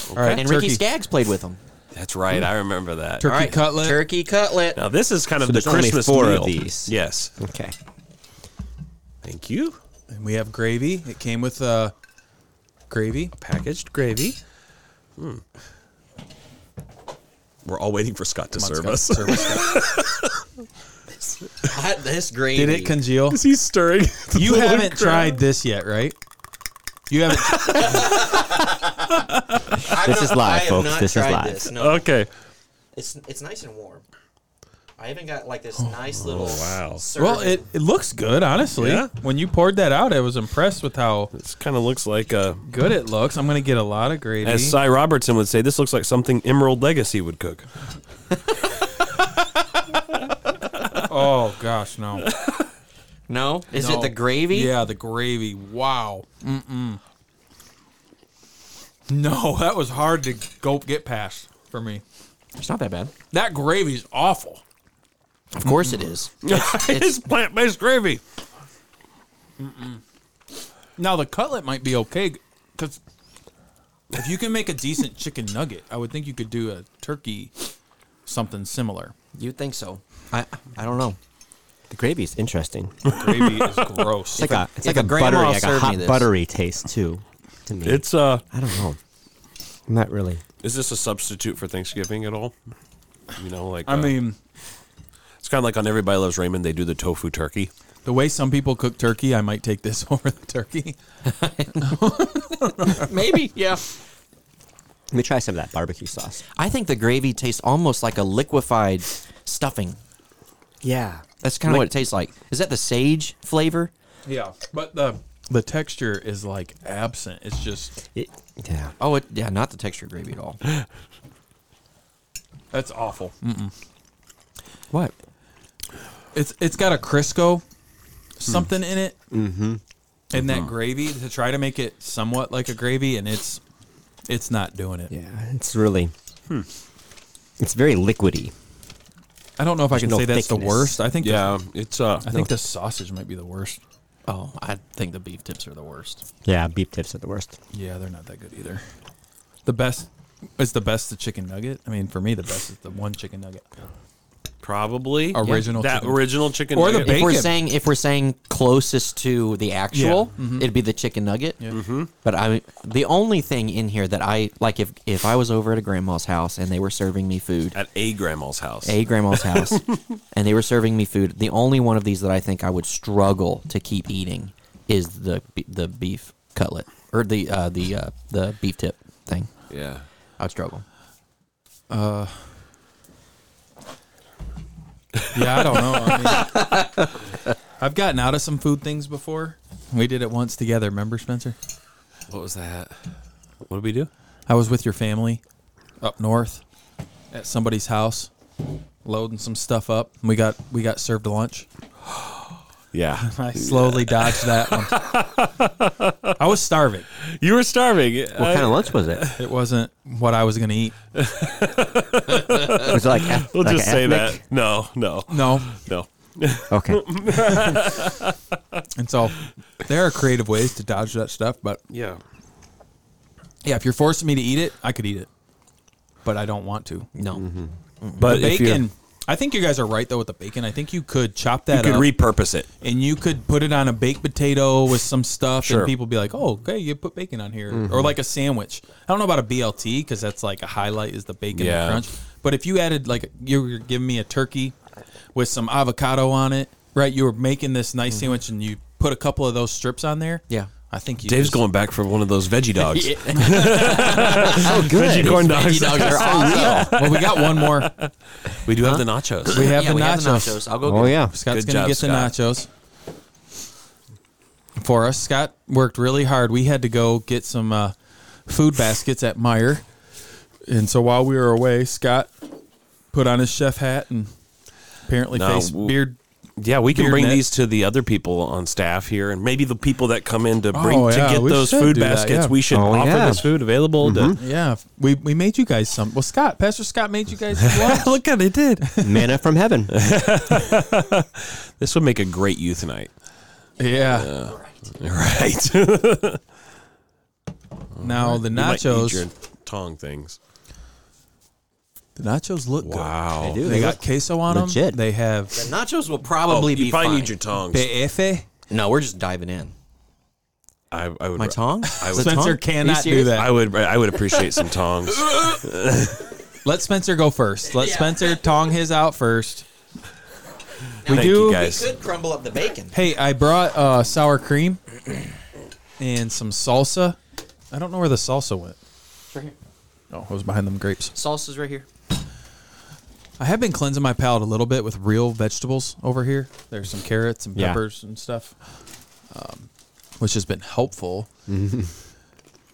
[SPEAKER 3] All right.
[SPEAKER 5] And Ricky
[SPEAKER 3] turkey.
[SPEAKER 5] Skaggs played with them.
[SPEAKER 2] That's right. I remember that.
[SPEAKER 3] Turkey
[SPEAKER 5] All right,
[SPEAKER 3] cutlet.
[SPEAKER 5] Turkey cutlet.
[SPEAKER 2] Now this is kind of
[SPEAKER 4] So
[SPEAKER 2] the
[SPEAKER 4] there's only
[SPEAKER 2] Christmas
[SPEAKER 4] four
[SPEAKER 2] meal.
[SPEAKER 4] of these.
[SPEAKER 2] Yes.
[SPEAKER 4] Okay.
[SPEAKER 2] Thank you.
[SPEAKER 3] And we have gravy. It came with uh, gravy.
[SPEAKER 2] Packaged gravy. Hmm. We're all waiting for Scott to
[SPEAKER 3] Come on,
[SPEAKER 2] serve
[SPEAKER 3] Scott,
[SPEAKER 2] us.
[SPEAKER 3] serve us, Scott.
[SPEAKER 5] I- this gravy.
[SPEAKER 3] Did it congeal?
[SPEAKER 2] He's stirring.
[SPEAKER 3] You haven't tried this yet, right? You haven't.
[SPEAKER 5] I've
[SPEAKER 4] This is live,
[SPEAKER 5] I have
[SPEAKER 4] folks.
[SPEAKER 5] not
[SPEAKER 4] This is
[SPEAKER 5] tried
[SPEAKER 4] live.
[SPEAKER 5] This. No,
[SPEAKER 2] Okay.
[SPEAKER 5] it's it's nice and warm. I even got like this nice little.
[SPEAKER 2] wow.
[SPEAKER 5] serving.
[SPEAKER 3] well, it, it looks good, honestly.
[SPEAKER 2] Yeah.
[SPEAKER 3] When you poured that out, I was impressed with how
[SPEAKER 2] This kind of looks like a.
[SPEAKER 3] good it looks. I'm going to get a lot of gravy.
[SPEAKER 2] As Cy Robertson would say, this looks like something Emerald Legacy would cook.
[SPEAKER 3] oh gosh, no.
[SPEAKER 5] No, is
[SPEAKER 3] No.
[SPEAKER 5] it the gravy?
[SPEAKER 3] Yeah, the gravy. Wow. Mm-mm. No, that was hard to go get past for me.
[SPEAKER 5] it's not that bad.
[SPEAKER 3] That gravy's awful.
[SPEAKER 5] Of course it is.
[SPEAKER 2] it's plant based gravy.
[SPEAKER 3] Now the cutlet might be okay because if you can make a decent chicken nugget, I would think you could do a turkey something similar.
[SPEAKER 5] You'd think so. I I don't know.
[SPEAKER 4] The gravy is interesting.
[SPEAKER 3] Gravy is gross.
[SPEAKER 4] It's like a, it's
[SPEAKER 5] if
[SPEAKER 4] like
[SPEAKER 5] a
[SPEAKER 4] a,
[SPEAKER 5] grandma
[SPEAKER 4] buttery, like a
[SPEAKER 5] served me
[SPEAKER 4] hot
[SPEAKER 5] this-
[SPEAKER 4] buttery taste too. To me,
[SPEAKER 2] It's uh.
[SPEAKER 4] I don't know. I'm not really.
[SPEAKER 2] Is this a substitute for Thanksgiving at all? You know, like
[SPEAKER 3] I
[SPEAKER 2] uh,
[SPEAKER 3] mean,
[SPEAKER 2] it's kind of like on Everybody Loves Raymond. They do the tofu turkey.
[SPEAKER 3] the way some people cook turkey, I might take this over the turkey.
[SPEAKER 5] Maybe. Yeah.
[SPEAKER 4] Let me try some of that barbecue sauce.
[SPEAKER 5] I think the gravy tastes almost like a liquefied stuffing.
[SPEAKER 4] Yeah,
[SPEAKER 5] That's kind of what it tastes like. Is that the sage flavor?
[SPEAKER 3] Yeah, but the the texture is like absent. It's just
[SPEAKER 4] it, yeah.
[SPEAKER 5] Oh, it, yeah, not the texture gravy at all.
[SPEAKER 3] that's awful.
[SPEAKER 5] What?
[SPEAKER 3] It's it's got a Crisco
[SPEAKER 5] Hmm.
[SPEAKER 3] something in it, mm-hmm. in
[SPEAKER 5] Mm-hmm.
[SPEAKER 3] that gravy to try to make it somewhat like a gravy, and it's it's not doing it.
[SPEAKER 4] Yeah, it's really. Hmm. It's very liquidy.
[SPEAKER 3] I don't know if I can
[SPEAKER 4] no
[SPEAKER 3] say that's the
[SPEAKER 4] thickness.
[SPEAKER 3] worst. I think the-
[SPEAKER 2] Yeah, it's uh,
[SPEAKER 3] I think the sausage might be the worst.
[SPEAKER 5] Oh, I think the beef tips are the worst.
[SPEAKER 4] Yeah, beef tips are the worst.
[SPEAKER 3] Yeah, they're not that good either. The best is the best the chicken nugget. I mean, for me, the best is the one chicken nugget.
[SPEAKER 2] probably
[SPEAKER 3] Original
[SPEAKER 2] that
[SPEAKER 3] chicken.
[SPEAKER 2] original chicken
[SPEAKER 3] Or the
[SPEAKER 2] nugget.
[SPEAKER 3] ba-
[SPEAKER 5] If we're
[SPEAKER 3] Bacon.
[SPEAKER 5] saying if we're saying closest to the actual,
[SPEAKER 2] Mm-hmm.
[SPEAKER 5] it'd be the chicken nugget. Mm-hmm. But I the only thing in here that I like if if I was over at a grandma's house and they were serving me food,
[SPEAKER 2] at a grandma's house.
[SPEAKER 5] a grandma's house, and they were serving me food, the only one of these that I think I would struggle to keep eating is the be- the beef cutlet or the uh, the uh, the beef tip thing.
[SPEAKER 2] yeah.
[SPEAKER 5] I would struggle.
[SPEAKER 3] Yeah, I don't know. I have gotten out of some food things before. We did it once together. Remember, Spencer?
[SPEAKER 2] What was that? What did we do?
[SPEAKER 3] I was with your family up north at somebody's house, loading some stuff up. and We got we got served lunch.
[SPEAKER 2] Yeah,
[SPEAKER 3] I slowly dodged that one. I was starving.
[SPEAKER 2] you were starving.
[SPEAKER 4] What kind of lunch was it?
[SPEAKER 3] It wasn't what I was going to eat.
[SPEAKER 4] Was it like eth-
[SPEAKER 2] we'll
[SPEAKER 4] like
[SPEAKER 2] just
[SPEAKER 4] a
[SPEAKER 2] say that.
[SPEAKER 4] ethnic?
[SPEAKER 2] No, no,
[SPEAKER 3] No,
[SPEAKER 2] no.
[SPEAKER 4] Okay.
[SPEAKER 3] and so there are creative ways to dodge that stuff. But
[SPEAKER 2] Yeah,
[SPEAKER 3] yeah, if you're forcing me to eat it, I could eat it, but I don't want to.
[SPEAKER 5] No.
[SPEAKER 2] but if you're-
[SPEAKER 3] bacon. I think you guys are right though with the bacon. I think you could chop
[SPEAKER 2] you
[SPEAKER 3] that
[SPEAKER 2] could
[SPEAKER 3] up
[SPEAKER 2] repurpose it.
[SPEAKER 3] and you could put it on a baked potato with some stuff,
[SPEAKER 2] Sure. Mm-hmm.
[SPEAKER 3] and people be like, "Oh, okay, you put bacon on here," or like a sandwich. I don't know about a BLT because that's like a highlight is the bacon
[SPEAKER 2] Yeah.
[SPEAKER 3] and crunch. But if you added like you were giving me a turkey with some avocado on it, right? You were making this nice
[SPEAKER 2] Mm-hmm.
[SPEAKER 3] sandwich and you put a couple of those strips on there.
[SPEAKER 5] Yeah.
[SPEAKER 3] I think you
[SPEAKER 2] Dave's
[SPEAKER 3] just-
[SPEAKER 2] going back for one of those veggie dogs.
[SPEAKER 4] oh,
[SPEAKER 2] Veggie
[SPEAKER 4] good.
[SPEAKER 2] corn dogs.
[SPEAKER 5] Veggie dogs are awesome.
[SPEAKER 3] Well, we got one more.
[SPEAKER 2] We do have the nachos.
[SPEAKER 3] We have,
[SPEAKER 5] yeah,
[SPEAKER 3] the,
[SPEAKER 5] we
[SPEAKER 3] nachos.
[SPEAKER 5] have the nachos. I'll go.
[SPEAKER 4] Oh
[SPEAKER 5] get-
[SPEAKER 4] yeah.
[SPEAKER 3] Scott's
[SPEAKER 2] Good
[SPEAKER 3] going
[SPEAKER 2] job,
[SPEAKER 3] to get
[SPEAKER 2] Scott.
[SPEAKER 3] the nachos for us. Scott worked really hard. We had to go get some uh, food baskets at Meyer. And so while we were away, Scott put on his chef hat and apparently
[SPEAKER 2] No,
[SPEAKER 3] face
[SPEAKER 2] w-
[SPEAKER 3] beard.
[SPEAKER 2] Yeah, we can
[SPEAKER 3] Beard
[SPEAKER 2] bring
[SPEAKER 3] net.
[SPEAKER 2] these to the other people on staff here, and maybe the people that come in to bring
[SPEAKER 3] Oh, yeah,
[SPEAKER 2] to get
[SPEAKER 3] we
[SPEAKER 2] those
[SPEAKER 3] should
[SPEAKER 2] food
[SPEAKER 3] do that,
[SPEAKER 2] baskets.
[SPEAKER 3] yeah. Mm-hmm.
[SPEAKER 2] We should
[SPEAKER 4] Oh,
[SPEAKER 2] offer
[SPEAKER 4] yeah.
[SPEAKER 2] this food available. To,
[SPEAKER 3] Yeah, we, we made you guys some. Well, Scott, Pastor Scott made you guys some lunch.
[SPEAKER 2] look at it did.
[SPEAKER 4] Manna from heaven.
[SPEAKER 2] This would make a great youth night,
[SPEAKER 3] yeah.
[SPEAKER 2] right? You
[SPEAKER 3] now the
[SPEAKER 2] might eat your
[SPEAKER 3] nachos,
[SPEAKER 2] tongue things.
[SPEAKER 3] the nachos look
[SPEAKER 2] Wow,
[SPEAKER 4] They
[SPEAKER 3] good.
[SPEAKER 4] do.
[SPEAKER 3] They,
[SPEAKER 4] look-
[SPEAKER 3] got queso on
[SPEAKER 4] legit.
[SPEAKER 3] them. They have
[SPEAKER 5] Nachos will
[SPEAKER 2] Oh,
[SPEAKER 5] probably be
[SPEAKER 2] you probably
[SPEAKER 5] fine.
[SPEAKER 2] need your tongs.
[SPEAKER 3] PF.
[SPEAKER 5] No, we're just diving in.
[SPEAKER 2] I, I would.
[SPEAKER 5] My tongue?
[SPEAKER 2] I
[SPEAKER 5] Is
[SPEAKER 2] would-
[SPEAKER 5] it tongue?
[SPEAKER 3] Spencer
[SPEAKER 5] Are you
[SPEAKER 3] cannot do
[SPEAKER 5] serious?
[SPEAKER 3] that.
[SPEAKER 2] I would. I would appreciate some tongs.
[SPEAKER 3] Let Spencer go first. Let Spencer tong his out first. We
[SPEAKER 2] Thank
[SPEAKER 3] do.
[SPEAKER 2] you guys.
[SPEAKER 5] could crumble up the bacon.
[SPEAKER 3] Hey, I brought uh, sour cream and some salsa. I don't know where the salsa went. Oh, it was behind them grapes.
[SPEAKER 5] Salsa's right here.
[SPEAKER 3] I have been cleansing my palate a little bit with real vegetables over here. There's some carrots and
[SPEAKER 4] Yeah.
[SPEAKER 3] peppers and stuff, um, which has been helpful.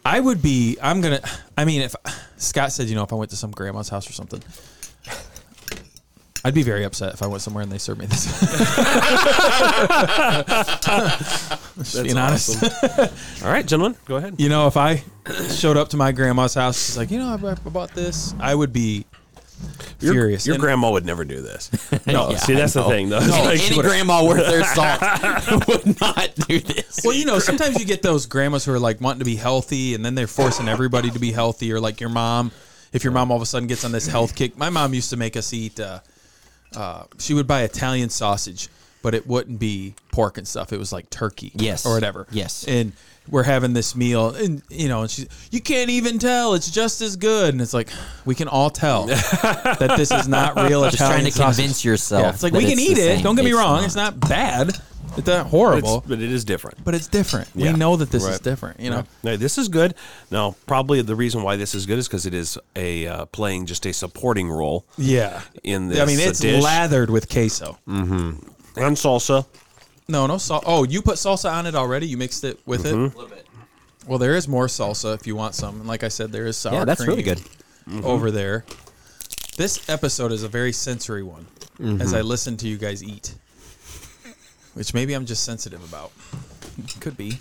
[SPEAKER 3] I would be. I'm gonna. I mean, if Scott said, you know, if I went to some grandma's house or something, I'd be very upset if I went somewhere and they served me this. Just being honest.
[SPEAKER 2] All right, gentlemen, go ahead.
[SPEAKER 3] You know, if I showed up to my grandma's house, she's like, you know, I I bought this. I would be
[SPEAKER 2] Your-
[SPEAKER 3] furious.
[SPEAKER 2] Your
[SPEAKER 3] And-
[SPEAKER 2] grandma would never do this. No,
[SPEAKER 5] Yeah,
[SPEAKER 2] see, that's the thing, though. It's like-
[SPEAKER 5] Oh, Any grandma worth their salt would not do this.
[SPEAKER 3] Well, you know, sometimes you get those grandmas who are like wanting to be healthy, and then they're forcing everybody to be healthy, or like your mom. If your mom all of a sudden gets on this health kick, my mom used to make us eat. Uh, uh, she would buy Italian sausage, but it wouldn't be pork and stuff. It was like turkey,
[SPEAKER 5] Yes.
[SPEAKER 3] or whatever.
[SPEAKER 5] Yes.
[SPEAKER 3] and we're having this meal, and you know, and she, you can't even tell. It's just as good, and it's like we can all tell that this is not real
[SPEAKER 5] Just
[SPEAKER 3] Italian
[SPEAKER 5] trying to
[SPEAKER 3] sausage.
[SPEAKER 5] convince yourself.
[SPEAKER 3] Yeah, it's like
[SPEAKER 5] that
[SPEAKER 3] we can
[SPEAKER 5] it's
[SPEAKER 3] eat
[SPEAKER 5] the
[SPEAKER 3] it.
[SPEAKER 5] same.
[SPEAKER 3] Don't get me
[SPEAKER 5] It's
[SPEAKER 3] wrong. It's not bad. It's not horrible
[SPEAKER 2] It's- but it is different.
[SPEAKER 3] but it's different.
[SPEAKER 2] Yeah.
[SPEAKER 3] We know that this is
[SPEAKER 2] Right.
[SPEAKER 3] different. You know,
[SPEAKER 2] No, this is good. Now, probably the reason why this is good is because it is a uh, playing just a supporting role
[SPEAKER 3] yeah.
[SPEAKER 2] in this.
[SPEAKER 3] I mean,
[SPEAKER 2] uh,
[SPEAKER 3] it's
[SPEAKER 2] dish
[SPEAKER 3] lathered with queso.
[SPEAKER 2] and salsa.
[SPEAKER 3] No, no salt. Oh, you put salsa on it already. You mixed it with it.
[SPEAKER 5] A little bit.
[SPEAKER 3] Well, there is more salsa if you want some. And like I said, there is sour.
[SPEAKER 4] Yeah, that's really
[SPEAKER 3] cream
[SPEAKER 4] good.
[SPEAKER 3] over there. This episode is a very sensory one, as I listen to you guys eat. which maybe I'm just sensitive about. Could be.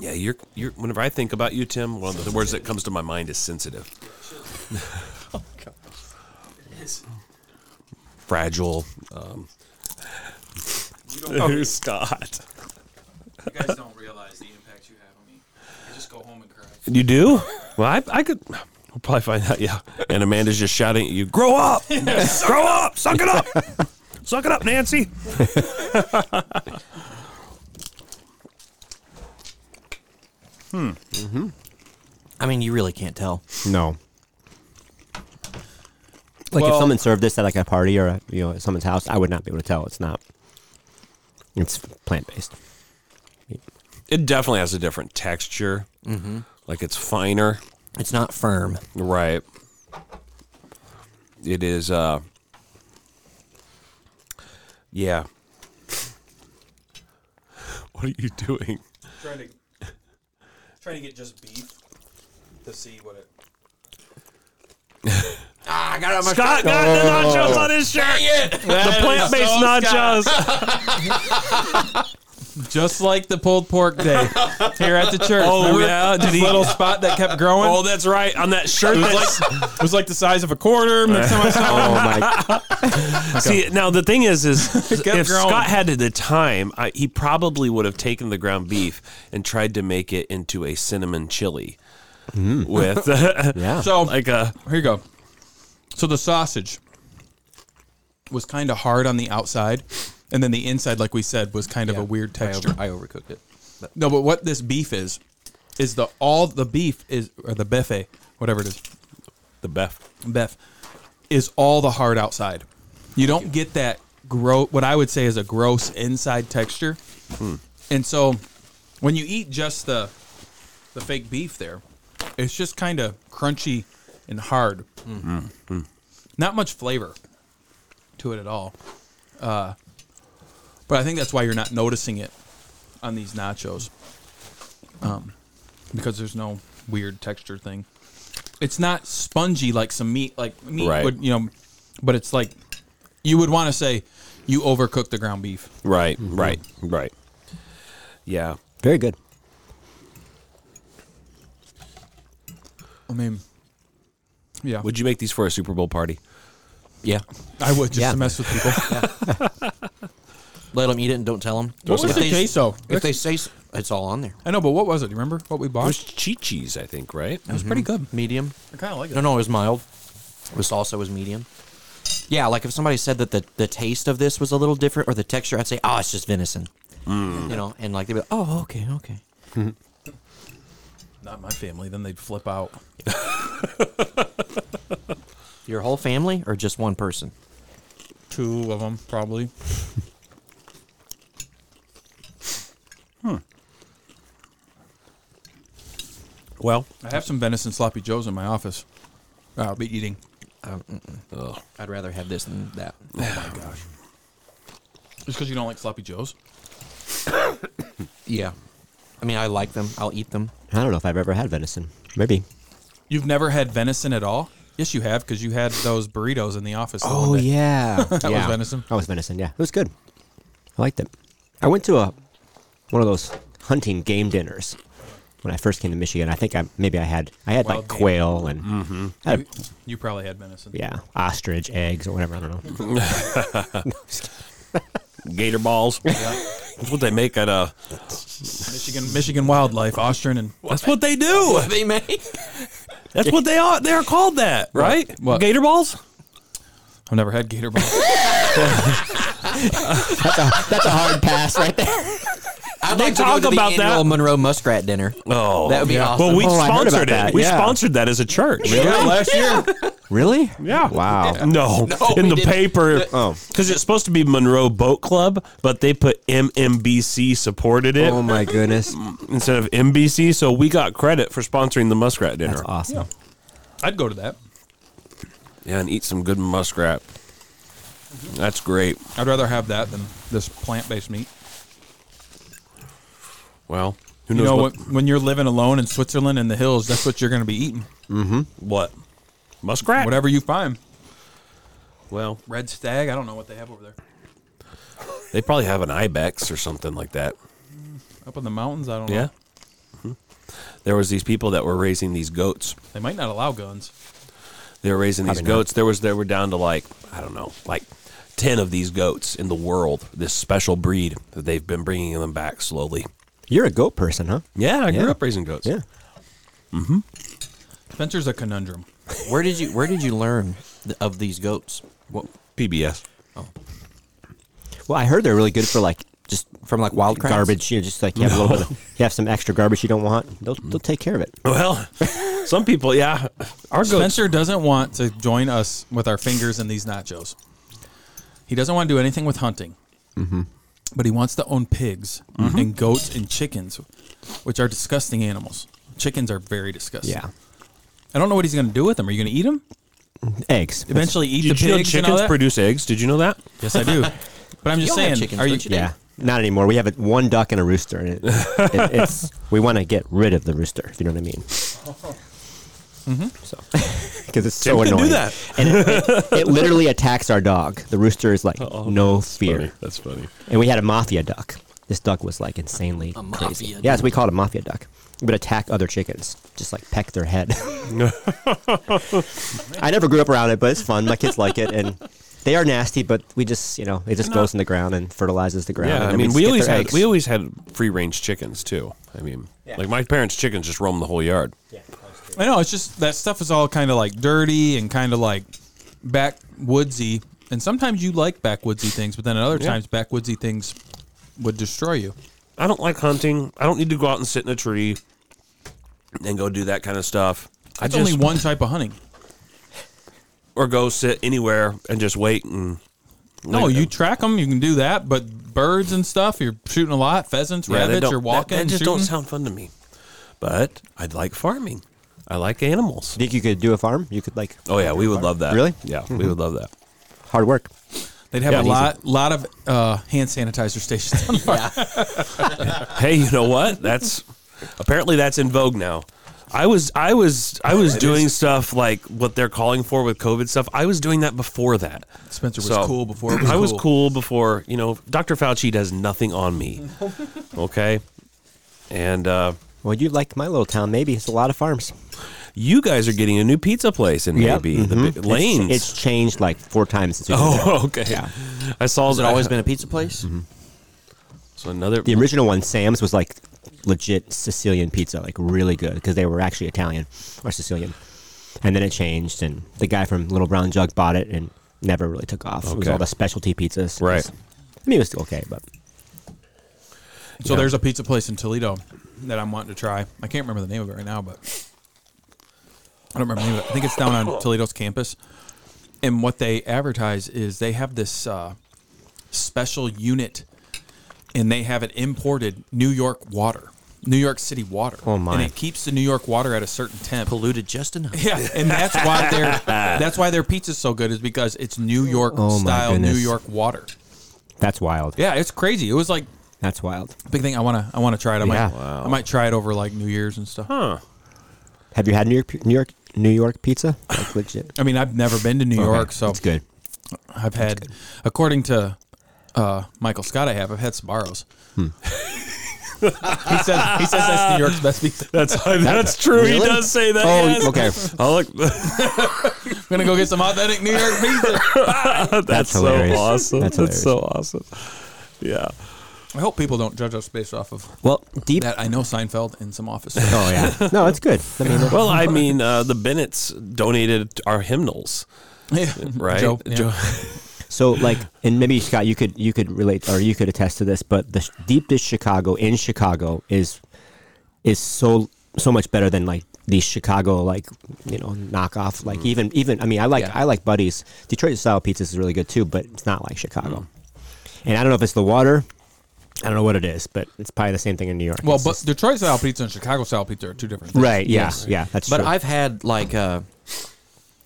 [SPEAKER 2] Yeah, you're you're. Whenever I think about you, Tim, one of the words that comes to my mind is sensitive.
[SPEAKER 3] Oh,
[SPEAKER 2] Fragile. Um, oh, Scott.
[SPEAKER 3] You guys don't realize the impact you have on me. I just go home and cry.
[SPEAKER 2] You do? Well, I, I could. We'll probably find out. Yeah. And Amanda's just shouting at you. Grow up! Grow up! Suck it up! Suck it up, Nancy!
[SPEAKER 5] I mean, you really can't tell.
[SPEAKER 4] No. Like if
[SPEAKER 3] Well-
[SPEAKER 4] someone served this at like a party or you know at someone's house, I would not be able to tell. It's not. It's plant based.
[SPEAKER 2] It definitely has a different texture. Mm-hmm. Like it's finer.
[SPEAKER 5] It's not firm.
[SPEAKER 2] Right. It is uh Yeah. What are you doing?
[SPEAKER 3] Trying to trying to get just beef to see what it.
[SPEAKER 2] Scott got the Oh. nachos on his shirt. The plant-based nachos.
[SPEAKER 3] Just like the pulled pork day here at the church.
[SPEAKER 2] Oh,
[SPEAKER 3] Remember
[SPEAKER 2] yeah,
[SPEAKER 3] this
[SPEAKER 2] did he-
[SPEAKER 3] little spot that kept growing.
[SPEAKER 2] Oh, that's right. On that shirt.
[SPEAKER 3] it,
[SPEAKER 2] that's-
[SPEAKER 3] was like, it was like the size of a quarter. Next time I saw
[SPEAKER 4] Oh my!
[SPEAKER 2] See, now the thing is, is if
[SPEAKER 3] kept growing.
[SPEAKER 2] Scott had the time, I, he probably would have taken the ground beef and tried to make it into a cinnamon chili with uh,
[SPEAKER 4] Yeah.
[SPEAKER 3] So
[SPEAKER 2] like uh, a
[SPEAKER 3] Here you go. So the sausage was kind of hard on the outside, and then the inside, like we said, was kind of a weird texture. I, overcooked it. No, but what this beef is, is the all the beef is or the befe, whatever it is,
[SPEAKER 2] the bef.
[SPEAKER 3] beef, is all the hard outside. You don't get that gross. What I would say is a gross inside texture, and so when you eat just the the fake beef there, it's just kind of crunchy and hard. Not much flavor to it at all. Uh, but I think that's why you're not noticing it on these nachos. Um, because there's no weird texture thing. It's not spongy like some meat, like meat
[SPEAKER 2] Right.
[SPEAKER 3] would, you know, but it's like you would want to say you overcooked the ground beef.
[SPEAKER 2] Right, right, right. Mm-hmm. Yeah.
[SPEAKER 4] Very good.
[SPEAKER 3] I mean, yeah,
[SPEAKER 2] Would you make these for a Super Bowl party?
[SPEAKER 5] Yeah.
[SPEAKER 3] I would just
[SPEAKER 5] Yeah.
[SPEAKER 3] to mess with people.
[SPEAKER 5] Let them eat it and don't tell them.
[SPEAKER 3] What was the queso?
[SPEAKER 5] If they say s- it's all on there,
[SPEAKER 3] I know, but what was it? Do you remember what we bought?
[SPEAKER 2] It was Chi-Chi's, I think, right?
[SPEAKER 3] It was pretty good.
[SPEAKER 5] medium.
[SPEAKER 3] I kind of like it.
[SPEAKER 5] No, no, it was mild. The salsa was medium. Yeah, like if somebody said that the, the taste of this was a little different or the texture, I'd say, oh, it's just venison.
[SPEAKER 3] Mm.
[SPEAKER 5] You know, and like they'd be like, oh, okay, okay.
[SPEAKER 3] Not my family. Then they'd flip out.
[SPEAKER 5] Your whole family or just one person?
[SPEAKER 3] Two of them probably.
[SPEAKER 2] Well,
[SPEAKER 3] I have some venison sloppy joes in my office. Uh, I'll be eating.
[SPEAKER 5] I'd rather have this than that.
[SPEAKER 3] Just because you don't like sloppy joes?
[SPEAKER 5] Yeah. I mean, I like them. I'll eat them.
[SPEAKER 4] I don't know if I've ever had venison. Maybe.
[SPEAKER 3] You've never had venison at all? Yes, you have because you had those burritos in the office. the
[SPEAKER 4] Oh
[SPEAKER 3] one day.
[SPEAKER 4] yeah,
[SPEAKER 3] That was venison?
[SPEAKER 4] That was venison. Yeah, it was good. I liked it. I went to a one of those hunting game dinners when I first came to Michigan. I think I maybe I had I had
[SPEAKER 3] Wild
[SPEAKER 4] like
[SPEAKER 3] game. Mm.
[SPEAKER 4] quail and I had,
[SPEAKER 3] You probably had venison.
[SPEAKER 4] yeah ostrich eggs or whatever. I don't know.
[SPEAKER 2] gator balls. That's what they make at uh, a.
[SPEAKER 3] Michigan, Michigan wildlife, Austrian, and
[SPEAKER 2] That's what they do.
[SPEAKER 5] They make.
[SPEAKER 2] That's what they are. They are called that, right?
[SPEAKER 3] What?
[SPEAKER 2] Gator balls.
[SPEAKER 3] I've never had gator balls.
[SPEAKER 4] That's a hard pass right there.
[SPEAKER 5] I'd
[SPEAKER 2] They
[SPEAKER 5] like to
[SPEAKER 2] talk
[SPEAKER 5] go to the
[SPEAKER 2] about that.
[SPEAKER 5] annual Monroe Muskrat dinner.
[SPEAKER 2] Oh,
[SPEAKER 5] That would be awesome.
[SPEAKER 2] Well, we
[SPEAKER 4] Oh, I heard about
[SPEAKER 2] sponsored it.
[SPEAKER 4] that,
[SPEAKER 2] We
[SPEAKER 4] yeah.
[SPEAKER 2] sponsored that as a church.
[SPEAKER 3] yeah, last year.
[SPEAKER 4] Really?
[SPEAKER 2] Yeah.
[SPEAKER 4] Wow.
[SPEAKER 2] No, in
[SPEAKER 5] we
[SPEAKER 2] the
[SPEAKER 5] didn't.
[SPEAKER 2] paper.
[SPEAKER 4] Oh.
[SPEAKER 2] because it's supposed to be Monroe Boat Club, but they put MMBC supported it
[SPEAKER 4] Oh my goodness.
[SPEAKER 2] instead of MBC, so we got credit for sponsoring the muskrat dinner.
[SPEAKER 4] That's awesome.
[SPEAKER 3] I'd go to that.
[SPEAKER 2] Yeah, and eat some good muskrat. That's great.
[SPEAKER 3] I'd rather have that than this plant-based meat.
[SPEAKER 2] Well, who
[SPEAKER 3] You
[SPEAKER 2] knows
[SPEAKER 3] know,
[SPEAKER 2] what,
[SPEAKER 3] when- when you're living alone in Switzerland in the hills, that's what you're going to be eating.
[SPEAKER 2] what muskrat?
[SPEAKER 3] Whatever you find.
[SPEAKER 2] Well,
[SPEAKER 3] Red stag. I don't know what they have over there.
[SPEAKER 2] They probably have an ibex or something like that.
[SPEAKER 3] Up in the mountains, I don't know.
[SPEAKER 2] Yeah. Mhm. There was these people that were raising these goats.
[SPEAKER 3] They might not allow guns.
[SPEAKER 2] They were raising these
[SPEAKER 4] Probably not.
[SPEAKER 2] goats. There was they were down to like I don't know, like ten of these goats in the world. This special breed that they've been bringing them back slowly.
[SPEAKER 4] You're a goat person, huh?
[SPEAKER 2] Yeah, I grew
[SPEAKER 4] Yeah.
[SPEAKER 2] up raising goats.
[SPEAKER 4] Yeah.
[SPEAKER 3] Spencer's a conundrum.
[SPEAKER 5] Where did you Where did you learn th- of these goats?
[SPEAKER 2] Well, PBS.
[SPEAKER 4] Well, I heard they're really good for like just
[SPEAKER 5] From like wild crabs?
[SPEAKER 4] garbage. You know, just like you have a little bit. Of, you have some extra garbage you don't want. They'll they'll take care of it.
[SPEAKER 2] Well, some people, yeah, our goats.
[SPEAKER 3] Spencer doesn't want to join us with our fingers in these nachos. He doesn't want to do anything with hunting, mm-hmm. but he wants to own pigs and goats and chickens, which are disgusting animals. Chickens are very disgusting. I don't know what he's going to do with them. Are you going to eat them?
[SPEAKER 4] Eggs.
[SPEAKER 3] Eventually, eat
[SPEAKER 2] Did
[SPEAKER 3] the
[SPEAKER 2] you know
[SPEAKER 3] pigs and all
[SPEAKER 2] chickens
[SPEAKER 3] that?
[SPEAKER 2] produce eggs? Did you know that?
[SPEAKER 3] yes, I do. But I'm just
[SPEAKER 5] all have
[SPEAKER 3] saying,
[SPEAKER 5] chickens,
[SPEAKER 3] are you?
[SPEAKER 5] don't you?
[SPEAKER 4] yeah. Not anymore. We have it, one duck and a rooster, and it, it, it's we want to get rid of the rooster. If you know what I mean. Mm-hmm. So, because it's so
[SPEAKER 2] Mm-hmm. Tim can
[SPEAKER 4] annoying.
[SPEAKER 2] do that.
[SPEAKER 4] And it, it, it literally attacks our dog. The rooster is like no fear.
[SPEAKER 2] That's funny.
[SPEAKER 4] And we had a mafia duck. This duck was like insanely a crazy.
[SPEAKER 5] mafia
[SPEAKER 4] Yes, we called it a mafia duck. It would attack other chickens, just like peck their head. I never grew up around it, but it's fun. My kids like it, and they are nasty. But we just, you know, it just goes in the ground and fertilizes the ground.
[SPEAKER 2] Yeah,
[SPEAKER 4] and
[SPEAKER 2] I
[SPEAKER 4] then
[SPEAKER 2] mean,
[SPEAKER 4] just
[SPEAKER 2] we
[SPEAKER 4] get
[SPEAKER 2] always
[SPEAKER 4] their
[SPEAKER 2] had
[SPEAKER 4] eggs.
[SPEAKER 2] we always had free range chickens too. I mean, like my parents' chickens just roamed the whole yard.
[SPEAKER 3] I know it's just that stuff is all kind of like dirty and kind of like backwoodsy. And sometimes you like backwoodsy things, but then at other
[SPEAKER 2] Yeah.
[SPEAKER 3] times backwoodsy things would destroy you.
[SPEAKER 2] I don't like hunting. I don't need to go out and sit in a tree and go do that kind of stuff. I
[SPEAKER 3] It's
[SPEAKER 2] just
[SPEAKER 3] only one type of hunting.
[SPEAKER 2] or go sit anywhere and just wait and
[SPEAKER 3] No,
[SPEAKER 2] like,
[SPEAKER 3] you
[SPEAKER 2] uh,
[SPEAKER 3] track them, you can do that. But birds and stuff, you're shooting a lot. Pheasants,
[SPEAKER 2] yeah, they
[SPEAKER 3] rabbits,
[SPEAKER 2] don't-
[SPEAKER 3] you're
[SPEAKER 2] That,
[SPEAKER 3] walking.
[SPEAKER 2] that
[SPEAKER 3] and
[SPEAKER 2] just don't
[SPEAKER 3] shooting.
[SPEAKER 2] sound fun to me. But I'd like farming. I like animals.
[SPEAKER 4] Think you could do a farm? You could like
[SPEAKER 2] Oh yeah, we would love that.
[SPEAKER 4] Really?
[SPEAKER 2] Yeah, we would love that.
[SPEAKER 4] hard work.
[SPEAKER 3] They'd have
[SPEAKER 2] Yeah,
[SPEAKER 3] a
[SPEAKER 2] easy.
[SPEAKER 3] lot, lot of uh, hand sanitizer stations. On the farm.
[SPEAKER 2] Hey, you know what? That's apparently that's in vogue now. I was I was I was doing stuff like what they're calling for with COVID stuff. I was doing that before that.
[SPEAKER 3] Spencer was cool before it was
[SPEAKER 2] I was
[SPEAKER 3] cool.
[SPEAKER 2] cool before, you know, Dr. Fauci does nothing on me. okay? And uh
[SPEAKER 4] Well, you like my little town? Maybe it's a lot of farms.
[SPEAKER 2] you guys are getting a new pizza place in
[SPEAKER 4] Yeah,
[SPEAKER 2] maybe the big, lanes.
[SPEAKER 4] Mm-hmm. It's, it's changed like four times since we oh.
[SPEAKER 2] oh, okay. I saw
[SPEAKER 5] Has it always been a pizza place?
[SPEAKER 3] Mm-hmm.
[SPEAKER 2] so another
[SPEAKER 4] The original one, Sam's, was like legit Sicilian pizza, like really good because they were actually Italian or Sicilian. And then it changed, and the guy from Little Brown Jug bought it and never really took off. It was
[SPEAKER 2] Okay.
[SPEAKER 4] all the specialty pizzas. It
[SPEAKER 2] Right.
[SPEAKER 4] was- I mean, it was still okay, but
[SPEAKER 3] So there's a pizza place in Toledo that I'm wanting to try. I can't remember the name of it right now, but I don't remember the name of it. I think it's down on Toledo's campus. And what they advertise is they have this uh, special unit, and they have it imported New York water, New York City water.
[SPEAKER 4] Oh, my.
[SPEAKER 3] And it keeps the New York water at a certain temp.
[SPEAKER 5] Polluted just enough.
[SPEAKER 3] Yeah, and that's why their that's why their pizza's so good is because it's New York
[SPEAKER 4] Oh, my
[SPEAKER 3] style New
[SPEAKER 4] goodness.
[SPEAKER 3] York water.
[SPEAKER 4] that's wild.
[SPEAKER 3] Yeah, it's crazy. It was like
[SPEAKER 4] That's wild.
[SPEAKER 3] big thing. I wanna I wanna try it. I
[SPEAKER 4] Yeah.
[SPEAKER 3] might I might try it over like New Year's and stuff.
[SPEAKER 2] huh.
[SPEAKER 4] Have you had New York, New York, New York pizza? Like legit.
[SPEAKER 3] I mean, I've never been to New York,
[SPEAKER 4] Okay,
[SPEAKER 3] so
[SPEAKER 4] it's good.
[SPEAKER 3] I've had, according to uh, Michael Scott, I have. I've had Sbarro's. he says he says that's New York's best pizza.
[SPEAKER 2] That's that's true. He
[SPEAKER 4] Really?
[SPEAKER 2] does say that.
[SPEAKER 4] Oh,
[SPEAKER 2] yes.
[SPEAKER 4] okay.
[SPEAKER 2] Oh, look.
[SPEAKER 3] I'm gonna go get some authentic New York pizza.
[SPEAKER 2] That's,
[SPEAKER 4] hilarious.
[SPEAKER 2] so awesome. That's,
[SPEAKER 4] That's
[SPEAKER 2] so awesome. Yeah.
[SPEAKER 3] I hope people don't judge us based off of
[SPEAKER 4] Well, deep.
[SPEAKER 3] that. I know Seinfeld and some Office.
[SPEAKER 4] oh yeah. No, it's good. I mean,
[SPEAKER 2] Well, I mean, uh, the Bennett's donated our hymnals,
[SPEAKER 3] yeah.
[SPEAKER 2] right?
[SPEAKER 3] Joe, yeah.
[SPEAKER 2] Joe-
[SPEAKER 4] So like, and maybe Scott, you could you could relate or you could attest to this, but the sh- deep dish Chicago in Chicago is is so so much better than like these Chicago like you know knockoff like even even I mean I like
[SPEAKER 3] Yeah.
[SPEAKER 4] I like Buddy's Detroit style pizzas is really good too, but it's not like Chicago. And I don't know if it's the water, I don't know what it is, but it's probably the same thing in New York.
[SPEAKER 3] Well,
[SPEAKER 4] It's
[SPEAKER 3] but
[SPEAKER 4] just-
[SPEAKER 3] Detroit style pizza and Chicago style pizza are two different. things.
[SPEAKER 4] right, yeah,
[SPEAKER 5] Yes.
[SPEAKER 4] yeah, that's
[SPEAKER 5] But
[SPEAKER 4] true.
[SPEAKER 5] I've had like uh,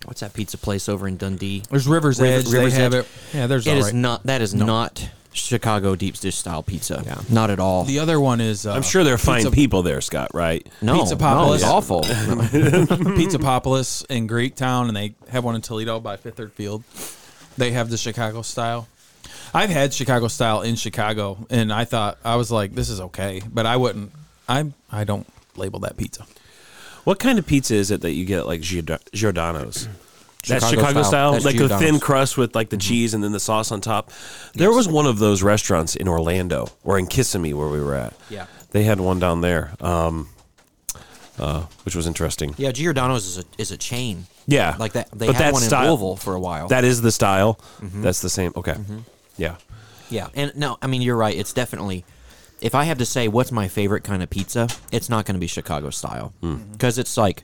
[SPEAKER 5] what's that pizza place over in Dundee?
[SPEAKER 3] There's Rivers
[SPEAKER 5] River-
[SPEAKER 3] Edge.
[SPEAKER 5] River's
[SPEAKER 3] they have
[SPEAKER 5] Edge.
[SPEAKER 3] it. Yeah, there's
[SPEAKER 5] It
[SPEAKER 3] all
[SPEAKER 5] is
[SPEAKER 3] right.
[SPEAKER 5] not. That is not Chicago deep dish style pizza.
[SPEAKER 4] Yeah.
[SPEAKER 5] Not at all.
[SPEAKER 3] The other one is. Uh,
[SPEAKER 2] I'm sure they're fine
[SPEAKER 3] pizza,
[SPEAKER 2] people there, Scott, right?
[SPEAKER 5] no,
[SPEAKER 3] Pizza
[SPEAKER 5] no,
[SPEAKER 3] Populous.
[SPEAKER 5] it's awful.
[SPEAKER 3] Pizza
[SPEAKER 2] Mm-hmm.
[SPEAKER 3] Popolis in Greektown, and they have one in Toledo by Fifth Third Field. They have the Chicago style. I've had Chicago style in Chicago, and I thought I was like, this is okay, but I wouldn't. I I don't label that pizza.
[SPEAKER 2] What kind of pizza is it that you get at, like Giord- Giordano's? That's
[SPEAKER 5] Chicago
[SPEAKER 2] Chicago
[SPEAKER 5] style.
[SPEAKER 2] style,
[SPEAKER 3] That's
[SPEAKER 2] like a thin
[SPEAKER 3] Giordano's. Mm-hmm.
[SPEAKER 2] crust with like the cheese and then the sauce on top. There was one of those restaurants in Orlando or in Kissimmee where we were at.
[SPEAKER 5] Yeah.
[SPEAKER 2] they had one down there, um, uh, which was interesting.
[SPEAKER 5] Yeah, Giordano's is a is a chain.
[SPEAKER 2] Yeah,
[SPEAKER 5] like that. They
[SPEAKER 2] But
[SPEAKER 5] had
[SPEAKER 2] that
[SPEAKER 5] one
[SPEAKER 2] style-
[SPEAKER 5] in Louisville for a while.
[SPEAKER 2] That is the style.
[SPEAKER 3] Mm-hmm.
[SPEAKER 2] That's the same. Okay, yeah.
[SPEAKER 5] yeah, and no, I mean you're right. It's definitely. If I have to say what's my favorite kind of pizza, it's not going to be Chicago style because it's like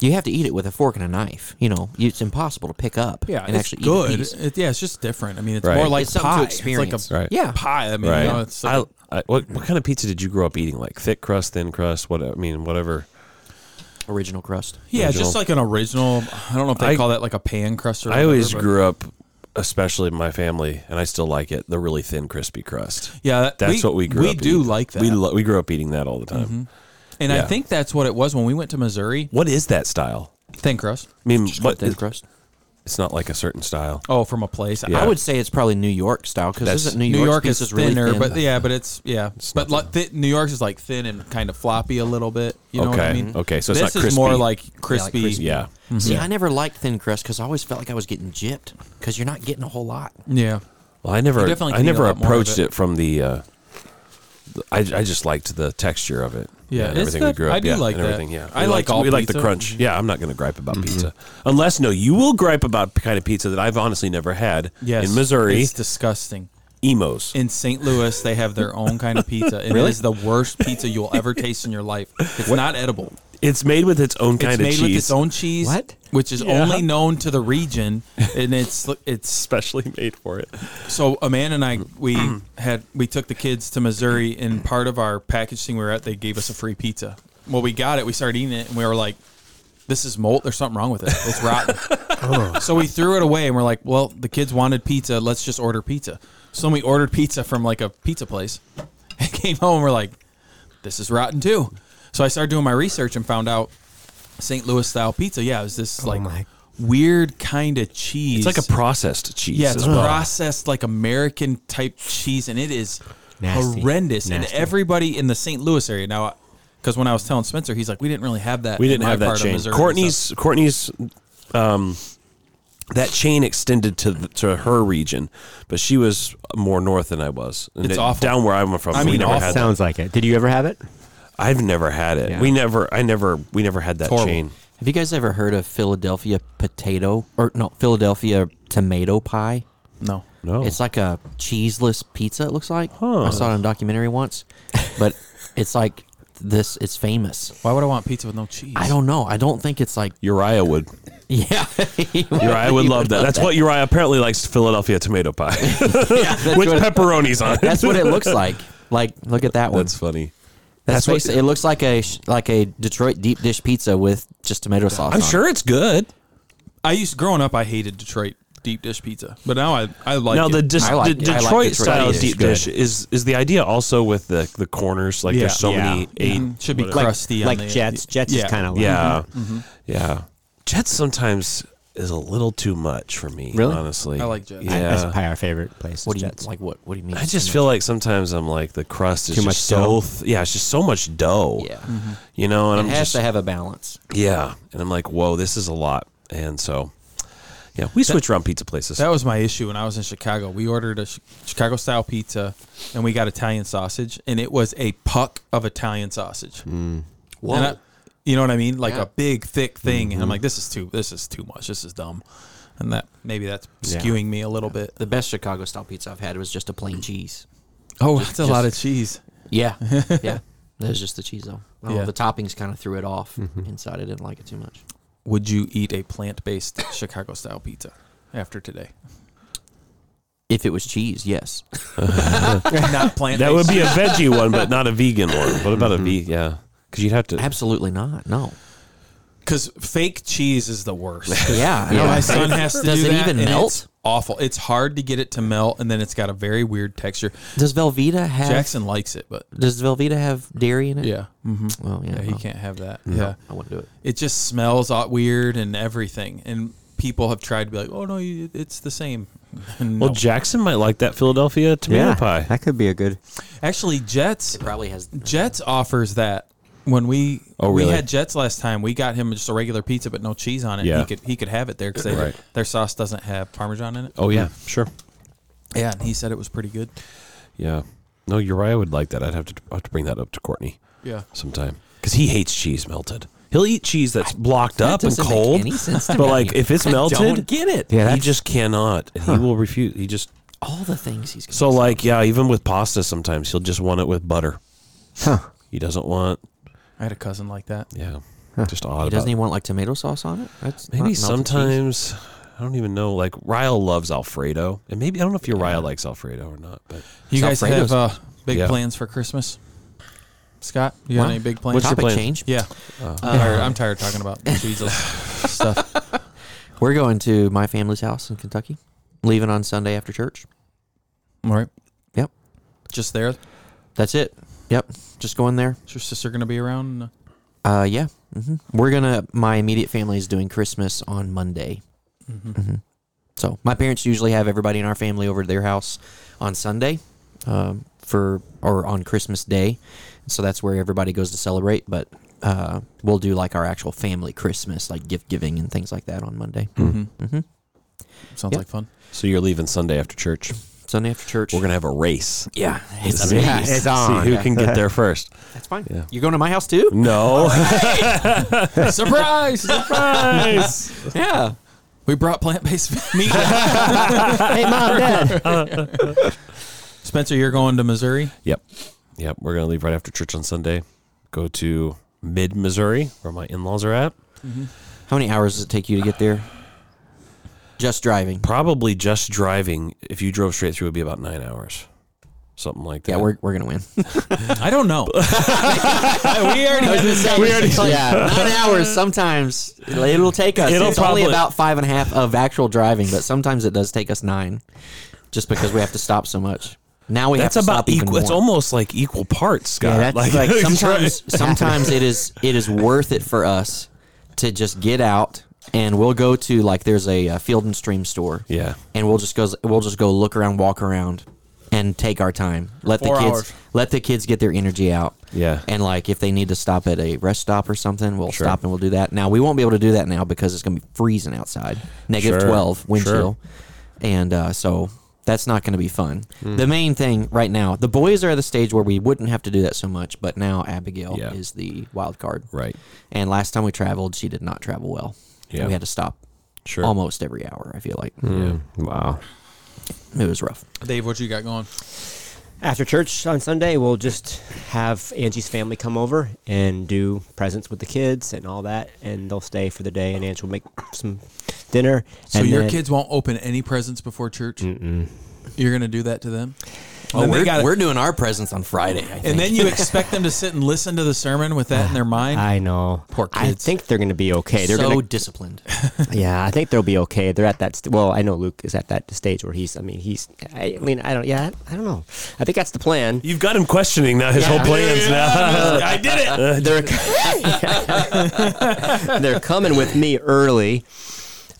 [SPEAKER 5] you have to eat it with a fork and a knife. You know, it's impossible to pick up. and
[SPEAKER 3] it's
[SPEAKER 5] actually
[SPEAKER 3] good.
[SPEAKER 5] Eat a piece.
[SPEAKER 3] It- yeah, it's just different. I mean, it's
[SPEAKER 2] Right.
[SPEAKER 3] more like
[SPEAKER 5] It's something to
[SPEAKER 3] pie. It's
[SPEAKER 5] experience.
[SPEAKER 3] like a
[SPEAKER 2] Right.
[SPEAKER 5] Yeah.
[SPEAKER 3] pie. I mean,
[SPEAKER 2] Right.
[SPEAKER 3] you know, it's like,
[SPEAKER 2] I, I, what what kind of pizza did you grow up eating? Like thick crust, thin crust. What I mean, whatever.
[SPEAKER 5] Original crust.
[SPEAKER 3] yeah,
[SPEAKER 2] original.
[SPEAKER 3] just like an original. I don't know if they
[SPEAKER 2] I-
[SPEAKER 3] call that like a pan crust or.
[SPEAKER 2] I always
[SPEAKER 3] whatever, but-
[SPEAKER 2] grew up, especially in my family, and I still like it. The really thin, crispy crust.
[SPEAKER 3] Yeah, that-
[SPEAKER 2] that's
[SPEAKER 3] we-
[SPEAKER 2] what we grew
[SPEAKER 3] we
[SPEAKER 2] up.
[SPEAKER 3] do
[SPEAKER 2] eating.
[SPEAKER 3] like that. Mm-hmm.
[SPEAKER 2] We lo- we grew up eating that all the time.
[SPEAKER 3] And
[SPEAKER 2] yeah.
[SPEAKER 3] I think that's what it was when we went to Missouri.
[SPEAKER 2] What is that style?
[SPEAKER 3] Thin crust.
[SPEAKER 2] I mean,
[SPEAKER 5] But
[SPEAKER 2] what,
[SPEAKER 5] thin crust.
[SPEAKER 2] it's not like a certain style.
[SPEAKER 3] Oh, from a place.
[SPEAKER 2] Yeah.
[SPEAKER 5] I would say it's probably New York style because
[SPEAKER 2] That's-
[SPEAKER 5] isn't New,
[SPEAKER 3] New
[SPEAKER 5] York's
[SPEAKER 3] York is
[SPEAKER 5] pizza's really
[SPEAKER 3] thinner,
[SPEAKER 5] thin?
[SPEAKER 3] but yeah, but it's yeah, but like th- New York's is like thin and kind of floppy a little bit. You know what I
[SPEAKER 2] Okay,
[SPEAKER 3] mean?
[SPEAKER 2] okay, so it's
[SPEAKER 3] this
[SPEAKER 2] not
[SPEAKER 3] is more
[SPEAKER 2] crispy.
[SPEAKER 3] like crispy.
[SPEAKER 5] crispy.
[SPEAKER 2] Yeah,
[SPEAKER 3] Mm-hmm.
[SPEAKER 5] See, I never liked thin crust because I always felt like I was getting gypped because you're not getting a whole lot.
[SPEAKER 3] yeah.
[SPEAKER 2] Well, I never,
[SPEAKER 3] You definitely
[SPEAKER 2] I
[SPEAKER 3] can eat a
[SPEAKER 2] never
[SPEAKER 3] lot more of
[SPEAKER 2] approached it.
[SPEAKER 3] it.
[SPEAKER 2] from the. Uh, the- I, I just liked the texture of it.
[SPEAKER 3] Yeah,
[SPEAKER 2] and
[SPEAKER 3] it's
[SPEAKER 2] everything we
[SPEAKER 3] the-
[SPEAKER 2] grew up.
[SPEAKER 3] I do
[SPEAKER 2] yeah,
[SPEAKER 3] like
[SPEAKER 2] and
[SPEAKER 3] that.
[SPEAKER 2] everything. Yeah,
[SPEAKER 3] I
[SPEAKER 2] We
[SPEAKER 3] like
[SPEAKER 2] liked-
[SPEAKER 3] all
[SPEAKER 2] We like the
[SPEAKER 3] pizza. Mm-hmm.
[SPEAKER 2] crunch. Yeah, I'm not going to gripe about pizza unless no, you will gripe about the kind of pizza that I've honestly never had
[SPEAKER 3] Yes.
[SPEAKER 2] in Missouri.
[SPEAKER 3] it's disgusting.
[SPEAKER 2] emos.
[SPEAKER 3] In St. Louis, they have their own kind of pizza. and It is the worst pizza you'll ever taste in your life. It's not edible.
[SPEAKER 2] It's made with its own kind
[SPEAKER 3] it's
[SPEAKER 2] of
[SPEAKER 3] made
[SPEAKER 2] cheese.
[SPEAKER 3] with its own cheese,
[SPEAKER 4] What?
[SPEAKER 3] which is
[SPEAKER 2] Yeah.
[SPEAKER 3] only known to the region, and it's it's
[SPEAKER 2] Specially made for it.
[SPEAKER 3] So Amanda and I we had we took the kids to Missouri and part of our package thing we were at they gave us a free pizza. Well, we got it. We started eating it and we were like, "This is mold. There's something wrong with it. It's rotten."
[SPEAKER 2] Oh.
[SPEAKER 3] So we threw it away and we're like, "Well, the kids wanted pizza. Let's just order pizza." So then we ordered pizza from like a pizza place. And came home. We're like, "This is rotten too." So I started doing my research and found out St. Louis style pizza. Yeah, it was this like
[SPEAKER 4] my-
[SPEAKER 3] weird kind of cheese.
[SPEAKER 2] Oh It's like a processed cheese.
[SPEAKER 3] Yeah, it's
[SPEAKER 2] as well.
[SPEAKER 3] processed like American type cheese, and it is
[SPEAKER 4] Nasty.
[SPEAKER 3] horrendous. And
[SPEAKER 4] Nasty.
[SPEAKER 3] everybody in the St. Louis area now, because when I was telling Spencer, he's like, we didn't really have that.
[SPEAKER 2] We
[SPEAKER 3] in
[SPEAKER 2] didn't
[SPEAKER 3] my
[SPEAKER 2] have that
[SPEAKER 3] part of
[SPEAKER 2] chain.
[SPEAKER 3] Missouri and stuff."
[SPEAKER 2] Courtney's Courtney's um that chain extended to the, to her region, but she was more north than I was. And
[SPEAKER 3] It's
[SPEAKER 2] it-
[SPEAKER 3] awful.
[SPEAKER 2] down where I'm from.
[SPEAKER 3] I
[SPEAKER 2] we
[SPEAKER 3] mean,
[SPEAKER 2] never
[SPEAKER 3] awful.
[SPEAKER 2] had that.
[SPEAKER 4] Sounds like it. Did you ever have it?
[SPEAKER 2] I've never had it.
[SPEAKER 4] Yeah.
[SPEAKER 2] We never. I never. We never had that
[SPEAKER 3] horrible.
[SPEAKER 2] chain.
[SPEAKER 5] Have you guys ever heard of Philadelphia potato or no Philadelphia tomato pie?
[SPEAKER 3] no.
[SPEAKER 2] No,
[SPEAKER 5] It's like a cheeseless pizza. It looks like I saw it in a documentary once, but it's like this. It's famous.
[SPEAKER 3] Why would I want pizza with no cheese?
[SPEAKER 5] I don't know. I don't think it's like
[SPEAKER 2] Uriah would.
[SPEAKER 5] yeah.
[SPEAKER 2] Uriah would love that. That's what Uriah apparently likes. Philadelphia tomato pie with
[SPEAKER 5] what-
[SPEAKER 2] pepperonis on it.
[SPEAKER 5] That's what it looks like. Like look at that one.
[SPEAKER 2] That's funny.
[SPEAKER 5] That's,
[SPEAKER 2] that's what-
[SPEAKER 5] basically. it looks like a sh- like a Detroit deep dish pizza with just tomato sauce.
[SPEAKER 2] I'm
[SPEAKER 5] on it.
[SPEAKER 2] sure it's good.
[SPEAKER 3] I used growing up, I hated Detroit deep dish pizza, but now I I like
[SPEAKER 2] Now
[SPEAKER 3] it.
[SPEAKER 2] the, dis-
[SPEAKER 5] I like
[SPEAKER 2] the
[SPEAKER 5] it. I
[SPEAKER 2] Detroit,
[SPEAKER 5] like Detroit
[SPEAKER 2] style
[SPEAKER 5] dish.
[SPEAKER 2] deep
[SPEAKER 4] Good.
[SPEAKER 2] dish is is the idea also with the the corners like
[SPEAKER 3] Yeah.
[SPEAKER 2] there's so
[SPEAKER 4] Yeah.
[SPEAKER 2] many eight
[SPEAKER 3] Mm, should be
[SPEAKER 2] whatever.
[SPEAKER 3] crusty on
[SPEAKER 4] like
[SPEAKER 3] the-
[SPEAKER 4] Jets. Jets
[SPEAKER 3] Yeah.
[SPEAKER 4] is kind of like
[SPEAKER 2] yeah yeah Jets sometimes is a little too much for me
[SPEAKER 4] Really?
[SPEAKER 2] honestly
[SPEAKER 3] I like Jets.
[SPEAKER 4] I-
[SPEAKER 2] yeah
[SPEAKER 4] That's probably our favorite place.
[SPEAKER 5] What
[SPEAKER 4] is
[SPEAKER 5] do you
[SPEAKER 4] Jets.
[SPEAKER 5] like? What What do you mean?
[SPEAKER 2] I just feel like sometimes I'm like the crust is
[SPEAKER 4] Too
[SPEAKER 2] just
[SPEAKER 4] much
[SPEAKER 2] so
[SPEAKER 4] dough?
[SPEAKER 2] th- yeah it's just so much dough
[SPEAKER 5] Yeah.
[SPEAKER 2] you know and
[SPEAKER 5] It
[SPEAKER 2] I'm
[SPEAKER 5] has
[SPEAKER 2] just
[SPEAKER 5] to have a balance.
[SPEAKER 2] yeah and I'm like whoa this is a lot and so yeah we switch around pizza places
[SPEAKER 3] That was my issue when I was in Chicago. We ordered a Chicago style pizza, and we got Italian sausage, and it was a puck of Italian sausage.
[SPEAKER 5] Whoa.
[SPEAKER 3] And I- you know what I mean? Like
[SPEAKER 5] Yeah.
[SPEAKER 3] a big thick thing, and I'm like, this is too, this is too much. This is dumb, and that maybe that's skewing me a little bit.
[SPEAKER 5] the best Chicago style pizza I've had was just a plain cheese.
[SPEAKER 3] Oh, that's a
[SPEAKER 5] just-
[SPEAKER 3] lot of cheese.
[SPEAKER 5] Yeah, yeah. That was just the cheese though. I don't know,
[SPEAKER 3] Yeah.
[SPEAKER 5] The toppings kind of threw it off. Inside, I didn't like it too much.
[SPEAKER 3] Would you eat a plant based Chicago style pizza after today?
[SPEAKER 5] If it was cheese, yes.
[SPEAKER 3] Not plant.
[SPEAKER 2] that would be a veggie one but not a vegan one what about a ve yeah because you'd have to
[SPEAKER 5] Absolutely not. No.
[SPEAKER 3] because fake cheese is the worst.
[SPEAKER 5] Yeah.
[SPEAKER 3] No, my son has to
[SPEAKER 5] Does
[SPEAKER 3] do
[SPEAKER 5] it
[SPEAKER 3] that,
[SPEAKER 5] even
[SPEAKER 3] and
[SPEAKER 5] melt?
[SPEAKER 3] It's awful. It's hard to get it to melt, and then it's got a very weird texture.
[SPEAKER 5] Does Velveeta have?
[SPEAKER 3] Jackson likes it, but
[SPEAKER 5] Does Velveeta have dairy in it?
[SPEAKER 3] yeah, mm-hmm.
[SPEAKER 5] Well, yeah.
[SPEAKER 3] yeah, he
[SPEAKER 5] no.
[SPEAKER 3] can't have that.
[SPEAKER 5] No,
[SPEAKER 3] Yeah,
[SPEAKER 5] I wouldn't do it.
[SPEAKER 3] it just smells all weird and everything. And people have tried to be like, "Oh no, you, it's the same."
[SPEAKER 2] Well, Jackson might like that Philadelphia tomato
[SPEAKER 4] yeah,
[SPEAKER 2] pie.
[SPEAKER 4] that could be a good.
[SPEAKER 3] Actually, Jets
[SPEAKER 5] It probably has.
[SPEAKER 3] Jets offers that when we
[SPEAKER 2] Oh,
[SPEAKER 3] we
[SPEAKER 2] really?
[SPEAKER 3] had Jets last time. We got him just a regular pizza, but no cheese on it.
[SPEAKER 2] Yeah.
[SPEAKER 3] He could he could have it there because
[SPEAKER 2] Right.
[SPEAKER 3] their sauce doesn't have parmesan in it.
[SPEAKER 2] Oh yeah, sure.
[SPEAKER 3] Yeah, and he said it was pretty good.
[SPEAKER 2] Yeah. No, Uriah would like that. I'd have to I'll have to bring that up to Courtney
[SPEAKER 3] Yeah,
[SPEAKER 2] sometime because he hates cheese melted. He'll eat cheese that's blocked up and
[SPEAKER 5] doesn't make
[SPEAKER 2] cold.
[SPEAKER 5] any sense to
[SPEAKER 2] but
[SPEAKER 5] me.
[SPEAKER 2] like if it's
[SPEAKER 5] I don't
[SPEAKER 2] melted,
[SPEAKER 5] get it.
[SPEAKER 4] Yeah,
[SPEAKER 2] he
[SPEAKER 4] that's-
[SPEAKER 2] just cannot. And He will refuse. He just
[SPEAKER 5] All the things he's.
[SPEAKER 2] so like yeah. Even with pasta, sometimes he'll just want it with butter.
[SPEAKER 4] Huh.
[SPEAKER 2] He doesn't want
[SPEAKER 3] I had a cousin like that.
[SPEAKER 2] yeah. Just odd.
[SPEAKER 5] He
[SPEAKER 2] about
[SPEAKER 5] doesn't
[SPEAKER 2] it.
[SPEAKER 5] even want like tomato sauce on it. That's not
[SPEAKER 2] Maybe
[SPEAKER 5] melted cheese.
[SPEAKER 2] sometimes I don't even know. Like Ryle loves Alfredo, and maybe I don't know if Uriah likes Alfredo or not. But
[SPEAKER 3] You guys
[SPEAKER 5] Alfredo's-
[SPEAKER 3] have uh, big
[SPEAKER 2] Yeah.
[SPEAKER 3] plans for Christmas, Scott? You got
[SPEAKER 5] Wow.
[SPEAKER 3] any big plans?
[SPEAKER 2] What's your
[SPEAKER 5] Topic
[SPEAKER 2] plan?
[SPEAKER 5] change. Uh,
[SPEAKER 3] yeah,
[SPEAKER 2] uh,
[SPEAKER 3] I'm, tired, I'm tired of talking about Jesus stuff.
[SPEAKER 5] We're going to my family's house in Kentucky. Leaving on Sunday after church.
[SPEAKER 3] All right.
[SPEAKER 5] Yep.
[SPEAKER 3] Just there.
[SPEAKER 5] That's it. Yep. Just going there.
[SPEAKER 3] Is your sister going to be around?
[SPEAKER 5] Uh, yeah. hmm We're gonna. My immediate family is doing Christmas on Monday,
[SPEAKER 3] Mm-hmm.
[SPEAKER 5] hmm so my parents usually have everybody in our family over to their house on Sunday, um, for or on Christmas Day. So that's where everybody goes to celebrate. But uh, we'll do like our actual family Christmas, like gift giving and things like that on Monday. hmm
[SPEAKER 3] Sounds
[SPEAKER 5] Yep.
[SPEAKER 3] like fun.
[SPEAKER 2] So you're leaving Sunday after church.
[SPEAKER 5] Sunday after church.
[SPEAKER 2] We're gonna have a race.
[SPEAKER 5] yeah, it's
[SPEAKER 2] I mean,
[SPEAKER 5] amazing.
[SPEAKER 4] it's on.
[SPEAKER 2] See who can get there first.
[SPEAKER 5] That's fine.
[SPEAKER 2] Yeah.
[SPEAKER 5] You're going to my house too?
[SPEAKER 2] No.
[SPEAKER 3] Surprise!
[SPEAKER 2] Surprise!
[SPEAKER 5] yeah.
[SPEAKER 3] we brought plant-based meat.
[SPEAKER 4] hey, mom, dad.
[SPEAKER 3] Spencer, you're going to Missouri.
[SPEAKER 2] yep. Yep. We're going to leave right after church on Sunday, go to mid Missouri, where my in laws are at.
[SPEAKER 5] How many hours does it take you to get there? Just driving.
[SPEAKER 2] Probably just driving, if you drove straight through, it would be about nine hours. Something like that.
[SPEAKER 5] Yeah, we're, we're gonna win.
[SPEAKER 3] I don't know. we already had this.
[SPEAKER 5] we already yeah, nine hours. Sometimes it'll take us.
[SPEAKER 2] It'll
[SPEAKER 5] it's
[SPEAKER 2] probably-
[SPEAKER 5] only about five and a half of actual driving, but sometimes it does take us nine, just because we have to stop so much. Now we
[SPEAKER 2] That's
[SPEAKER 5] have to
[SPEAKER 2] about
[SPEAKER 5] stop even
[SPEAKER 2] equal. It's
[SPEAKER 5] more.
[SPEAKER 2] almost like equal parts, Scott.
[SPEAKER 4] Yeah, that's
[SPEAKER 5] like sometimes sometimes it is it is worth it for us to just get out and we'll go to like there's a, uh field and stream store
[SPEAKER 2] Yeah.
[SPEAKER 5] and we'll just go we'll just go look around walk around and take our time let
[SPEAKER 3] Four
[SPEAKER 5] the kids
[SPEAKER 3] hours.
[SPEAKER 5] let the kids get their energy out
[SPEAKER 2] Yeah.
[SPEAKER 5] and like if they need to stop at a rest stop or something we'll
[SPEAKER 2] Sure.
[SPEAKER 5] stop and we'll do that now we won't be able to do that now because it's going to be freezing outside negative
[SPEAKER 2] Sure.
[SPEAKER 5] 12 wind
[SPEAKER 2] Sure.
[SPEAKER 5] chill and uh, so that's not going to be fun. The main thing right now, the boys are at the stage where we wouldn't have to do that so much, but now Abigail
[SPEAKER 2] Yeah.
[SPEAKER 5] is the wild card.
[SPEAKER 2] Right.
[SPEAKER 5] And last time we traveled, she did not travel well.
[SPEAKER 2] Yeah.
[SPEAKER 5] We had to stop
[SPEAKER 2] Sure.
[SPEAKER 5] almost every hour, I feel like.
[SPEAKER 3] Hmm.
[SPEAKER 4] Wow.
[SPEAKER 5] It was rough.
[SPEAKER 3] Dave, what you got going?
[SPEAKER 4] After church on Sunday, we'll just have Angie's family come over and do presents with the kids and all that, and they'll stay for the day, and Angie will make some dinner.
[SPEAKER 3] So
[SPEAKER 4] and
[SPEAKER 3] your
[SPEAKER 4] then-
[SPEAKER 3] kids won't open any presents before church. You're going to do that to them.
[SPEAKER 5] Oh,
[SPEAKER 3] And they
[SPEAKER 5] we're,
[SPEAKER 3] gotta-
[SPEAKER 5] we're doing our presents on Friday, I think.
[SPEAKER 3] and then you expect them to sit and listen to the sermon with that in their mind.
[SPEAKER 4] I know.
[SPEAKER 3] Poor
[SPEAKER 4] I
[SPEAKER 3] kids.
[SPEAKER 4] think they're going to be okay. They're
[SPEAKER 5] so
[SPEAKER 4] going
[SPEAKER 5] disciplined.
[SPEAKER 4] Yeah, I think they'll be okay. They're at that. St- well, I know Luke is at that stage where he's. I mean, he's. I mean, I don't. Yeah, I don't know. I think that's the plan.
[SPEAKER 2] You've got him questioning now his whole plans now. I did it.
[SPEAKER 4] They're they're coming with me early,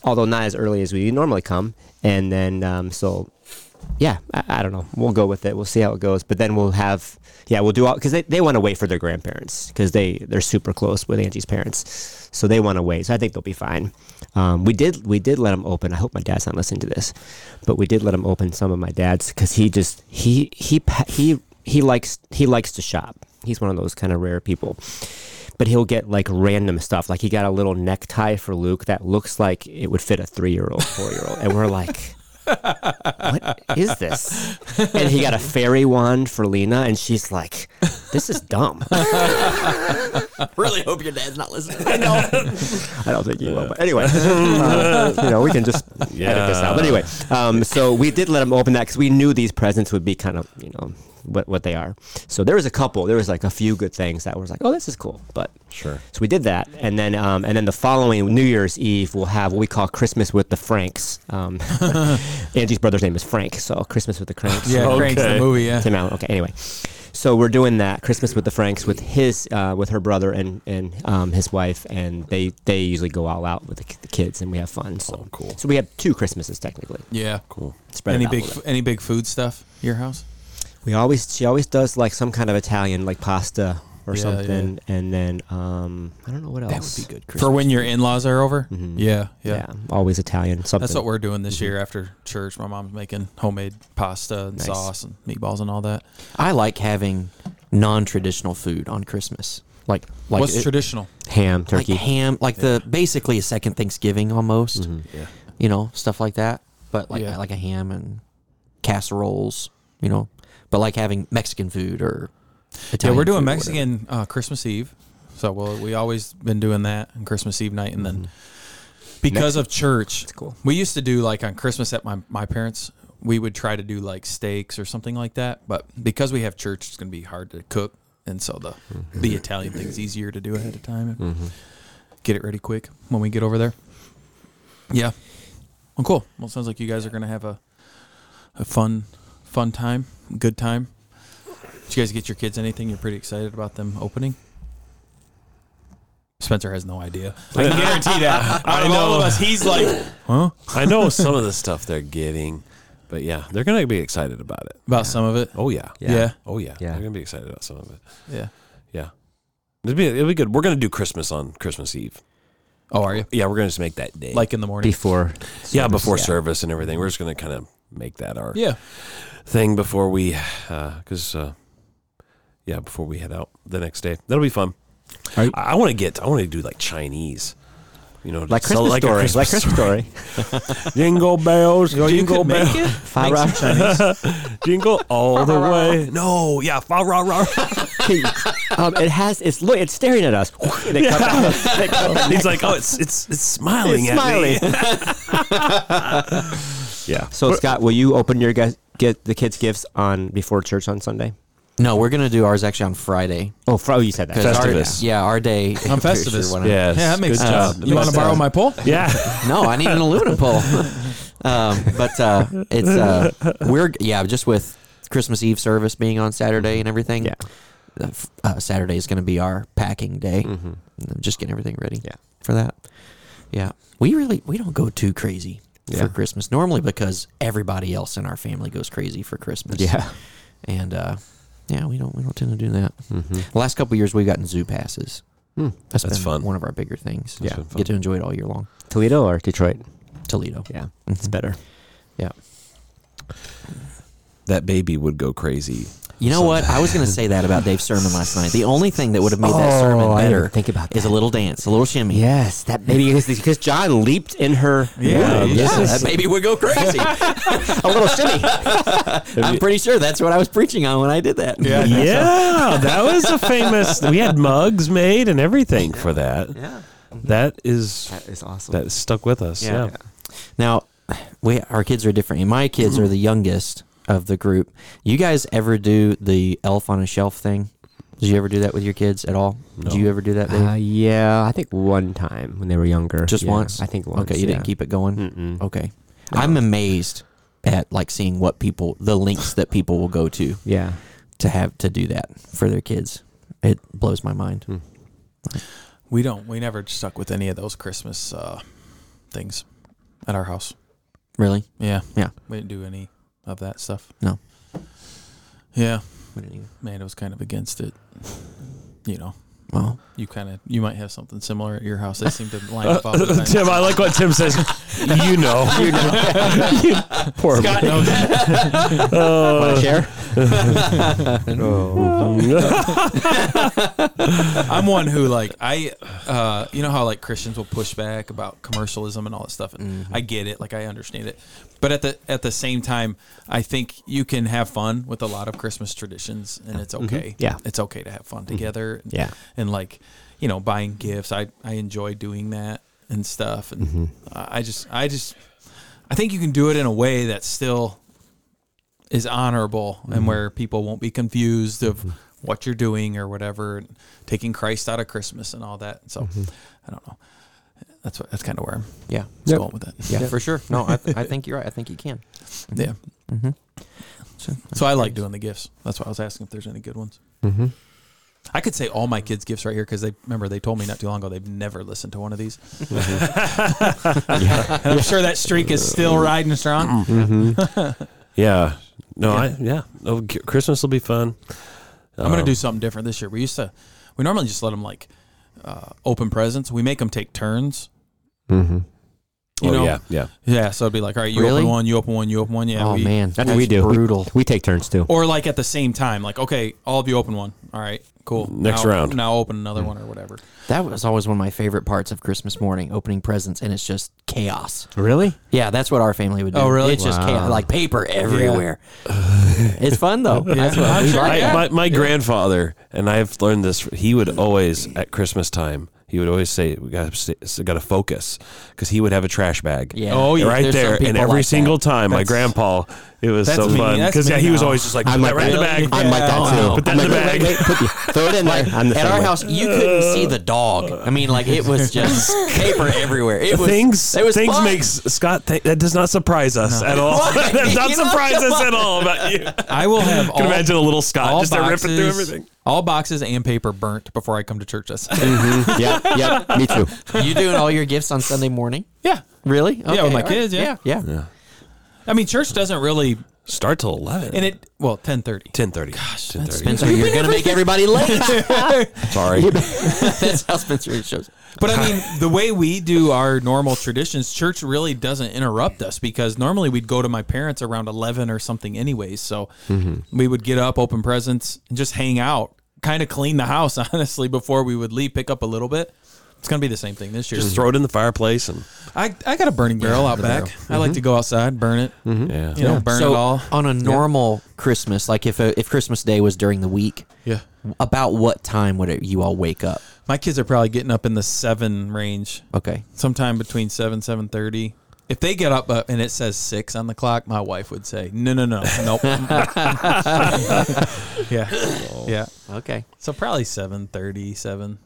[SPEAKER 4] although not as early as we normally come. And then um, so, yeah, I, I don't know. We'll go with it. We'll see how it goes. But then we'll have yeah, we'll do all because they, they want to wait for their grandparents because they they're super close with Angie's parents, so they want to wait. So I think they'll be fine. Um, we did we did let them open. I hope my dad's not listening to this, but we did let him open some of my dad's because he just he he pa- he he likes he likes to shop. He's one of those kind of rare people but he'll get like random stuff. Like he got a little necktie for Luke that looks like it would fit a three year old, four year old. And we're like, what is this? And he got a fairy wand for Lena, and she's like, this is dumb.
[SPEAKER 5] really hope your dad's not listening.
[SPEAKER 4] I don't think you will, but anyway, uh, you know, we can just edit this out. But anyway, um, so we did let him open that because we knew these presents would be kind of, you know, what, what they are. So there was a couple, there was like a few good things that was like, oh, this is cool. But
[SPEAKER 2] Sure.
[SPEAKER 4] So we did that, and then um, and then the following New Year's Eve we'll have what we call Christmas with the Franks. Um, Angie's brother's name is Frank, so Christmas with the Cranks.
[SPEAKER 3] yeah, Crank's the
[SPEAKER 2] Okay.
[SPEAKER 3] movie. Yeah,
[SPEAKER 4] Tim Allen. Okay. Anyway, so we're doing that Christmas with the Franks with his uh, with her brother and and um, his wife, and they they usually go all out with the, ki- the kids, and we have fun. So
[SPEAKER 2] Oh, cool.
[SPEAKER 4] So we have two Christmases technically.
[SPEAKER 3] Yeah.
[SPEAKER 2] Cool.
[SPEAKER 4] Spread
[SPEAKER 3] Any
[SPEAKER 4] it out a
[SPEAKER 3] big
[SPEAKER 4] little.
[SPEAKER 3] any big food stuff at your house?
[SPEAKER 4] We always she always does like some kind of Italian like pasta or
[SPEAKER 3] Yeah,
[SPEAKER 4] something, and then um, I don't know what else.
[SPEAKER 5] That would be good.
[SPEAKER 3] For
[SPEAKER 5] Christmas.
[SPEAKER 3] when your in laws are over? Yeah, yeah.
[SPEAKER 4] Yeah. always Italian. Something.
[SPEAKER 3] That's what we're doing this year after church. My mom's making homemade pasta and
[SPEAKER 4] Nice.
[SPEAKER 3] sauce and meatballs and all that.
[SPEAKER 5] I like having non-traditional food on Christmas. Like like
[SPEAKER 3] What's
[SPEAKER 5] it-
[SPEAKER 3] traditional?
[SPEAKER 4] ham
[SPEAKER 5] like
[SPEAKER 4] turkey.
[SPEAKER 5] ham, like the basically a second Thanksgiving almost.
[SPEAKER 4] Mm-hmm.
[SPEAKER 2] Yeah.
[SPEAKER 5] You know, stuff like that. But like
[SPEAKER 3] Yeah.
[SPEAKER 5] like a ham and casseroles. You know, but like having Mexican food or Italian
[SPEAKER 3] yeah, we're doing
[SPEAKER 5] food or
[SPEAKER 3] Mexican uh, Christmas Eve. So well, we always been doing that on Christmas Eve night, and then
[SPEAKER 5] Mm-hmm.
[SPEAKER 3] because of church,
[SPEAKER 4] cool.
[SPEAKER 3] we used to do like on Christmas at my my parents. We would try to do like steaks or something like that, but because we have church, it's going to be hard to cook, and so the
[SPEAKER 5] Mm-hmm.
[SPEAKER 3] the Italian thing's easier to do ahead of time and get it ready quick when we get over there. Yeah. Well, cool. Well, it sounds like you guys are going to have a a fun fun time, good time. Did you guys get your kids anything? You're pretty excited about them opening. Spencer has no idea. I can guarantee that. Out of all of us, he's like, huh?
[SPEAKER 2] I know some of the stuff they're getting, but yeah, they're gonna be excited about it.
[SPEAKER 3] About some of it.
[SPEAKER 2] Oh yeah.
[SPEAKER 3] Yeah.
[SPEAKER 2] Oh yeah.
[SPEAKER 4] Yeah.
[SPEAKER 2] They're gonna be excited about some of it.
[SPEAKER 3] Yeah.
[SPEAKER 2] Yeah. It'll be it'll be good. We're gonna do Christmas on Christmas Eve.
[SPEAKER 3] Oh, are you?
[SPEAKER 2] Yeah, we're gonna just make that day.
[SPEAKER 3] Like in the morning.
[SPEAKER 4] before.
[SPEAKER 2] yeah, before
[SPEAKER 4] service.
[SPEAKER 2] service and everything. We're just gonna kind of make that our
[SPEAKER 3] Yeah.
[SPEAKER 2] thing before we, because uh, yeah, before we head out the next day. That'll be fun.
[SPEAKER 4] Are you-
[SPEAKER 2] I want to get. I want to do like Chinese. You know,
[SPEAKER 4] Like
[SPEAKER 2] so-
[SPEAKER 4] Christmas
[SPEAKER 2] a
[SPEAKER 4] story. like Christmas story.
[SPEAKER 2] jingle bells, jingle
[SPEAKER 3] could make
[SPEAKER 2] bells,
[SPEAKER 4] Five rock Chinese.
[SPEAKER 2] jingle all the way. No, yeah, fa ra ra.
[SPEAKER 4] um, it has. It's look. It's staring at us. They cut the- they cut the neck.
[SPEAKER 2] He's like, oh, it's it's it's smiling
[SPEAKER 4] It's
[SPEAKER 2] at me.
[SPEAKER 4] smiling.
[SPEAKER 2] Yeah.
[SPEAKER 4] So Scott, will you open your guys get the kids gifts on before church on Sunday?
[SPEAKER 5] whatever. No, we're gonna do ours actually on Friday.
[SPEAKER 4] Oh, Fro, you said that.
[SPEAKER 5] 'Cause our-
[SPEAKER 2] Festivus.
[SPEAKER 5] yeah, our day.
[SPEAKER 3] I'm
[SPEAKER 5] I'm pretty
[SPEAKER 3] Festivus.
[SPEAKER 5] sure when I-
[SPEAKER 2] yeah,
[SPEAKER 3] Yeah, that makes
[SPEAKER 2] good
[SPEAKER 3] sense.
[SPEAKER 2] job.
[SPEAKER 3] you want to
[SPEAKER 2] Makes
[SPEAKER 3] borrow
[SPEAKER 2] sense.
[SPEAKER 3] my pole?
[SPEAKER 2] Yeah.
[SPEAKER 5] No, I need an aluminum pole. Um, but uh, it's uh, we're yeah, just with Christmas Eve service being on Saturday and everything.
[SPEAKER 4] Yeah.
[SPEAKER 5] uh, f- uh, Saturday is going to be our packing day. And Just getting everything ready.
[SPEAKER 4] Mm-hmm. Yeah.
[SPEAKER 5] for that. Yeah, we really we don't go too crazy
[SPEAKER 4] Yeah.
[SPEAKER 5] for Christmas normally because everybody else in our family goes crazy for Christmas.
[SPEAKER 4] Yeah.
[SPEAKER 5] and uh, yeah, we don't we don't tend to do that.
[SPEAKER 4] Mm-hmm.
[SPEAKER 5] The last couple of years we've gotten zoo passes. That's
[SPEAKER 2] That's
[SPEAKER 5] been
[SPEAKER 2] fun.
[SPEAKER 5] One of our bigger things.
[SPEAKER 4] Hmm. That's
[SPEAKER 5] yeah,
[SPEAKER 4] been
[SPEAKER 2] fun.
[SPEAKER 5] get to enjoy it all year long.
[SPEAKER 4] Toledo or Detroit?
[SPEAKER 5] Toledo.
[SPEAKER 4] Yeah,
[SPEAKER 5] it's
[SPEAKER 4] better.
[SPEAKER 5] Yeah.
[SPEAKER 2] That baby would go crazy.
[SPEAKER 5] You know what? I was going to say that about Dave's sermon last night. The only thing that would have made that
[SPEAKER 4] Oh,
[SPEAKER 5] sermon
[SPEAKER 4] I didn't
[SPEAKER 5] better
[SPEAKER 4] think about
[SPEAKER 5] is a
[SPEAKER 4] that.
[SPEAKER 5] little dance, a little shimmy.
[SPEAKER 4] Yes, that baby is because John leaped in her.
[SPEAKER 3] Yeah,
[SPEAKER 4] womb.
[SPEAKER 5] Yeah,
[SPEAKER 4] This
[SPEAKER 5] that
[SPEAKER 4] is
[SPEAKER 5] baby would go crazy.
[SPEAKER 4] a little shimmy.
[SPEAKER 5] I'm pretty sure that's what I was preaching on when I did that.
[SPEAKER 3] Yeah.
[SPEAKER 2] Yeah, that was a famous. We had mugs made and everything for that.
[SPEAKER 5] Yeah.
[SPEAKER 2] That is
[SPEAKER 4] That is awesome.
[SPEAKER 2] that stuck with us. Yeah.
[SPEAKER 5] Yeah. Now, we our kids are different. And my kids
[SPEAKER 4] Mm-hmm.
[SPEAKER 5] are the youngest of the group. You guys ever do the elf on a shelf thing? Did you ever do that with your kids at all? Did you ever do that? Dave?
[SPEAKER 4] Uh, yeah, I think one time when they were younger.
[SPEAKER 5] Just
[SPEAKER 4] Yeah,
[SPEAKER 5] once?
[SPEAKER 4] I think once.
[SPEAKER 5] Okay, you didn't
[SPEAKER 4] yeah.
[SPEAKER 5] keep Oh. it
[SPEAKER 4] Mm-hmm.
[SPEAKER 5] going. Okay, I'm amazed at like seeing what people, the links that people will go to
[SPEAKER 4] Yeah.
[SPEAKER 5] to have to do that for their kids. It blows my mind.
[SPEAKER 3] We don't. We never stuck with any of those Christmas uh, things at our house.
[SPEAKER 5] Really?
[SPEAKER 3] Yeah.
[SPEAKER 5] Yeah.
[SPEAKER 3] We didn't do any of that stuff.
[SPEAKER 5] No.
[SPEAKER 3] Yeah.
[SPEAKER 5] We didn't even-
[SPEAKER 3] Man, it was kind of against it. You know,
[SPEAKER 5] Well,
[SPEAKER 3] you kind of, you might have something similar at your house. They seem to line up all the time.
[SPEAKER 2] Tim, I like what Tim says. You know, you poor
[SPEAKER 3] Scott knows.
[SPEAKER 5] Uh,
[SPEAKER 4] Want to share? Oh.
[SPEAKER 3] I'm one who like I, uh, you know how like Christians will push back about commercialism and all that stuff, and
[SPEAKER 4] Mm-hmm.
[SPEAKER 3] I get it, like I understand it, but at the at the same time, I think you can have fun with a lot of Christmas traditions, and it's okay.
[SPEAKER 4] Mm-hmm. Yeah. Mm-hmm.
[SPEAKER 3] it's okay to have fun together. and-
[SPEAKER 4] Yeah.
[SPEAKER 3] and like you know buying gifts, I I enjoy doing that and stuff, and
[SPEAKER 4] Mm-hmm.
[SPEAKER 3] I I just I just I think you can do it in a way that still is honorable and where people won't be confused of what you're doing or whatever, and taking Christ out of Christmas and all that. So I don't know. That's what that's kind of where I'm
[SPEAKER 5] yeah,
[SPEAKER 3] just going with that.
[SPEAKER 5] Mm-hmm. yeah, for sure. No, I, I think you're right. I think you can.
[SPEAKER 3] Yeah. So I like doing the gifts. That's why I was asking if there's any good ones.
[SPEAKER 4] Mm-hmm.
[SPEAKER 3] I could say all my kids' gifts right here because they remember they told me not too long ago they've never listened to one of these. and I'm sure that streak is still riding strong.
[SPEAKER 4] Mm-hmm.
[SPEAKER 2] Yeah. No, I yeah. Oh, g- Christmas will be fun. Uh,
[SPEAKER 3] I'm gonna do
[SPEAKER 2] Um,
[SPEAKER 3] something different this year. We used to, we normally just let them like uh, open presents. We make them take turns.
[SPEAKER 4] Mm-hmm.
[SPEAKER 3] You
[SPEAKER 2] oh,
[SPEAKER 3] know,
[SPEAKER 2] yeah, yeah.
[SPEAKER 3] yeah. So it'd be like, all right, you
[SPEAKER 5] Really?
[SPEAKER 3] open one, you open one, you open one. Yeah.
[SPEAKER 5] oh
[SPEAKER 3] we-
[SPEAKER 5] man,
[SPEAKER 4] That's what we do. We-
[SPEAKER 5] Brutal.
[SPEAKER 4] We, take turns too.
[SPEAKER 3] Or like at the same time, like okay, all of you open one. All right, cool.
[SPEAKER 2] Next
[SPEAKER 3] Now-
[SPEAKER 2] round.
[SPEAKER 3] Now open another one or whatever.
[SPEAKER 5] That was always one of my favorite parts of Christmas morning, opening presents, and it's just chaos.
[SPEAKER 4] Really?
[SPEAKER 5] Yeah, that's what our family would do.
[SPEAKER 3] Oh, really?
[SPEAKER 5] It's just
[SPEAKER 4] Wow.
[SPEAKER 5] chaos, like paper everywhere. it's fun though. That's what
[SPEAKER 3] I'm
[SPEAKER 5] we
[SPEAKER 3] sure-
[SPEAKER 5] like.
[SPEAKER 2] I,
[SPEAKER 3] Yeah.
[SPEAKER 2] my my grandfather and I've learned this. He would always at Christmas time. He would always say, "We got to got to focus," because he would have a trash bag.
[SPEAKER 5] Yeah.
[SPEAKER 3] Oh, yeah.
[SPEAKER 2] right
[SPEAKER 5] There's some
[SPEAKER 2] there. And
[SPEAKER 5] people
[SPEAKER 2] every
[SPEAKER 5] like
[SPEAKER 2] single
[SPEAKER 5] that.
[SPEAKER 2] time, my
[SPEAKER 3] That's-
[SPEAKER 2] grandpa, it was
[SPEAKER 3] that's
[SPEAKER 2] so
[SPEAKER 3] me.
[SPEAKER 2] fun
[SPEAKER 3] That's
[SPEAKER 2] because yeah,
[SPEAKER 3] me
[SPEAKER 2] he was
[SPEAKER 3] now.
[SPEAKER 2] always just like,
[SPEAKER 4] I'm
[SPEAKER 2] "Put
[SPEAKER 4] like
[SPEAKER 2] that right
[SPEAKER 4] that.
[SPEAKER 2] in the bag."
[SPEAKER 4] I'm like that
[SPEAKER 3] Yeah.
[SPEAKER 4] too.
[SPEAKER 3] Oh, no.
[SPEAKER 2] Put that
[SPEAKER 4] I'm
[SPEAKER 2] in the
[SPEAKER 4] like,
[SPEAKER 2] bag.
[SPEAKER 4] wait, wait, put the- throw it in there. I'm the
[SPEAKER 5] At
[SPEAKER 4] same
[SPEAKER 5] our
[SPEAKER 4] way.
[SPEAKER 5] house, you couldn't see the dog. I mean, like it was just paper everywhere. It was
[SPEAKER 2] things
[SPEAKER 5] It was
[SPEAKER 2] things
[SPEAKER 5] fun.
[SPEAKER 2] makes Scott. Th- that does not surprise us at all.
[SPEAKER 5] Why?
[SPEAKER 2] that does not
[SPEAKER 5] You know?
[SPEAKER 2] surprise us at all about you.
[SPEAKER 3] I will have.
[SPEAKER 2] Can
[SPEAKER 3] all,
[SPEAKER 2] imagine a little Scott
[SPEAKER 3] all
[SPEAKER 2] just there ripping through
[SPEAKER 3] boxes-
[SPEAKER 2] everything.
[SPEAKER 3] All boxes and paper burnt before I come to church. That's
[SPEAKER 4] Mhm. Yep, yep. Me too.
[SPEAKER 5] you doing all your gifts on Sunday morning.
[SPEAKER 3] yeah.
[SPEAKER 5] Really? Okay,
[SPEAKER 3] Yeah, with my
[SPEAKER 5] all right.
[SPEAKER 3] kids. Yeah.
[SPEAKER 5] Yeah.
[SPEAKER 3] I mean, church doesn't really,
[SPEAKER 2] Start till eleven.
[SPEAKER 3] and it well, ten thirty.
[SPEAKER 2] ten thirty. Gosh, ten thirty.
[SPEAKER 5] Spencer, you're gonna make everybody late.
[SPEAKER 2] Sorry.
[SPEAKER 5] That's how Spencer shows.
[SPEAKER 3] But I mean, the way we do our normal traditions, church really doesn't interrupt us because normally we'd go to my parents around 11 or something, anyways. So we would get up, open presents, and just hang out, kind of clean the house, honestly, before we would leave, pick up a little bit. It's going to be the same thing this year.
[SPEAKER 2] just throw it in the fireplace and
[SPEAKER 3] I, I got a burning barrel out back. I like to go outside, burn it,
[SPEAKER 2] Mm-hmm. yeah.
[SPEAKER 3] you know, burn
[SPEAKER 5] so
[SPEAKER 3] it all.
[SPEAKER 5] on a normal Christmas, like if a, if Christmas Day was during the week,
[SPEAKER 3] Yeah.
[SPEAKER 5] about what time would it, you all wake up?
[SPEAKER 3] My kids are probably getting up in the seven range.
[SPEAKER 5] Okay.
[SPEAKER 3] sometime between 7 7.30 if they get up uh, and it says 6 on the clock my wife would say no no no nope yeah yeah
[SPEAKER 5] Okay.
[SPEAKER 3] so probably 7.30 7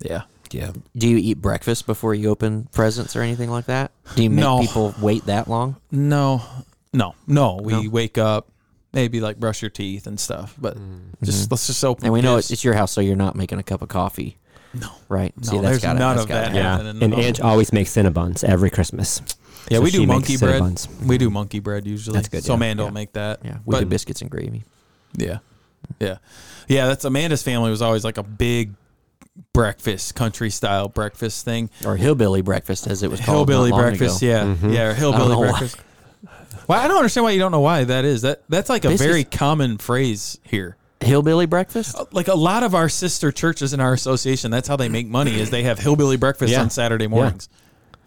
[SPEAKER 3] yeah
[SPEAKER 2] Yeah.
[SPEAKER 5] Um, Do you eat breakfast before you open presents or anything like that? Do you make
[SPEAKER 3] No.
[SPEAKER 5] people wait that long?
[SPEAKER 3] no no no we wake up maybe like brush your teeth and stuff but just let's just open
[SPEAKER 5] Mm-hmm. And we know
[SPEAKER 3] gifts.
[SPEAKER 5] it's, it's your house, so you're not making a cup of coffee. No. Right?
[SPEAKER 3] no, there's
[SPEAKER 5] gotta-
[SPEAKER 3] none
[SPEAKER 5] that's
[SPEAKER 3] of
[SPEAKER 5] gotta
[SPEAKER 3] that
[SPEAKER 5] happen.
[SPEAKER 4] Yeah.
[SPEAKER 3] happening.
[SPEAKER 4] And
[SPEAKER 3] No.
[SPEAKER 4] Ange always makes Cinnabons every Christmas.
[SPEAKER 3] yeah
[SPEAKER 4] So
[SPEAKER 3] we
[SPEAKER 4] she
[SPEAKER 3] do
[SPEAKER 4] makes
[SPEAKER 3] monkey bread
[SPEAKER 4] Cinnabons.
[SPEAKER 3] we do monkey bread usually
[SPEAKER 4] That's good,
[SPEAKER 3] so
[SPEAKER 4] yeah.
[SPEAKER 3] man don't
[SPEAKER 5] Yeah.
[SPEAKER 3] make that
[SPEAKER 5] Yeah. We do biscuits and gravy.
[SPEAKER 3] Yeah. Yeah. Yeah. That's Amanda's family was always like a big breakfast, country style breakfast thing.
[SPEAKER 5] Or hillbilly breakfast, as it was called. not
[SPEAKER 3] Hillbilly
[SPEAKER 5] long
[SPEAKER 3] breakfast.
[SPEAKER 5] ago.
[SPEAKER 3] Yeah. Yeah. or Hillbilly
[SPEAKER 5] know why.
[SPEAKER 3] breakfast. Well, I don't understand why you don't know why that is. That That's like a
[SPEAKER 5] This
[SPEAKER 3] very
[SPEAKER 5] is-
[SPEAKER 3] common phrase here.
[SPEAKER 5] Hillbilly breakfast?
[SPEAKER 3] Like a lot of our sister churches in our association, that's how they make money is they have hillbilly breakfast
[SPEAKER 4] Yeah.
[SPEAKER 3] on Saturday mornings.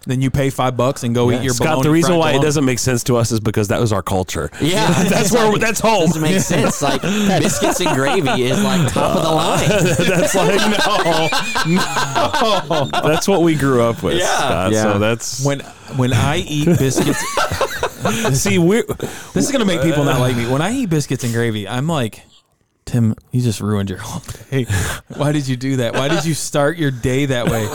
[SPEAKER 3] Then you pay five bucks and go eat your
[SPEAKER 2] Scott, the
[SPEAKER 3] bologna
[SPEAKER 2] reason
[SPEAKER 3] fried
[SPEAKER 2] why it
[SPEAKER 3] bologna.
[SPEAKER 2] doesn't make sense to us is because that was our culture.
[SPEAKER 5] Yeah.
[SPEAKER 2] that's where that's home.
[SPEAKER 5] doesn't make sense. Like biscuits and gravy is like top of the line.
[SPEAKER 2] that's like no, no. That's what we grew up with.
[SPEAKER 5] Yeah.
[SPEAKER 2] Scott, So
[SPEAKER 4] Yeah.
[SPEAKER 2] that's
[SPEAKER 3] when when I eat biscuits,
[SPEAKER 2] see we
[SPEAKER 3] this is gonna make people not like me. When I eat biscuits and gravy, I'm like, Tim, you just ruined your whole day. Why did you do that? Why did you start your day that way?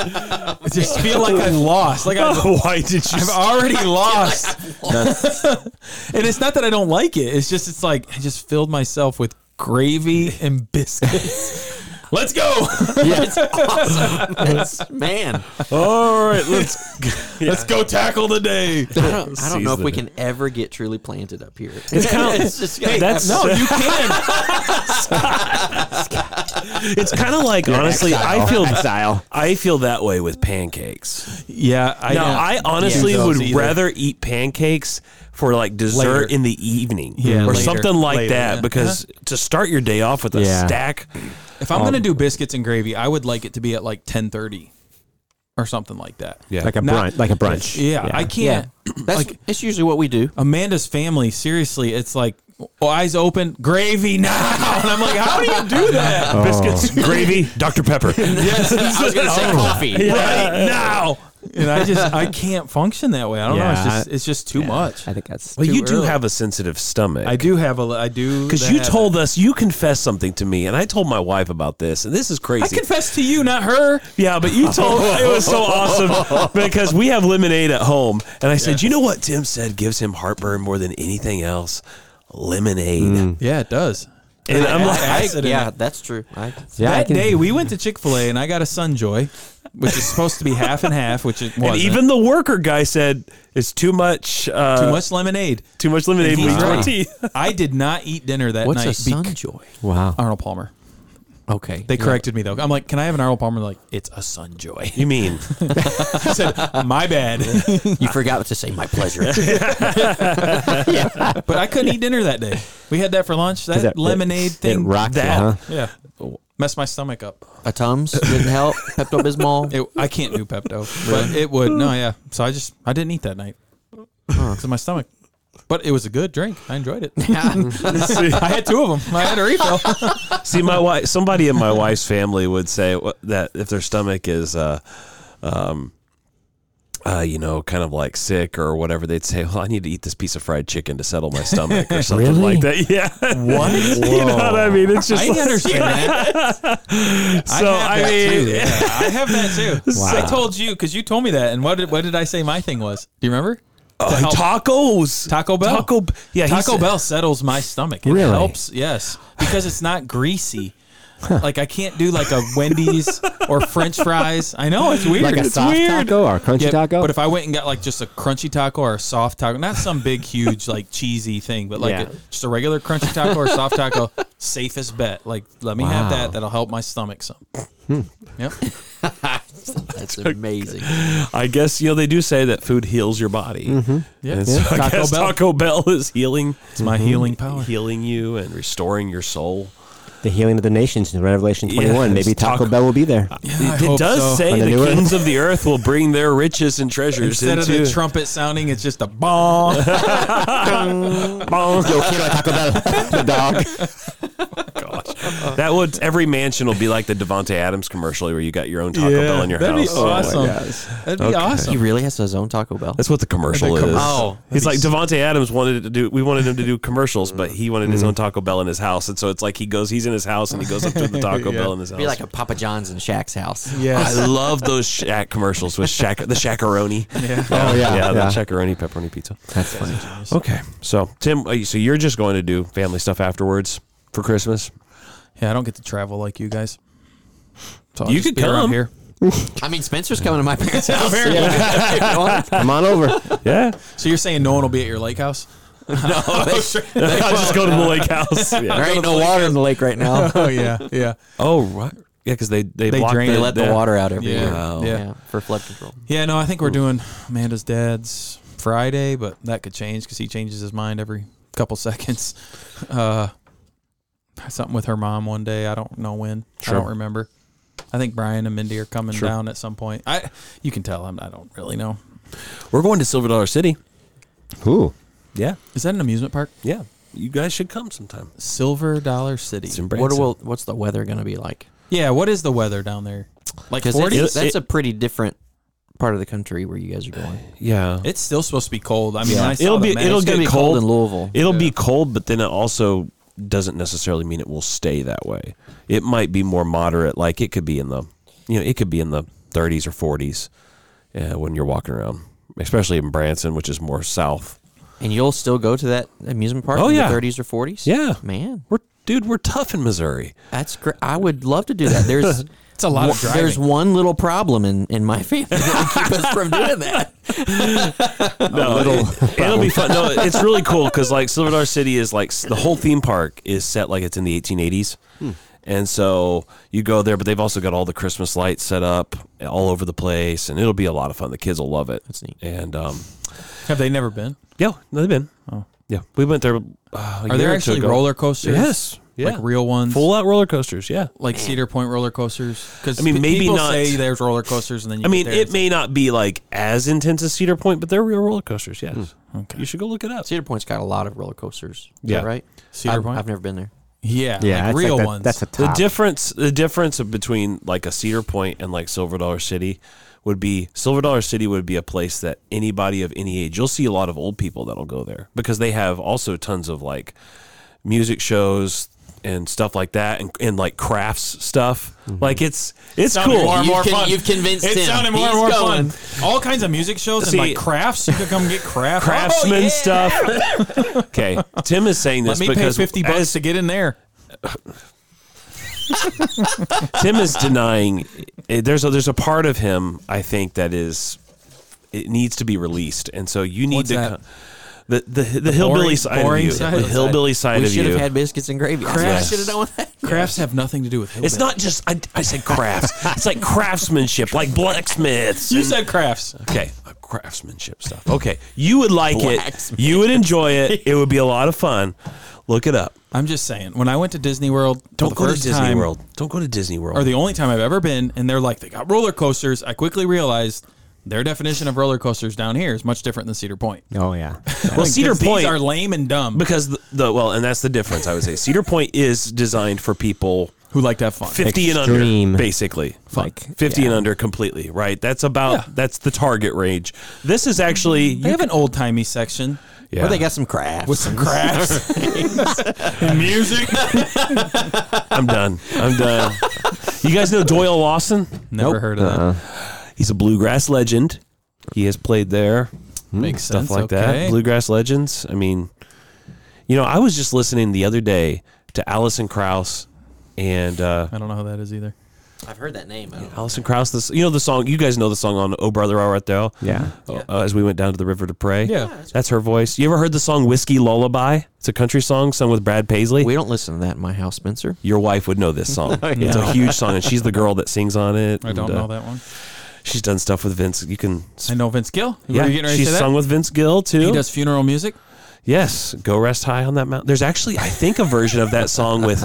[SPEAKER 3] I just feel like I've lost. Like I've,
[SPEAKER 2] why did you?
[SPEAKER 3] I've already lost. and it's not that I don't like it. It's just it's like I just filled myself with gravy and biscuits. Let's go.
[SPEAKER 5] That's awesome. That's, man,
[SPEAKER 2] All right, let's.
[SPEAKER 3] Let's go tackle the day.
[SPEAKER 5] I don't, I don't know if
[SPEAKER 2] Seize
[SPEAKER 5] we
[SPEAKER 2] the
[SPEAKER 5] can ever get truly planted up here.
[SPEAKER 2] kinda-
[SPEAKER 5] It's just gonna
[SPEAKER 2] that's-
[SPEAKER 5] happen.
[SPEAKER 3] No, Oh, you can.
[SPEAKER 2] It's kind of like honestly, I feel
[SPEAKER 4] Exile.
[SPEAKER 2] I feel that way with pancakes.
[SPEAKER 3] Yeah, I
[SPEAKER 2] Now, I honestly
[SPEAKER 3] those
[SPEAKER 2] would
[SPEAKER 3] either.
[SPEAKER 2] rather eat pancakes for like dessert
[SPEAKER 3] Later.
[SPEAKER 2] in the evening
[SPEAKER 3] Yeah,
[SPEAKER 2] or
[SPEAKER 3] later.
[SPEAKER 2] something like
[SPEAKER 3] Later,
[SPEAKER 2] that
[SPEAKER 3] yeah.
[SPEAKER 2] because to start your day off with a
[SPEAKER 4] Yeah.
[SPEAKER 2] stack.
[SPEAKER 3] If I'm
[SPEAKER 4] Um,
[SPEAKER 3] gonna do biscuits and gravy, I would like it to be at like ten thirty or something like that.
[SPEAKER 2] Yeah.
[SPEAKER 4] Like a
[SPEAKER 3] Not-
[SPEAKER 4] brunch. Like a brunch.
[SPEAKER 3] Yeah, I
[SPEAKER 5] Yeah,
[SPEAKER 3] can't.
[SPEAKER 5] that's it's usually what we do.
[SPEAKER 3] Amanda's family, seriously, it's like eyes open, gravy now. And I'm like, how do you do that?
[SPEAKER 2] Biscuits,
[SPEAKER 3] Oh.
[SPEAKER 2] gravy, Dr. Pepper.
[SPEAKER 3] Yes, I was gonna say coffee.
[SPEAKER 2] Right now.
[SPEAKER 3] And I just I can't function that way. I don't know. It's
[SPEAKER 4] Yeah,
[SPEAKER 3] just
[SPEAKER 4] I-
[SPEAKER 3] it's just too much.
[SPEAKER 4] I think that's
[SPEAKER 2] Well,
[SPEAKER 3] Too
[SPEAKER 2] you do
[SPEAKER 3] early.
[SPEAKER 2] have a sensitive stomach.
[SPEAKER 3] I do have a li- I do
[SPEAKER 2] Because
[SPEAKER 3] that
[SPEAKER 2] you
[SPEAKER 3] habit.
[SPEAKER 2] told us, you confessed something to me, and I told my wife about this, and this is crazy.
[SPEAKER 3] I confess to you, not her.
[SPEAKER 2] Yeah, but you told it was so awesome because we have lemonade at home, and I said, you know what Tim said gives him heartburn more than anything else, lemonade.
[SPEAKER 3] Yeah, it does.
[SPEAKER 2] And I'm like,
[SPEAKER 3] acid in
[SPEAKER 5] yeah,
[SPEAKER 3] it.
[SPEAKER 5] that's true. I,
[SPEAKER 4] Yeah, I
[SPEAKER 3] that
[SPEAKER 4] can-
[SPEAKER 3] day we went to Chick Fil A and I got a Sunjoy, which is supposed to be half and half, which it
[SPEAKER 2] and
[SPEAKER 3] wasn't.
[SPEAKER 2] even the worker guy said it's too much, uh,
[SPEAKER 3] too much lemonade.
[SPEAKER 2] too much lemonade
[SPEAKER 3] He's
[SPEAKER 2] between your
[SPEAKER 3] right.
[SPEAKER 2] teeth.
[SPEAKER 3] I did not eat dinner that
[SPEAKER 5] what's
[SPEAKER 3] night.
[SPEAKER 5] a
[SPEAKER 3] be-
[SPEAKER 5] sunjoy?
[SPEAKER 4] wow.
[SPEAKER 3] Arnold Palmer.
[SPEAKER 5] Okay,
[SPEAKER 3] They corrected me though. I'm like, can I have an Arnold Palmer? They're like, it's a Sunjoy.
[SPEAKER 2] You mean
[SPEAKER 3] I said, my bad.
[SPEAKER 5] you forgot to say my pleasure.
[SPEAKER 3] but I couldn't eat dinner that day. We had that for lunch. That,
[SPEAKER 4] that-
[SPEAKER 3] lemonade
[SPEAKER 4] it- it
[SPEAKER 3] thing.
[SPEAKER 4] rocked you,
[SPEAKER 3] that,
[SPEAKER 4] huh?
[SPEAKER 3] Yeah. Messed my stomach up.
[SPEAKER 5] a Tums didn't help. Pepto Bismol.
[SPEAKER 3] It, I can't do Pepto, but it would. No, yeah. So I just I didn't eat that night because of my stomach. But it was a good drink. I enjoyed it. I had two of them. I had a refill.
[SPEAKER 2] See, my wife, somebody in my wife's family would say wh- that if their stomach is, uh, um, uh, you know, kind of like sick or whatever, they'd say, "Well, I need to eat this piece of fried chicken to settle my stomach or something like that." Yeah, what? you know what I mean? It's just
[SPEAKER 3] I
[SPEAKER 2] like-
[SPEAKER 3] understand that.
[SPEAKER 2] So, I
[SPEAKER 3] I, have that
[SPEAKER 2] mean-
[SPEAKER 3] too. Yeah, I have that too. I told you because you told me that, and what did what did I say? My thing was. Do you remember? To
[SPEAKER 2] Uh,
[SPEAKER 3] help-
[SPEAKER 2] tacos,
[SPEAKER 3] Taco Bell.
[SPEAKER 2] Taco, B- yeah, he
[SPEAKER 3] Taco
[SPEAKER 2] said-
[SPEAKER 3] Bell settles my stomach. It
[SPEAKER 4] Really?
[SPEAKER 3] helps, yes, because it's not greasy. Like I can't do like a Wendy's or French fries. I know it's weird.
[SPEAKER 4] Like a
[SPEAKER 3] It's
[SPEAKER 4] soft
[SPEAKER 3] weird.
[SPEAKER 4] taco or a crunchy
[SPEAKER 3] Yeah,
[SPEAKER 4] taco?
[SPEAKER 3] But if I went and got like just a crunchy taco or a soft taco, not some big huge like cheesy thing, but like
[SPEAKER 4] Yeah.
[SPEAKER 3] a, just a regular crunchy taco or soft taco, safest bet. Like let me have
[SPEAKER 5] Wow.
[SPEAKER 3] that. That'll help my stomach some. Yep.
[SPEAKER 5] That's amazing.
[SPEAKER 2] I guess you know they do say that food heals your body.
[SPEAKER 3] Yeah.
[SPEAKER 2] And so I
[SPEAKER 3] Taco
[SPEAKER 2] guess
[SPEAKER 3] Bell.
[SPEAKER 2] Taco Bell is healing,
[SPEAKER 3] It's my healing power.
[SPEAKER 2] healing you and restoring your soul.
[SPEAKER 4] The healing of the nations in Revelation 21.
[SPEAKER 2] Yeah,
[SPEAKER 4] Maybe
[SPEAKER 2] it's
[SPEAKER 4] Taco
[SPEAKER 2] taco-
[SPEAKER 4] Bell will be there.
[SPEAKER 3] I
[SPEAKER 2] It, it
[SPEAKER 3] hope
[SPEAKER 2] does
[SPEAKER 3] so.
[SPEAKER 2] say
[SPEAKER 4] On
[SPEAKER 2] the,
[SPEAKER 4] the new earth.
[SPEAKER 2] kings of the earth will bring their riches and treasures
[SPEAKER 3] Instead of
[SPEAKER 2] into
[SPEAKER 3] the trumpet sounding, it's just a bong.
[SPEAKER 2] Oh,
[SPEAKER 4] Yo, kid, I Taco Bell. the dog.
[SPEAKER 2] Gosh. That would every mansion will be like the Devonte Adams commercial where you got your own Taco Bell in your
[SPEAKER 3] that'd
[SPEAKER 2] house. Oh,
[SPEAKER 3] Be awesome. that'd be
[SPEAKER 5] He
[SPEAKER 3] awesome.
[SPEAKER 5] really has his own Taco Bell.
[SPEAKER 2] That's what the commercial
[SPEAKER 3] That'd be
[SPEAKER 2] is.
[SPEAKER 3] com- Oh.
[SPEAKER 2] he's like Devonte Adams wanted to do. We wanted him to do commercials, but he wanted his own Taco Bell in his house, and so it's like he goes. He's in his house, and he goes up to the Taco Bell in his house.
[SPEAKER 5] be like a Papa John's and Shaq's house.
[SPEAKER 2] I
[SPEAKER 3] Yes.
[SPEAKER 2] love those Shaq commercials with Shaq, the Shaqaroni. Yeah.
[SPEAKER 4] Oh, yeah,
[SPEAKER 2] yeah, the
[SPEAKER 4] yeah.
[SPEAKER 2] Shaqaroni pepperoni pizza.
[SPEAKER 4] That's funny.
[SPEAKER 2] Okay, so Tim, are you- so you're just going to do family stuff afterwards for Christmas?
[SPEAKER 3] Yeah, I don't get to travel like you guys. So
[SPEAKER 2] You
[SPEAKER 3] just
[SPEAKER 2] could
[SPEAKER 3] be around
[SPEAKER 2] come.
[SPEAKER 3] here.
[SPEAKER 5] I mean, Spencer's coming to my parents' house.
[SPEAKER 4] Come on over.
[SPEAKER 2] Yeah,
[SPEAKER 3] So you're saying no one will be at your lake house?
[SPEAKER 2] I'll just go to the lake house.
[SPEAKER 5] There ain't no water in the lake right now.
[SPEAKER 3] Oh yeah, yeah,
[SPEAKER 2] Oh, right. Yeah, because they they,
[SPEAKER 3] They
[SPEAKER 2] block
[SPEAKER 3] drain
[SPEAKER 2] the,
[SPEAKER 5] They let the
[SPEAKER 2] yeah.
[SPEAKER 5] water out every
[SPEAKER 3] Yeah.
[SPEAKER 5] year.
[SPEAKER 2] Wow.
[SPEAKER 3] Yeah.
[SPEAKER 5] for flood control.
[SPEAKER 3] yeah. No, I think we're doing Amanda's dad's Friday, but that could change because he changes his mind every couple seconds. Uh, something with her mom one day. I don't know when.
[SPEAKER 2] Sure.
[SPEAKER 3] I don't remember. I think Brian and Mindy are coming
[SPEAKER 2] Sure.
[SPEAKER 3] down at some point. I, you can tell I'm. I don't really know.
[SPEAKER 2] We're going to Silver Dollar City.
[SPEAKER 4] Ooh.
[SPEAKER 2] Yeah,
[SPEAKER 3] Is that an amusement park?
[SPEAKER 2] yeah. You guys should come sometime.
[SPEAKER 3] Silver Dollar City.
[SPEAKER 2] It's in
[SPEAKER 5] What
[SPEAKER 2] Branson.
[SPEAKER 5] will? What's the weather going to be like?
[SPEAKER 3] Yeah, what is the weather down there? Like
[SPEAKER 5] Because
[SPEAKER 3] 40?
[SPEAKER 5] that's,
[SPEAKER 2] It-
[SPEAKER 5] a pretty different part of the country where you guys are going.
[SPEAKER 2] yeah.
[SPEAKER 3] It's still supposed to be cold. I mean,
[SPEAKER 5] Yeah.
[SPEAKER 3] I saw
[SPEAKER 2] It'll
[SPEAKER 3] the
[SPEAKER 2] be-
[SPEAKER 3] map.
[SPEAKER 2] it'll
[SPEAKER 5] It's
[SPEAKER 2] get
[SPEAKER 5] going to be
[SPEAKER 2] cold.
[SPEAKER 5] cold in Louisville.
[SPEAKER 2] It'll be cold, but then it also doesn't necessarily mean it will stay that way. It might be more moderate. Like it could be in the, you know, it could be in the 30s or 40s uh, when you're walking around, especially in Branson, which is more south.
[SPEAKER 5] and you'll still go to that amusement park.
[SPEAKER 2] Oh,
[SPEAKER 5] in
[SPEAKER 2] yeah.
[SPEAKER 5] the 30s or 40s.
[SPEAKER 2] Yeah.
[SPEAKER 5] man,
[SPEAKER 2] We're dude, we're tough in Missouri.
[SPEAKER 5] that's great. I would love to do that. There's
[SPEAKER 3] It's a lot of driving.
[SPEAKER 5] There's one little problem in in my family that would keep us from doing that.
[SPEAKER 2] No, Uh, it, will be fun. No, it's really cool because like Silver Dollar City is like s- the whole theme park is set like it's in the 1880s,
[SPEAKER 5] Hmm.
[SPEAKER 2] and so you go there, but they've also got all the Christmas lights set up all over the place, and it'll be a lot of fun. The kids will love it.
[SPEAKER 5] That's neat.
[SPEAKER 2] And um,
[SPEAKER 3] Have they never been?
[SPEAKER 5] Oh.
[SPEAKER 2] yeah, no, they've been. Yeah, we went there. Uh, a
[SPEAKER 3] Are
[SPEAKER 2] year
[SPEAKER 3] there
[SPEAKER 2] or two
[SPEAKER 3] actually
[SPEAKER 2] ago.
[SPEAKER 3] roller coasters?
[SPEAKER 2] Yes. Yeah.
[SPEAKER 3] like real ones,
[SPEAKER 2] Full out roller coasters. Yeah.
[SPEAKER 3] like Cedar Point roller coasters. Because
[SPEAKER 2] I mean, maybe
[SPEAKER 3] people
[SPEAKER 2] not-
[SPEAKER 3] say there's roller coasters, and then you
[SPEAKER 2] I
[SPEAKER 3] get
[SPEAKER 2] mean,
[SPEAKER 3] there
[SPEAKER 2] it
[SPEAKER 3] and
[SPEAKER 2] may not be like as intense as Cedar Point, but they're real roller coasters. Yes.
[SPEAKER 5] Hmm.
[SPEAKER 2] You should go look it up.
[SPEAKER 5] Cedar Point's got a lot of roller coasters. Is
[SPEAKER 2] Yeah.
[SPEAKER 5] that right?
[SPEAKER 3] Cedar
[SPEAKER 5] I've,
[SPEAKER 3] Point?
[SPEAKER 5] I've never been there.
[SPEAKER 3] yeah,
[SPEAKER 4] Yeah,
[SPEAKER 3] like
[SPEAKER 4] it's
[SPEAKER 3] real
[SPEAKER 4] like that-
[SPEAKER 3] ones.
[SPEAKER 4] That's a
[SPEAKER 2] The
[SPEAKER 4] top.
[SPEAKER 2] difference, the difference between like a Cedar Point and like Silver Dollar City would be Silver Dollar City would be a place that anybody of any age. You'll see a lot of old people that'll go there because they have also tons of like music shows and stuff like that and, and like crafts stuff.
[SPEAKER 3] Mm-hmm.
[SPEAKER 2] Like it's it's cool.
[SPEAKER 5] more and You've more con- fun. you've convinced
[SPEAKER 3] it
[SPEAKER 5] him.
[SPEAKER 3] sounded more and
[SPEAKER 5] He's
[SPEAKER 3] more
[SPEAKER 5] going.
[SPEAKER 3] fun. All kinds of music shows
[SPEAKER 2] See-
[SPEAKER 3] and like crafts. You could come get
[SPEAKER 5] Oh,
[SPEAKER 3] crafts. Oh,
[SPEAKER 2] Craftsman stuff. okay, Tim is saying
[SPEAKER 3] Let
[SPEAKER 2] this
[SPEAKER 3] me pay
[SPEAKER 2] because
[SPEAKER 3] fifty bucks
[SPEAKER 2] as
[SPEAKER 3] to get in there.
[SPEAKER 2] Tim is denying. eh, There's a, there's a part of him I think that is it needs to be released, and so you need
[SPEAKER 3] What's
[SPEAKER 2] to.
[SPEAKER 3] that?
[SPEAKER 2] co- The, the, the, hillbilly
[SPEAKER 3] boring-
[SPEAKER 2] side of
[SPEAKER 3] boring
[SPEAKER 2] you,
[SPEAKER 3] side?
[SPEAKER 2] the hillbilly side
[SPEAKER 5] we
[SPEAKER 2] of
[SPEAKER 5] should
[SPEAKER 2] you.
[SPEAKER 5] have had biscuits and gravy. I
[SPEAKER 2] Crafts.
[SPEAKER 5] should have known that.
[SPEAKER 3] Crafts have nothing to do with.
[SPEAKER 2] it's
[SPEAKER 3] hillbilly.
[SPEAKER 2] not just I, I said crafts. it's like craftsmanship, like blacksmiths.
[SPEAKER 3] You
[SPEAKER 2] and-
[SPEAKER 3] said crafts.
[SPEAKER 2] okay, uh, craftsmanship stuff. Okay, you would like it.
[SPEAKER 5] Blacksmith.
[SPEAKER 2] You would enjoy it. It would be a lot of fun. Look it up.
[SPEAKER 3] I'm just saying. When I went to Disney World, for
[SPEAKER 2] Don't
[SPEAKER 3] the
[SPEAKER 2] go to
[SPEAKER 3] first
[SPEAKER 2] Disney
[SPEAKER 3] time,
[SPEAKER 2] World. Don't go to Disney World.
[SPEAKER 3] or the only time I've ever been, and they're like, they got roller coasters. I quickly realized their definition of roller coasters down here is much different than Cedar Point.
[SPEAKER 4] Oh yeah.
[SPEAKER 2] well, Cedar
[SPEAKER 3] Because
[SPEAKER 2] Point
[SPEAKER 3] these are lame and dumb
[SPEAKER 2] because the, the well, and that's the difference. I would say Cedar Point is designed for people
[SPEAKER 3] who like to have fun.
[SPEAKER 2] 50 and
[SPEAKER 4] Extreme.
[SPEAKER 2] under basically
[SPEAKER 4] Like,
[SPEAKER 2] 50 and under completely right that's about
[SPEAKER 3] Yeah.
[SPEAKER 2] that's the target range this is actually
[SPEAKER 3] They have an old timey section
[SPEAKER 2] yeah.
[SPEAKER 5] Or they got some crafts.
[SPEAKER 3] with some crafts, and music.
[SPEAKER 2] i'm done i'm done you guys know doyle lawson
[SPEAKER 3] Never
[SPEAKER 2] Nope.
[SPEAKER 3] heard of that.
[SPEAKER 2] he's a bluegrass legend he has played there
[SPEAKER 3] Makes
[SPEAKER 2] stuff
[SPEAKER 3] sense.
[SPEAKER 2] like
[SPEAKER 3] okay.
[SPEAKER 2] that bluegrass legends i mean you know i was just listening the other day to allison krauss and uh
[SPEAKER 3] I don't know how that is either.
[SPEAKER 5] I've heard that name. I don't know.
[SPEAKER 2] allison krauss this you know the song you guys know the song on oh brother all right thou
[SPEAKER 4] Yeah.
[SPEAKER 2] uh, as we went down to the river to pray.
[SPEAKER 3] Yeah. Yeah,
[SPEAKER 2] that's, her voice. You ever heard the song "Whiskey Lullaby"? It's a country song sung with Brad Paisley.
[SPEAKER 5] We don't listen to that in my house, Spencer.
[SPEAKER 2] Your wife would know this song. It's a huge song, and she's the girl that sings on it.
[SPEAKER 3] I
[SPEAKER 2] and,
[SPEAKER 3] don't
[SPEAKER 2] uh,
[SPEAKER 3] know that one.
[SPEAKER 2] She's done stuff with Vince. You can,
[SPEAKER 3] I know Vince Gill. Were
[SPEAKER 2] yeah,
[SPEAKER 3] you getting ready to
[SPEAKER 2] she's
[SPEAKER 3] say that?
[SPEAKER 2] sung with Vince Gill too.
[SPEAKER 3] He does funeral music.
[SPEAKER 2] Yes, go rest high on that mountain. There's actually, I think, a version of that song with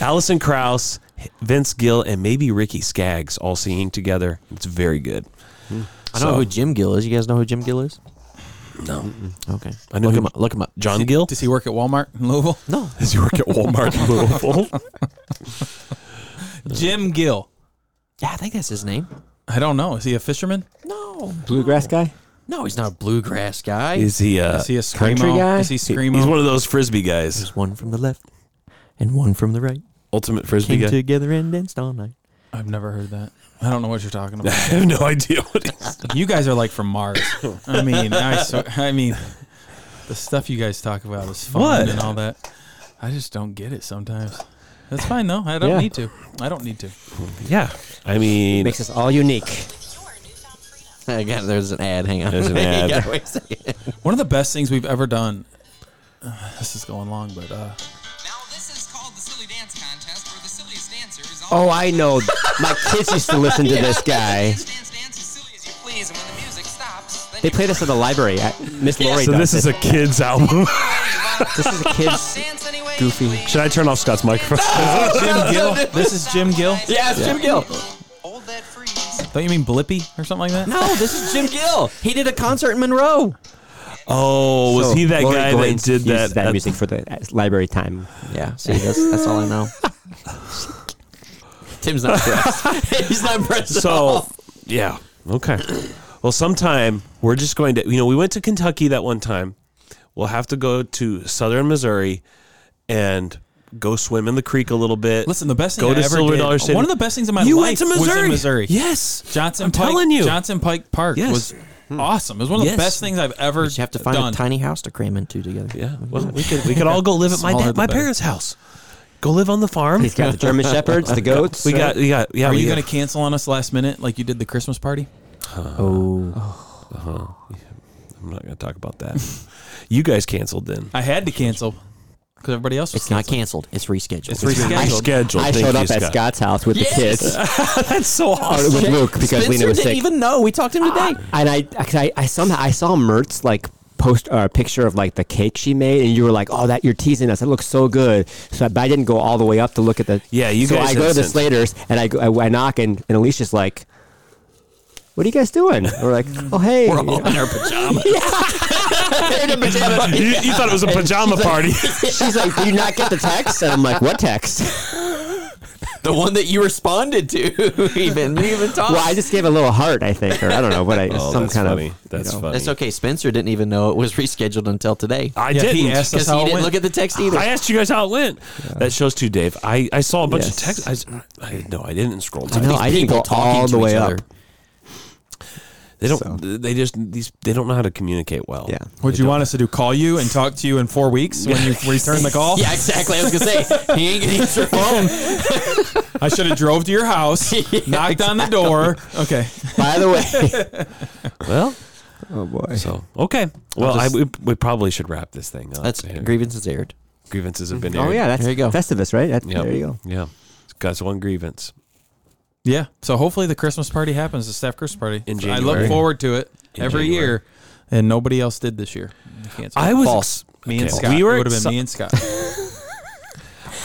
[SPEAKER 2] Allison Krauss, Vince Gill, and maybe Ricky Skaggs all singing together. It's very good.
[SPEAKER 5] I know
[SPEAKER 2] So-
[SPEAKER 5] who Jim Gill is. You guys know who Jim Gill is?
[SPEAKER 2] No,
[SPEAKER 5] Okay.
[SPEAKER 2] I know
[SPEAKER 5] look
[SPEAKER 2] who-
[SPEAKER 5] him up. Look him up.
[SPEAKER 2] John Gill.
[SPEAKER 3] Does he work at Walmart in Louisville?
[SPEAKER 5] No.
[SPEAKER 2] Does he work at Walmart in Louisville?
[SPEAKER 3] Jim Gill.
[SPEAKER 5] Yeah, I think that's his name.
[SPEAKER 3] I don't know. Is he a fisherman?
[SPEAKER 5] No.
[SPEAKER 4] Bluegrass guy.
[SPEAKER 5] No, he's not a bluegrass guy.
[SPEAKER 2] Is he? Uh,
[SPEAKER 3] Is he a screamo?
[SPEAKER 4] country guy?
[SPEAKER 3] Is he screamo?
[SPEAKER 2] He's one of those frisbee guys,
[SPEAKER 5] There's one from the left and one from the right.
[SPEAKER 2] ultimate frisbee
[SPEAKER 5] Came
[SPEAKER 2] guy.
[SPEAKER 5] together and danced all night.
[SPEAKER 3] I've never heard that. I don't know what you're talking
[SPEAKER 2] I
[SPEAKER 3] about.
[SPEAKER 2] have no idea what it is.
[SPEAKER 3] you guys are like from Mars. I mean, I, so, I mean, the stuff you guys talk about is fun
[SPEAKER 2] What?
[SPEAKER 3] and all that. I just don't get it sometimes. That's fine though. I don't
[SPEAKER 4] Yeah.
[SPEAKER 3] need to. I don't need to.
[SPEAKER 2] Yeah, I mean,
[SPEAKER 4] Makes us all unique.
[SPEAKER 5] I got there's an ad. Hang on.
[SPEAKER 2] There's an
[SPEAKER 5] You
[SPEAKER 2] ad.
[SPEAKER 5] gotta wait a second.
[SPEAKER 3] One of the best things we've ever done. Uh, this is going long, but uh,
[SPEAKER 6] Now this is called the silly dance contest, where the silliest dancer is
[SPEAKER 4] Oh,
[SPEAKER 6] always
[SPEAKER 4] I know. My kids used to listen to this guy.
[SPEAKER 6] dance, dance, dance as silly as you please, and when the music stops, then
[SPEAKER 4] They
[SPEAKER 6] you
[SPEAKER 4] play this at the library. I- Miss Lori
[SPEAKER 2] so
[SPEAKER 4] does
[SPEAKER 2] this is a kids album.
[SPEAKER 4] this is a kids.
[SPEAKER 6] dance anyway.
[SPEAKER 4] Goofy.
[SPEAKER 2] Should I turn off Scott's microphone?
[SPEAKER 3] Jim Gill. This is Jim Gill.
[SPEAKER 5] Yeah, it's Jim Gill.
[SPEAKER 6] Hold that freeze.
[SPEAKER 3] Don't you mean Blippy or something like that?
[SPEAKER 5] No, this is Jim Gill. He did a concert in Monroe.
[SPEAKER 2] oh, was
[SPEAKER 4] So
[SPEAKER 2] he that
[SPEAKER 4] Lori
[SPEAKER 2] guy that
[SPEAKER 4] Goins
[SPEAKER 2] did
[SPEAKER 4] uses
[SPEAKER 2] that?
[SPEAKER 4] that
[SPEAKER 2] at-
[SPEAKER 4] music for the uh, library time.
[SPEAKER 5] Yeah, see, that's that's all I know. Tim's not impressed. He's not impressed. at
[SPEAKER 2] so,
[SPEAKER 5] all.
[SPEAKER 2] yeah, okay. Well, sometime we're just going to, you know, we went to Kentucky that one time. We'll have to go to southern Missouri and go swim in the creek a little bit.
[SPEAKER 3] Listen, the best thing
[SPEAKER 2] go
[SPEAKER 3] I
[SPEAKER 2] to
[SPEAKER 3] ever
[SPEAKER 2] Silver
[SPEAKER 3] did-
[SPEAKER 2] Dollar City.
[SPEAKER 3] One of the best things in my
[SPEAKER 2] you
[SPEAKER 3] life
[SPEAKER 2] went to Missouri.
[SPEAKER 3] was in Missouri.
[SPEAKER 2] Yes,
[SPEAKER 3] Johnson
[SPEAKER 2] I'm
[SPEAKER 3] Pike,
[SPEAKER 2] telling you.
[SPEAKER 3] Johnson Pike Park
[SPEAKER 2] Yes. Hmm.
[SPEAKER 3] was awesome. It was one of the
[SPEAKER 2] Yes.
[SPEAKER 3] best things I've ever
[SPEAKER 5] you have to find
[SPEAKER 3] done.
[SPEAKER 5] a tiny house to cram into together.
[SPEAKER 2] Yeah. Well, we could we could all go live at my
[SPEAKER 3] Smaller
[SPEAKER 2] dad,
[SPEAKER 3] the
[SPEAKER 2] my
[SPEAKER 3] better.
[SPEAKER 2] parents' house. Go live on the farm.
[SPEAKER 4] He's got the German shepherds, the goats.
[SPEAKER 2] We got we got yeah.
[SPEAKER 3] Are
[SPEAKER 2] we
[SPEAKER 3] you
[SPEAKER 2] got-
[SPEAKER 3] going to cancel on us last minute like you did the Christmas party?
[SPEAKER 5] Oh,
[SPEAKER 2] I'm not going to talk about that. you guys canceled then.
[SPEAKER 3] I had to cancel because everybody else was
[SPEAKER 5] it's not canceled. It's rescheduled.
[SPEAKER 3] It's rescheduled.
[SPEAKER 2] I scheduled.
[SPEAKER 4] I
[SPEAKER 2] Thank
[SPEAKER 4] showed
[SPEAKER 2] you,
[SPEAKER 4] up at
[SPEAKER 2] Scott.
[SPEAKER 4] Scott's house with
[SPEAKER 5] Yes.
[SPEAKER 4] the kids
[SPEAKER 2] That's so
[SPEAKER 4] uh,
[SPEAKER 2] awesome.
[SPEAKER 4] with Luke because
[SPEAKER 5] Spencer
[SPEAKER 4] Lena was
[SPEAKER 5] didn't
[SPEAKER 4] sick.
[SPEAKER 5] even know. We talked to him today.
[SPEAKER 4] and I, 'cause I, I somehow I saw Mertz like post or a picture of like the cake she made, and you were like, "Oh, that you're teasing us. It looks so good." So, I, but I didn't go all the way up to look at the.
[SPEAKER 2] Yeah, you
[SPEAKER 4] So
[SPEAKER 2] guys
[SPEAKER 4] I go
[SPEAKER 2] had
[SPEAKER 4] to the
[SPEAKER 2] sent-
[SPEAKER 4] Slaters, and I, go, I I knock, and, and Alicia's like, "What are you guys doing?" And we're like, "Oh, hey."
[SPEAKER 5] We're all in our pajamas.
[SPEAKER 2] you, you thought it was a pajama party.
[SPEAKER 4] She's like, "Do you not get the text?" And I'm like, "What text?"
[SPEAKER 5] the one that you responded to, even you even talked.
[SPEAKER 4] Well, I just gave a little heart, I think, or I don't know, but I
[SPEAKER 2] oh,
[SPEAKER 4] some
[SPEAKER 2] that's
[SPEAKER 4] kind
[SPEAKER 2] funny.
[SPEAKER 4] of.
[SPEAKER 2] that's funny.
[SPEAKER 5] That's okay. Spencer didn't even know it was rescheduled until today.
[SPEAKER 2] I
[SPEAKER 3] Yeah, he
[SPEAKER 2] didn't.
[SPEAKER 3] asked us
[SPEAKER 5] Because he
[SPEAKER 3] how it
[SPEAKER 5] didn't
[SPEAKER 3] went.
[SPEAKER 5] look at the text either.
[SPEAKER 2] I asked you guys how it went. That shows too, Dave. I, I saw a bunch
[SPEAKER 4] Yes.
[SPEAKER 2] of texts. I, I no, I didn't scroll.
[SPEAKER 4] I
[SPEAKER 2] Down.
[SPEAKER 4] know. I didn't
[SPEAKER 5] people
[SPEAKER 4] go
[SPEAKER 5] talking
[SPEAKER 4] all
[SPEAKER 5] to
[SPEAKER 4] the
[SPEAKER 5] each
[SPEAKER 4] way
[SPEAKER 5] other.
[SPEAKER 4] up.
[SPEAKER 2] They don't.
[SPEAKER 4] So-
[SPEAKER 2] They just these. They don't know how to communicate well.
[SPEAKER 4] Yeah.
[SPEAKER 3] Would you want us to do? Call you and talk to you in four weeks when you return the call?
[SPEAKER 5] Yeah, exactly. I was gonna say he ain't gonna answer phone.
[SPEAKER 3] I should have drove to your house, knocked on the door. Okay.
[SPEAKER 4] By the way,
[SPEAKER 2] Well.
[SPEAKER 4] oh boy.
[SPEAKER 2] So okay. Well,
[SPEAKER 5] just-
[SPEAKER 2] I we, we probably should wrap this thing up.
[SPEAKER 5] That's
[SPEAKER 2] Here.
[SPEAKER 5] grievances aired.
[SPEAKER 2] grievances have been.
[SPEAKER 4] Oh
[SPEAKER 2] aired.
[SPEAKER 4] yeah, that's
[SPEAKER 5] There you go.
[SPEAKER 4] Festivus, right? That,
[SPEAKER 2] Yep.
[SPEAKER 4] There you go.
[SPEAKER 2] Yeah. Got one grievance.
[SPEAKER 3] Yeah. So hopefully the Christmas party happens, the staff Christmas party.
[SPEAKER 2] In
[SPEAKER 3] I look
[SPEAKER 2] January.
[SPEAKER 3] forward to it
[SPEAKER 2] In
[SPEAKER 3] every
[SPEAKER 2] January.
[SPEAKER 3] year, and nobody else did this year. You can't say-
[SPEAKER 2] I was
[SPEAKER 5] False.
[SPEAKER 3] me and
[SPEAKER 2] okay.
[SPEAKER 3] Scott.
[SPEAKER 2] We
[SPEAKER 3] it
[SPEAKER 2] were
[SPEAKER 3] would have
[SPEAKER 2] exci-
[SPEAKER 3] been me and Scott.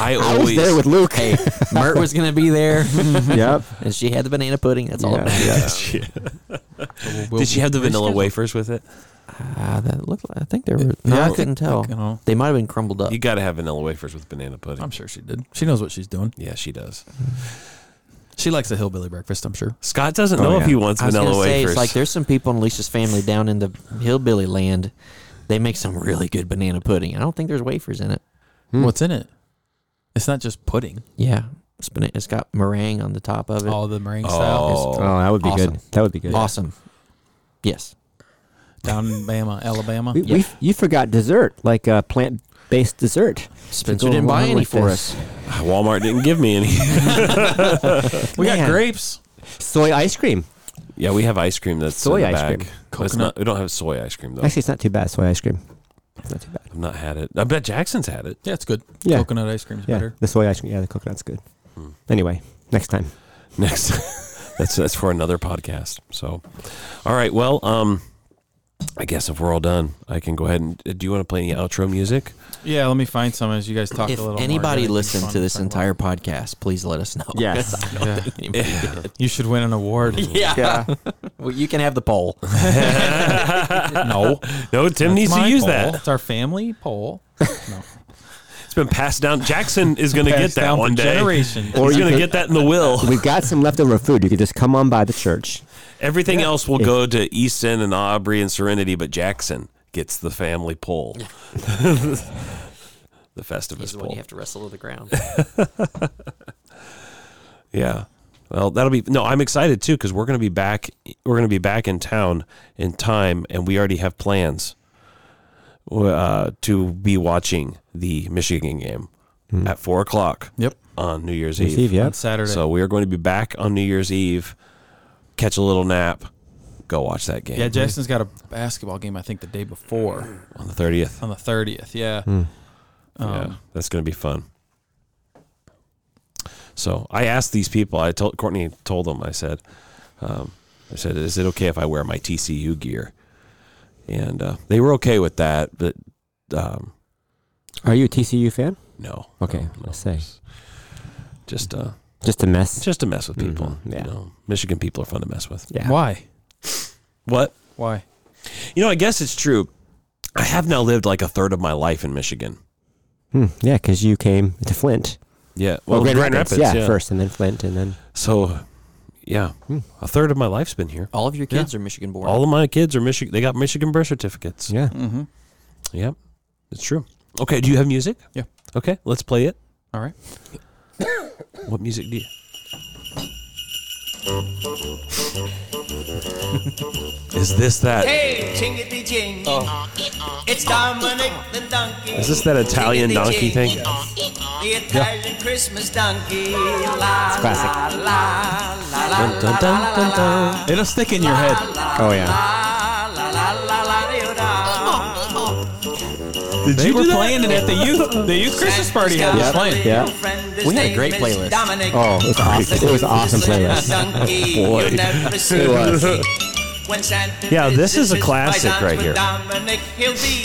[SPEAKER 2] I
[SPEAKER 4] I was
[SPEAKER 2] always.
[SPEAKER 4] there with Luke.
[SPEAKER 5] Hey, Mert was gonna be there,
[SPEAKER 4] yep.
[SPEAKER 5] and she had the banana pudding. That's all.
[SPEAKER 4] Yeah,
[SPEAKER 5] that matters.
[SPEAKER 4] yeah.
[SPEAKER 3] We'll-
[SPEAKER 2] Did she have the vanilla
[SPEAKER 5] rescheduled.
[SPEAKER 2] wafers with it?
[SPEAKER 5] Ah, that looked. Like, I think they were. No,
[SPEAKER 3] Yeah,
[SPEAKER 5] I
[SPEAKER 3] I
[SPEAKER 5] couldn't tell.
[SPEAKER 3] you know.
[SPEAKER 5] They might have been crumbled up.
[SPEAKER 2] You got to have vanilla wafers with banana pudding.
[SPEAKER 3] Uh, I'm sure she did. She knows what she's doing.
[SPEAKER 2] yeah, she does.
[SPEAKER 3] She likes a hillbilly breakfast. I'm sure.
[SPEAKER 2] Scott doesn't
[SPEAKER 4] Oh,
[SPEAKER 2] know if
[SPEAKER 4] yeah.
[SPEAKER 2] he wants
[SPEAKER 5] I was
[SPEAKER 2] vanilla
[SPEAKER 5] gonna say,
[SPEAKER 2] wafers.
[SPEAKER 5] it's like there's some people in Alicia's family down in the hillbilly land. They make some really good banana pudding. I don't think there's wafers in it.
[SPEAKER 4] Hmm.
[SPEAKER 3] What's in it? It's not just pudding.
[SPEAKER 5] Yeah, it's, bana- it's got meringue on the top of it.
[SPEAKER 3] All the meringue
[SPEAKER 2] Oh.
[SPEAKER 3] style
[SPEAKER 4] Oh, that would be
[SPEAKER 5] Awesome.
[SPEAKER 4] good. That would be good.
[SPEAKER 5] Awesome.
[SPEAKER 3] is
[SPEAKER 5] Yes.
[SPEAKER 3] down in Bama, Alabama.
[SPEAKER 4] We, we, you forgot dessert, like uh, plant-based dessert.
[SPEAKER 5] Spencer
[SPEAKER 4] Go
[SPEAKER 5] didn't buy
[SPEAKER 4] along
[SPEAKER 5] any
[SPEAKER 4] with
[SPEAKER 5] for us.
[SPEAKER 4] this.
[SPEAKER 2] Walmart didn't give me any.
[SPEAKER 3] We got
[SPEAKER 5] Man.
[SPEAKER 3] grapes.
[SPEAKER 4] Soy ice cream.
[SPEAKER 2] Yeah, we have ice cream that's
[SPEAKER 4] Soy
[SPEAKER 2] in the
[SPEAKER 4] ice
[SPEAKER 2] bag.
[SPEAKER 4] cream.
[SPEAKER 2] But it's
[SPEAKER 3] Coconut.
[SPEAKER 2] not- we don't have soy ice cream though.
[SPEAKER 4] Actually, it's not too bad. Soy ice cream. It's not too bad.
[SPEAKER 2] I've not had it. I bet Jackson's had it.
[SPEAKER 3] Yeah, it's good.
[SPEAKER 4] Yeah.
[SPEAKER 3] Coconut ice cream's
[SPEAKER 4] Yeah,
[SPEAKER 3] better.
[SPEAKER 4] the soy ice cream. Yeah, the coconut's good. Anyway, next time.
[SPEAKER 2] Next, that's that's for another podcast. So, all right. Well, um, I guess if we're all done, I can go ahead and. uh, Do you want to play any outro music?
[SPEAKER 3] Yeah, let me find some as you guys talk
[SPEAKER 5] If
[SPEAKER 3] a little.
[SPEAKER 5] anybody
[SPEAKER 3] more.
[SPEAKER 5] listened to this entire podcast, please let us know.
[SPEAKER 4] Yes.
[SPEAKER 5] 'Cause I don't
[SPEAKER 3] Yeah.
[SPEAKER 5] think anybody did.
[SPEAKER 3] you should win an award.
[SPEAKER 5] Yeah. well, you can have the poll.
[SPEAKER 2] no, no. Tim needs to
[SPEAKER 3] my
[SPEAKER 2] use
[SPEAKER 3] poll.
[SPEAKER 2] that.
[SPEAKER 3] It's our family poll. No.
[SPEAKER 2] It's been passed down. Jackson is going to get
[SPEAKER 3] Passed
[SPEAKER 2] that
[SPEAKER 3] down
[SPEAKER 2] one
[SPEAKER 3] for
[SPEAKER 2] day.
[SPEAKER 3] generation.
[SPEAKER 2] Or
[SPEAKER 3] Or
[SPEAKER 2] he's
[SPEAKER 4] you
[SPEAKER 2] going to get
[SPEAKER 4] could-
[SPEAKER 2] that in the will.
[SPEAKER 4] We've got some leftover food. You could just come on by the church.
[SPEAKER 2] Everything else will go to Easton and Aubrey and Serenity, but Jackson gets the family pull. the
[SPEAKER 5] This is
[SPEAKER 2] Festivus
[SPEAKER 5] when
[SPEAKER 2] pull.
[SPEAKER 5] you have to wrestle to the ground.
[SPEAKER 2] Yeah. Well, that'll be no. I'm excited too because we're going to be back. We're going to be back in town in time, and we already have plans uh, to be watching the Michigan game at four o'clock.
[SPEAKER 3] Yep.
[SPEAKER 2] on New Year's Eve.
[SPEAKER 4] Steve, yeah.
[SPEAKER 3] On Saturday.
[SPEAKER 2] So we are going to be back on New Year's Eve. Catch a little nap. Go watch that game
[SPEAKER 3] yeah, Jason's got a basketball game. I think the day before
[SPEAKER 2] on the thirtieth.
[SPEAKER 3] on the thirtieth. Yeah. Um,
[SPEAKER 2] yeah, that's going to be fun. So I asked these people. I told Courtney told them. I said, um, I said, is it okay if I wear my TCU gear? And uh, they were okay with that, but um,
[SPEAKER 4] Are you a TCU fan?
[SPEAKER 2] no.
[SPEAKER 4] Okay,
[SPEAKER 2] no, no.
[SPEAKER 4] let's say.
[SPEAKER 2] just uh,
[SPEAKER 4] Just a mess.
[SPEAKER 2] just to mess with people.
[SPEAKER 4] Mhm, yeah.
[SPEAKER 2] You know, Michigan people are fun to mess with.
[SPEAKER 4] yeah.
[SPEAKER 3] Why?
[SPEAKER 2] What?
[SPEAKER 3] Why?
[SPEAKER 2] You know, I guess it's true. I have now lived like a third of my life in Michigan.
[SPEAKER 4] Hmm, yeah, because you came to Flint.
[SPEAKER 2] Yeah, well, Grand, Rapids.
[SPEAKER 4] yeah,
[SPEAKER 2] yeah,
[SPEAKER 4] first, and then Flint, and then
[SPEAKER 2] So, yeah, Oh, a third of my life's been here.
[SPEAKER 5] All of your kids are Michigan born.
[SPEAKER 2] All of my kids are Michigan. They got Michigan birth certificates.
[SPEAKER 4] yeah.
[SPEAKER 3] Mm-hmm.
[SPEAKER 2] Yep. It's true. Okay. Do you have music?
[SPEAKER 3] Yeah.
[SPEAKER 2] Okay. Let's play it.
[SPEAKER 3] All right.
[SPEAKER 2] What music do you? Is this that?
[SPEAKER 7] Hey, chingity ching. It's Dominic the donkey.
[SPEAKER 2] Is this that Italian
[SPEAKER 7] Chingity
[SPEAKER 2] donkey
[SPEAKER 7] ching.
[SPEAKER 2] thing?
[SPEAKER 7] The Italian Christmas donkey. La,
[SPEAKER 4] classic.
[SPEAKER 7] La, la, la,
[SPEAKER 2] Dun, dun, dun, dun, dun.
[SPEAKER 3] It'll stick in your head.
[SPEAKER 4] Oh yeah.
[SPEAKER 7] la, la, la, la, la, la.
[SPEAKER 2] Did
[SPEAKER 3] They
[SPEAKER 2] you
[SPEAKER 3] were
[SPEAKER 2] do that?
[SPEAKER 3] playing it at the youth the youth Christmas party had us
[SPEAKER 7] Santa's got a
[SPEAKER 3] playing.
[SPEAKER 4] yeah.
[SPEAKER 7] little friend, his
[SPEAKER 5] We had a
[SPEAKER 7] name
[SPEAKER 5] great
[SPEAKER 7] is
[SPEAKER 5] playlist.
[SPEAKER 7] Dominic.
[SPEAKER 4] Oh, it was awesome. It was awesome
[SPEAKER 7] This little
[SPEAKER 4] playlist.
[SPEAKER 7] donkey,
[SPEAKER 2] Boy.
[SPEAKER 7] you'll never see. When Santa
[SPEAKER 2] Yeah, this is
[SPEAKER 7] visits
[SPEAKER 2] a
[SPEAKER 7] his
[SPEAKER 2] classic
[SPEAKER 7] paisans
[SPEAKER 2] right
[SPEAKER 7] with
[SPEAKER 2] here.
[SPEAKER 7] Dominic, he'll be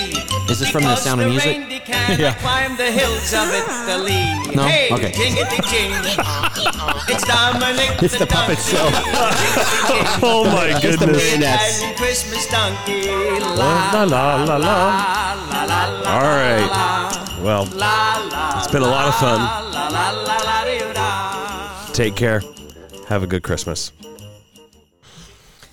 [SPEAKER 5] Is this from The
[SPEAKER 7] because
[SPEAKER 5] Sound of Music?
[SPEAKER 7] reindeer cannot
[SPEAKER 3] Yeah.
[SPEAKER 7] climb the hills of Italy.
[SPEAKER 5] No?
[SPEAKER 7] Hey,
[SPEAKER 5] Okay.
[SPEAKER 7] ding-a-ding-ding. it's Dominic
[SPEAKER 4] It's the puppet
[SPEAKER 7] donkey.
[SPEAKER 4] show.
[SPEAKER 7] Ding-a-ding-ding.
[SPEAKER 2] Oh my
[SPEAKER 4] It's the
[SPEAKER 2] goodness.
[SPEAKER 4] man- Marionettes.
[SPEAKER 7] Driving Christmas donkey.
[SPEAKER 2] La, la, la, la, la.
[SPEAKER 7] la, la, la,
[SPEAKER 2] All right. Well, it's been a lot of fun.
[SPEAKER 7] la, la, la, la, la, la, la.
[SPEAKER 2] Take care. Have a good Christmas.